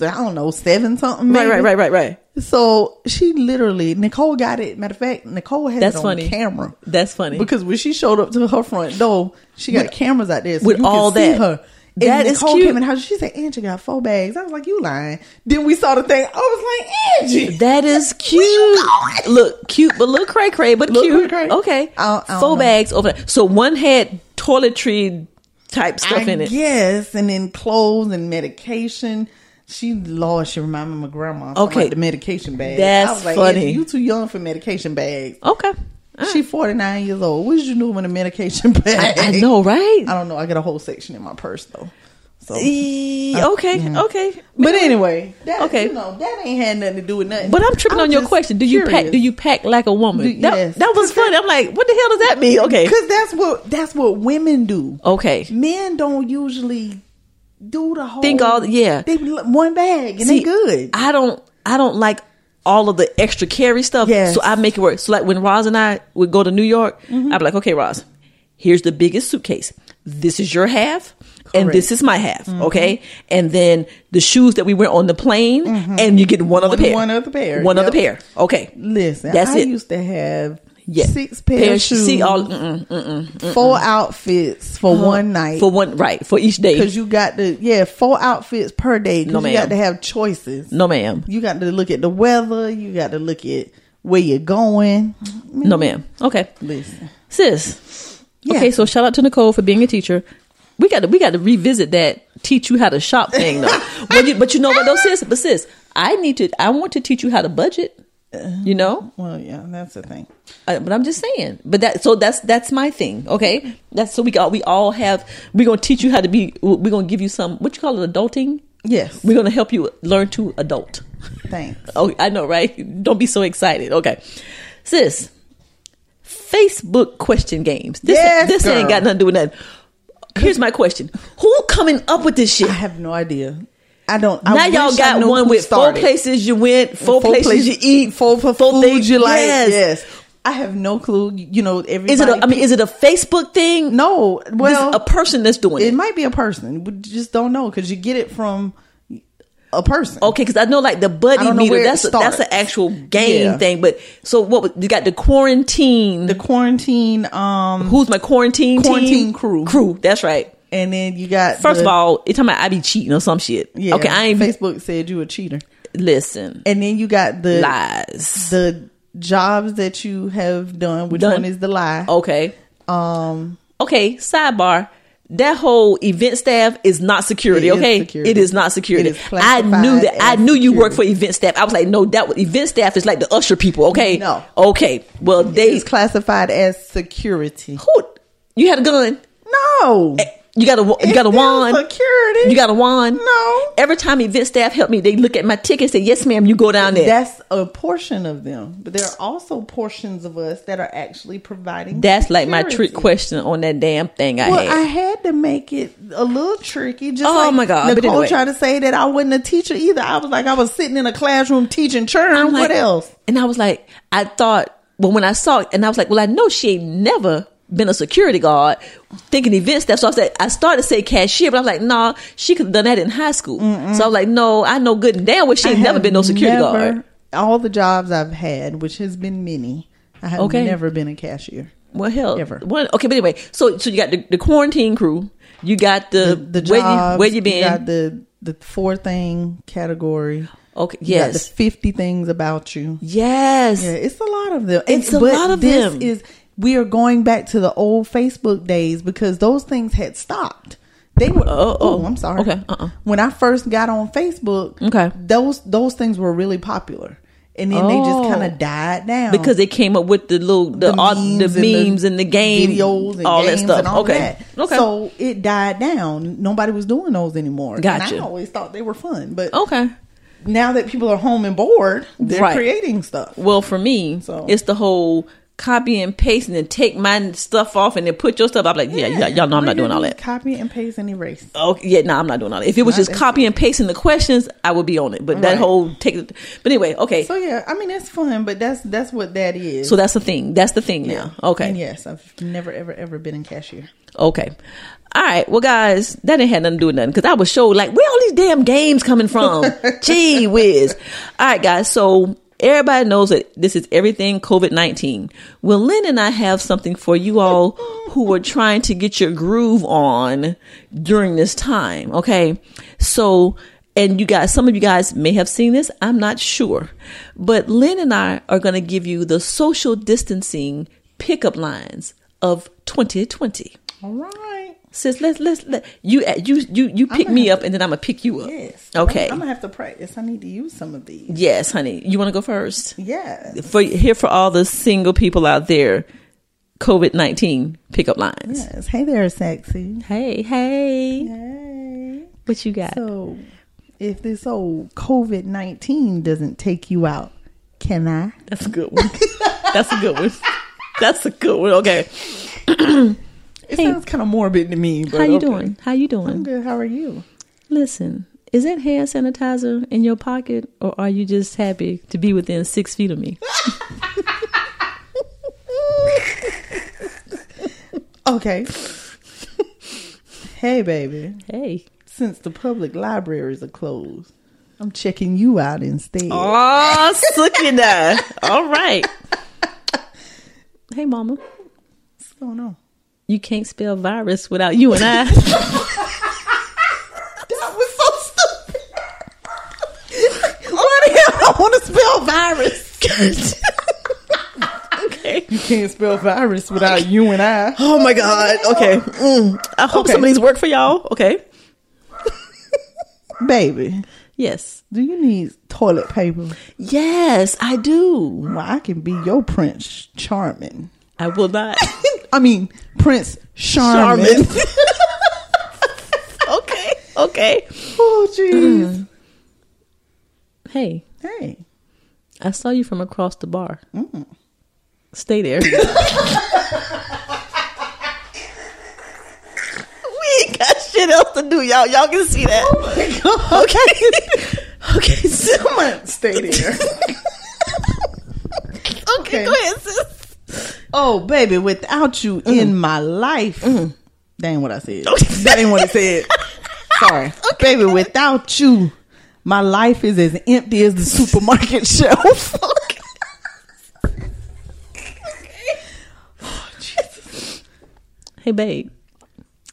I don't know seven something.
right,
Maybe.
right, right, right, right.
So she literally Nicole got it. Matter of fact, Nicole had
That's
it on
funny.
camera
That's funny.
because when she showed up to her front door, she got
With-
cameras out there so
with
you
all
can
that.
see her. And
That is
Nicole
cute.
came in the house. She said, "Angie got four bags." I was like, "You lying?" Then we saw the thing. I was like, "Angie,
that
[LAUGHS]
is cute. Look, cute, but look cray cray, but
Look
cute.
cray-cray.
Okay.
I don't- I don't
Four
know.
bags over. So one had toiletry type stuff in it.
Yes, and then clothes and medication. She, Lord, she reminded me of my grandma. Okay,
Okay.
the medication bag.
That's
I was like,
funny.
"Angie, You too young for medication bags.
Okay.
She forty nine years old. What did you do with a medication [LAUGHS] bag?
Mm. I know, right?
I don't know. I got a whole section in my purse though. So,
E-
Uh,
okay,
yeah.
okay.
but anyway, that,
Okay.
you know that ain't had nothing to do with nothing.
But I'm tripping on your
just
question. Do you pack
curious.
do you pack like a woman?
Do-
that,
yes.
that was funny. I'm like, what the hell does that mean? Okay.
Because that's what that's what women do.
Okay.
Men don't usually do the whole
Think all- yeah.
They be like, one bag and they
See,
good.
I don't I don't like all of the extra carry stuff.
Yes. Mm-hmm.
So I make it work. So like when Roz and I would go to New York, I'd be like, okay, Roz, here's the biggest suitcase. This is your half. And
Correct.
this
Mm-hmm.
is my half, okay? And then the shoes that we wear on the plane, and you get one other
Mm-hmm. One-
pair.
one other pair,
One other
yep.
pair. Okay.
Listen,
That's
I
it.
used to have
Yeah.
six pair of shoes,
See all mm, mm-mm, mm-mm, mm-mm.
four outfits for one night.
mm. Uh-huh. for one right for each day.
because you got to yeah four outfits per day. 'cause
No,
you got
ma'am.
to have choices.
No, ma'am.
You got to look at the weather. You got to look at where you're going.
No, ma'am. Okay,
Listen,
sis.
Yeah.
Okay, so shout out to Nicole for being a teacher. We got to we got to revisit that teach you how to shop thing though. but, you, but you know what though, sis? But sis, I need to. I want to teach you how to budget. You know,
well, yeah, that's the thing.
Uh, but I'm just saying. But that so that's that's my thing. Okay, that's so we got we all have. We're gonna teach you how to be. We're gonna give you some what you call it adulting.
Yes,
We're gonna help you learn to adult.
thanks.
Oh, I know, right? Don't be so excited. Okay. Sis, Facebook question games. This,
Yes,
this ain't
girl.
got nothing to do with nothing. Here's my question. Who coming up with this shit?
I have no idea. I don't. I
now
wish
y'all
I
got
knew
one
who
with
started.
four places you went, four,
Four
places,
places-
you eat,
four for food
things-
you like.
yes.
Yes. I have no clue. You know, everybody.
Is it a, I mean, is it a Facebook thing?
no?
This-
Well,
a person that's doing it.
It might be a person. We just don't know because you get it from a person.
Okay, because I know like the buddy
I don't know
meter.
where it
That's a, that's an
starts.
actual game
Yeah.
thing. But so what? was- You got the quarantine.
The quarantine. Um,
who's my quarantine team?
Quarantine crew.
Crew. That's right.
and then you got
First
the-
of all, it's talking about I be cheating or some shit.
Yeah,
okay, I ain't
Facebook said you a cheater.
Listen.
And then you got the
lies.
The jobs that you have done. Which
Done. Oh,
one is the lie?
Okay.
Um.
Okay, sidebar. That whole event staff is not security,
It is
okay?
security.
It is not security.
It is
I
classified
knew that. I
as
knew you worked for event staff. I was like, no, that was, event staff is like the usher people, okay?
No.
Okay. Well, they
It's classified as security.
Who? You had a gun?
No.
You got a wa- you
It's
got a
still
wand.
Security.
You got a wand.
No.
Every time event staff help me, they look at my ticket and say, "Yes, ma'am, you go down there."
That's a portion of them, but there are also portions of us that are actually providing.
That's like my trick
security.
question on that damn thing I
well,
had.
I had to make it a little tricky. Just
Oh,
like
my God, but
Nicole
anyway.
tried to say that I wasn't a teacher either. I was like, I was sitting in a classroom teaching churn.
I'm
what
like-
else?
And I was like, I thought, well, when I saw it, and I was like, well, I know she ain't never been a security guard, thinking event staff. So I said, I started to say cashier, but I was like, nah, she could have done that in high school. So I was like, no, I know good and damn well she
I
ain't never
have
been no security
never-
guard.
All the jobs I've had, which has been many, I have
Okay.
never been a cashier.
Well, hell,
Ever.
One, okay, but anyway, so so you got the, the quarantine crew, you got the
The
where, you,
jobs,
where you been?
got the the four thing category.
okay,
You got the
yes,
fifty things about you.
yes,
Yeah, it's a lot of them.
It's a
but
lot of
this
them.
Is we are going back to the old Facebook days because those things had stopped. They were. Oh,
oh.
I'm sorry.
Okay, uh-uh.
When I first got on Facebook,
Okay.
those those things were really popular, and then they
Oh.
just kind of died down
because they came up with the little the the memes, the, memes and the, game
videos, and
all
games
that stuff.
and all
okay,
that.
okay,
So it died down. Nobody was doing those anymore.
Gotcha.
And I always thought they were fun, but
okay.
now that people are home and bored, they're
Right.
creating stuff.
Well, for me,
So-
it's the whole copy and paste and then take my stuff off and then put your stuff. I'm like, yeah, yeah, y'all know I'm not doing all that.
Copy and paste and erase.
Okay, yeah, no, I'm not doing all that. If it was
Not
just copy and pasting the questions, I would be on it. But that
Right.
whole take, it- but anyway, okay.
So
So,
yeah, I mean that's fun, but that's that's what that is.
that's the thing. That's the thing now. Okay,
And yes, I've never ever ever been in cashier.
okay. All right, well, guys, that didn't have nothing to do with nothing because I was sure like, where all these damn games coming from? Gee whiz! All right, guys, so everybody knows that this is everything COVID nineteen. Well, Lynn and I have something for you all who were trying to get your groove on during this time. Okay, so and you guys, some of you guys may have seen this. I'm not sure, but Lynn and I are going to give you the social distancing pickup lines of 2020
All right.
sis let's let's let you you you you pick
I'ma
me
have
up and then i'm gonna pick you up
Yes.
okay
I'm, I'm gonna have to practice. I need to use some of these.
yes honey you want to go first
Yes.
for here for all the single people out there covid-19 pickup lines
Yes. Hey there, sexy.
hey hey
Hey.
what you got
So if this old COVID nineteen doesn't take you out, can I?
that's a good one [LAUGHS] that's a good one that's a good one okay
[COUGHS] It sounds kind of morbid to me. But
[LAUGHS] how you
okay.
doing how you
I'm
doing
good. How are you?
listen is that hand sanitizer in your pocket or are you just happy to be within six feet of [LAUGHS] me
Okay. [LAUGHS] hey, baby.
hey
Since the public libraries are closed, I'm checking you out instead.
Oh, Sukina. All [LAUGHS] right. Hey, Mama.
What's going on?
You can't spell virus without you and [LAUGHS] I.
That was so stupid. Why the hell I want to spell virus?
[LAUGHS] okay.
you can't spell virus without you and I. [GASPS]
Oh my God. Okay. Mm. I hope
Okay.
some of these work for y'all. Okay.
Baby,
Yes.
do you need toilet paper?
Yes, I do.
Well, I can be your Prince Charming.
I will [LAUGHS] not.
I mean, Prince Charming.
Charmin. okay. Okay.
[LAUGHS] oh, jeez.
Hey,
Hey. [LAUGHS]
I saw you from across the bar.
Mm.
Stay
[LAUGHS]
there. we ain't got shit else to do, y'all. Y'all can see that. Okay. okay. So,
Come on, stay there.
[LAUGHS] okay. Go ahead, sis. Mm.
Oh, baby, without you in my life. That ain't what I said. [LAUGHS]
Okay.
that ain't what it said. Sorry.
[LAUGHS]
Baby, without you, my life is as empty as the supermarket [LAUGHS] shelf. Oh,
Hey, [LAUGHS] babe.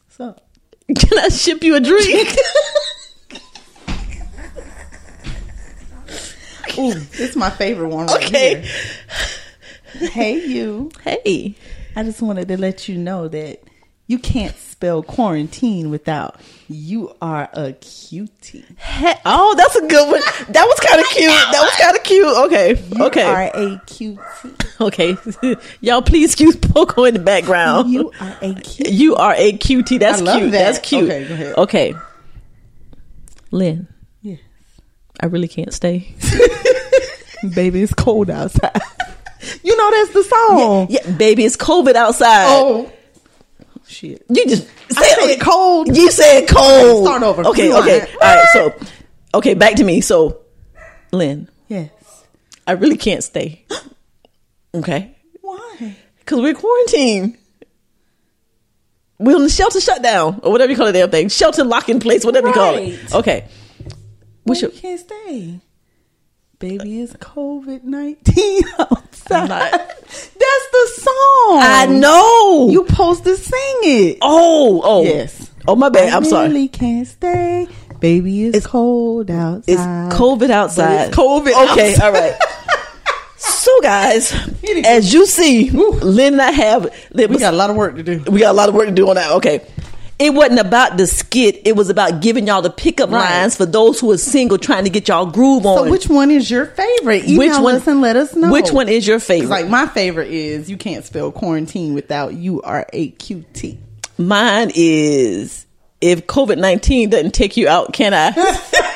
What's up? [LAUGHS]
Can I ship you a drink?
Ooh, [LAUGHS] this is my favorite one right
Okay.
here. Hey, you.
Hey.
I just wanted to let you know that you can't spell quarantine without you are a cutie.
oh, that's a good one. That was kind of cute. That was kind of cute. Okay.
You
okay.
are a cutie.
[LAUGHS] Okay. [LAUGHS] Y'all please excuse Poco in the background.
You are a cutie.
You are a cutie. That's
I love
cute.
that.
That's cute.
Okay, go ahead.
Okay. Lynn.
Yes.
I really can't stay.
[LAUGHS] Baby, it's cold outside. you know that's the song.
Yeah, baby, it's COVID outside.
Oh. Shit.
You just said,
said cold.
You said cold.
Start over.
Okay,
Rewind.
okay. All right, so okay, back to me. So Lynn,
Yes.
I really can't stay. [GASPS] Okay?
Why?
Cuz we're quarantined. We're on the shelter shutdown or whatever you call it damn thing. Shelter lock in place, whatever
Right.
you call it. Okay. What's your
You can't stay. Baby, it's COVID 19 [LAUGHS] outside. That's the song.
[LAUGHS] I know.
You supposed to sing it.
oh, oh.
Yes.
Oh my bad.
I
I'm sorry.
really can't stay. Baby, it's, cold outside.
Uh, It's COVID outside.
It's COVID
Okay,
outside.
all right. [LAUGHS] So guys,
Anyway.
as you see, Lynn and I have Lynn,
We got a lot of work to do.
we got a lot of work to do on that. Okay. It wasn't about the skit. It was about giving y'all the pickup
Right.
lines for those who are single trying to get y'all groove on.
So, which one is your favorite? Email
Which one-
us and let us know.
which one is your favorite?
Like, my favorite is you can't spell quarantine without you are a QT.
Mine is if COVID 19 doesn't take you out,
[LAUGHS]
can I? [LAUGHS]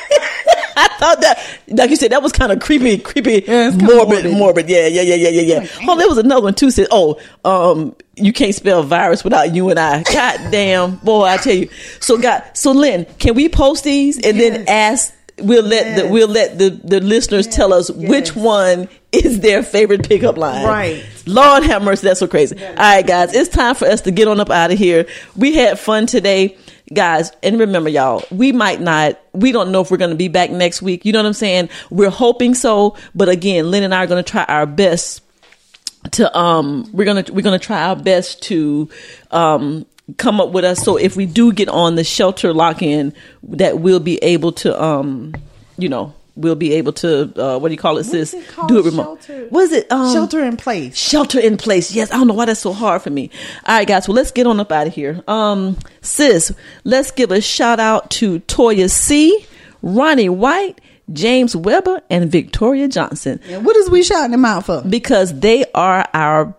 I thought that, like you said, that was kind of creepy, creepy,
it's kinda
morbid,
morbid.
morbid, Yeah, yeah, yeah, yeah, yeah, yeah. Oh, there was another one too. Said, oh, um, you can't spell virus without you and I. God damn, boy, I tell you. So, God, so Lynn, can we post these and then ask? We'll let the
Yes.
we'll let the, the listeners tell us which one is their favorite pickup line.
Right.
Lord have mercy, that's so crazy. All right, guys, it's time for us to get on up out of here. We had fun today, guys. And remember, y'all, we might not, we don't know if we're going to be back next week. You know what I'm saying? We're hoping so. But again, Lynn and I are going to try our best to um we're gonna we're gonna try our best to um come up with us so if we do get on the shelter lock in that we'll be able to um you know we'll be able to uh what do you call it sis
it called?
do it remote
Shelter-
was it um
Shelter in place.
shelter in place yes i don't know why that's so hard for me all right guys well let's get on up out of here um sis let's give a shout out to toya c ronnie white james weber and victoria johnson
And what is we shouting them out for?
because they are our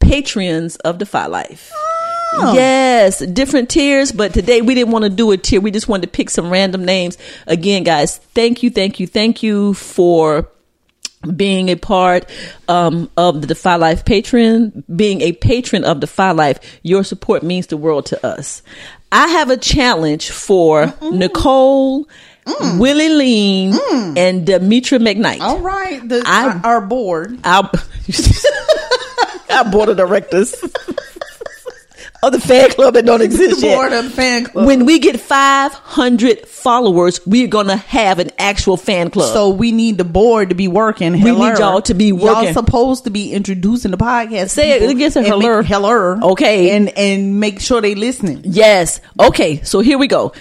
patrons of Defy Life. Yes, different tiers, but today we didn't want to do a tier. We just wanted to pick some random names. Again, guys, thank you, thank you, thank you for being a part um, of the Defy Life patron, being a patron of Defy Life, your support means the world to us. I have a challenge for Nicole, Willie Lean, and Demetra McKnight.
All right, the,
I-
our board.
[LAUGHS] Our, our board of directors of the fan club that don't exist
The
yet.
board of fan club.
When we get 500 followers, we're going to have an actual fan club.
so we need the board to be working.
We need
Heller.
y'all to be working.
Y'all supposed to be introducing the podcast. to
Say it
people
again, say
and make-
heller.
heller.
Okay.
and and make sure they listening.
yes. Okay, so here we go.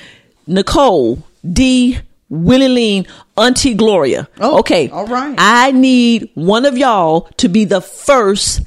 Nicole D. Willie Lean, Auntie Gloria.
Oh,
okay.
all right.
I need one of y'all to be the first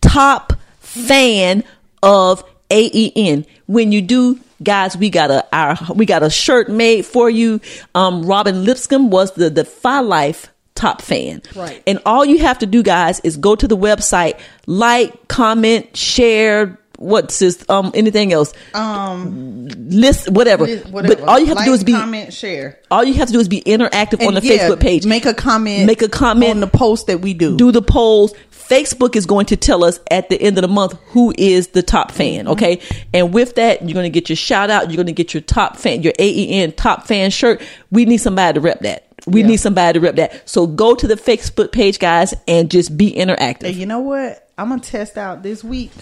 top fan of AEN. When you do, guys, we got a our we got a shirt made for you. Um, Robin Lipscomb was the the Fi Life top fan.
Right.
And all you have to do, guys, is go to the website, like, comment, share. What's this? Um, anything else?
Um,
List whatever.
whatever.
But all you have
like,
to do is be
comment, share
all you have to do is be interactive on
And
the
yeah,
Facebook page.
Make a comment.
Make a comment.
on the post that we do.
do the polls. Facebook is going to tell us at the end of the month who is the top fan,
Mm-hmm.
okay? And with that, you're going to get your shout out. You're going to get your top fan, your AEN top fan shirt. We need somebody to rep that. We need somebody to rep that. So go to the Facebook page, guys, and just be
And
interactive,
you know what? I'm gonna test out this week.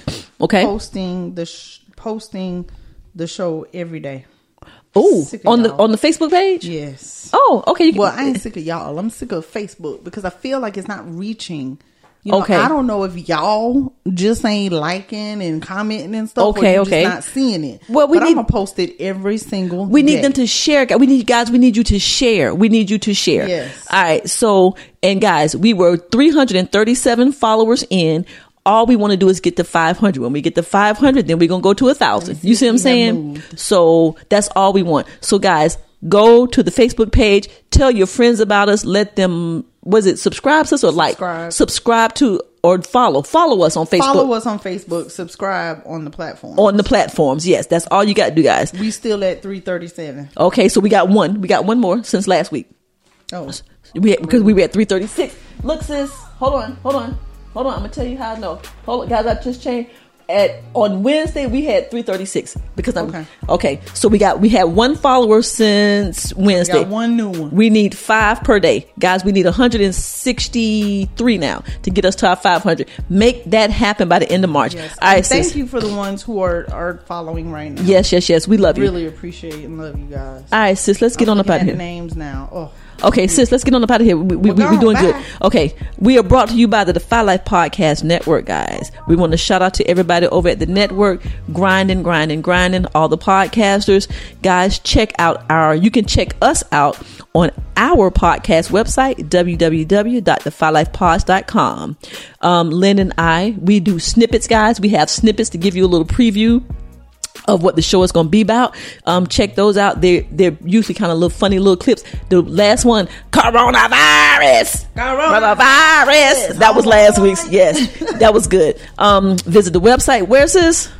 okay?
Posting the sh- posting the show every day.
Oh,
sick of
on the
y'all.
on the Facebook page.
Yes.
Oh, okay. You can, [LAUGHS]
Well, I ain't sick of y'all. I'm sick of Facebook because I feel like it's not reaching You know,
Okay.
I don't know if y'all just ain't liking and commenting and stuff.
Okay,
or you
okay.
Just not seeing it.
Well, we
but
need-
I'm gonna post it every single.
We need
day.
them to share. We need guys. We need you to share. We need you to share.
Yes.
All right. So, and guys, we were 337 followers in. All we want to do is get to 500. When we get to 500, then we're gonna go to a thousand. You see what I'm saying? So that's all we want. So, guys, go to the Facebook page. Tell your friends about us. Let them. Was it subscribe to us or like
Subscribe.
subscribe to or follow follow us on Facebook
follow us on Facebook, subscribe on the platform.
on the platforms. Yes, that's all you got to do, guys.
We still at three thirty seven.
Okay, so we got one. We got one more since last week.
Oh,
we because we were at three thirty six. Look, sis. Hold on. Hold on. Hold on. I'm gonna tell you how I know. Hold on, guys. I just changed. At on Wednesday we had three thirty six because I'm okay. So we got we had one follower since Wednesday.
one new one.
We need five per day, guys. We need 163 now to get us to our 500. Make that happen by the end of March.
Yes.
All right,
And thank
sis.
you for the ones who are are following right now.
Yes, yes, yes. We love you.
really appreciate and love you guys.
All right, sis. Let's get
I'm
on up
looking
out of
at
here.
Names now. Oh,
Okay, sis, let's get on up out of here. We, we,
Well,
we
go
doing
on,
good.
bye.
Okay, we are brought to you by the Defy Life Podcast Network, guys. We want to shout out to everybody over at the network, grinding, grinding, grinding, all the podcasters. Guys, check out our, you can check us out on our podcast website, www.defylifepods.com. Um, Lynn and I, we do snippets, guys. We have snippets to give you a little preview of what the show is going to be about. Um, check those out. They're they're usually kind of little funny little clips. The last one, coronavirus, coronavirus. That was
Oh,
last week's. Yes, [LAUGHS] that was good. Um, visit the website. Where's this?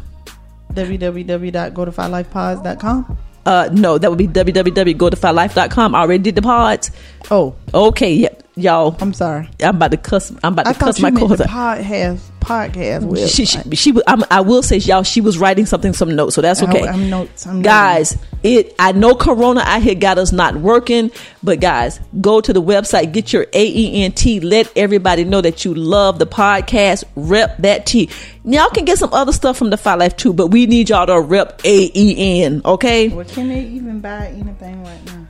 www.godifylifepods.com.
Uh, no, that would be www.godifyllife.com. I already did the pods.
Oh,
okay, yep, y'all.
I'm sorry.
I'm about to cuss. I'm about to
I thought
cuss
you
my
meant
co-host.
the podcast podcast. website.
[LAUGHS] she, she, she was, I'm, I will say, y'all, she was writing something, some notes, so that's
I-
okay.
I'm notes, I'm
guys, it. I know Corona out here got us not working, but guys, go to the website, get your AENT, let everybody know that you love the podcast, rep that T. Y'all can get some other stuff from the Five Life too, but we need y'all to rep AEN, okay?
well, can they even buy anything right now?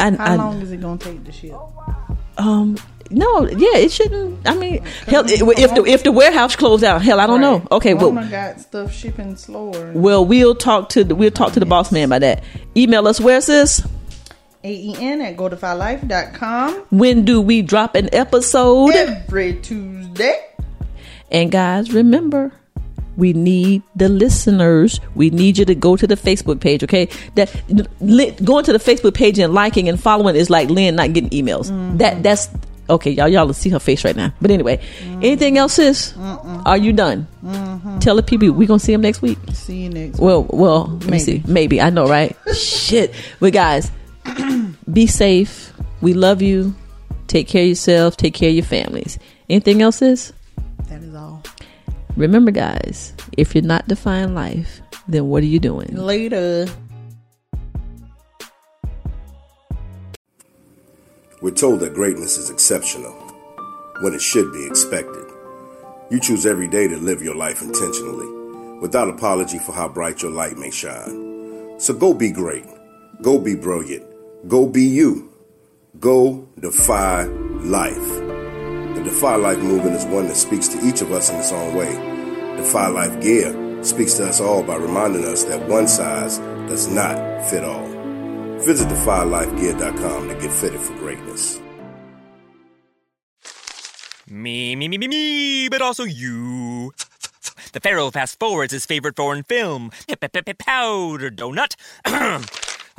And-
How
and-
long is it gonna take to ship?
Um, no, yeah, it shouldn't. I mean, hell, if the if the warehouse closed down, hell, I don't know. Oh, Okay, well,
Walmart got stuff shipping slower.
Well, we'll talk to the, we'll talk to the boss man about that. Email us where sis.
AEN E at godifylife.com
When do we drop an episode?
every Tuesday.
And guys, remember, we need the listeners. We need you to go to the Facebook page, okay? That li- going to the Facebook page and liking and following is like Lynn not getting emails. That that's okay, y'all. Y'all will see her face right now. But anyway, anything else, sis? Are you done? Tell the people we gonna see them next week.
See you next.
Well, well, let me
Maybe.
see. Maybe I know, right? Shit. But guys, [CLEARS THROAT] be safe. We love you. Take care of yourself. Take care of your families. Anything else is?
That is all.
Remember, guys, if you're not defying life, then what are you doing?
Later.
We're told that greatness is exceptional when it should be expected. You choose every day to live your life intentionally without apology for how bright your light may shine. So go be great. Go be brilliant. Go be you. Go defy life. The Defy Life movement is one that speaks to each of us in its own way. Defy Life Gear speaks to us all by reminding us that one size does not fit all. Visit defylifegear.com to get fitted for greatness.
Me, me, me, me, me, but also you. The Pharaoh fast forwards his favorite foreign film, Powder Donut. [CLEARS THROAT]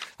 [CLEARS THROAT]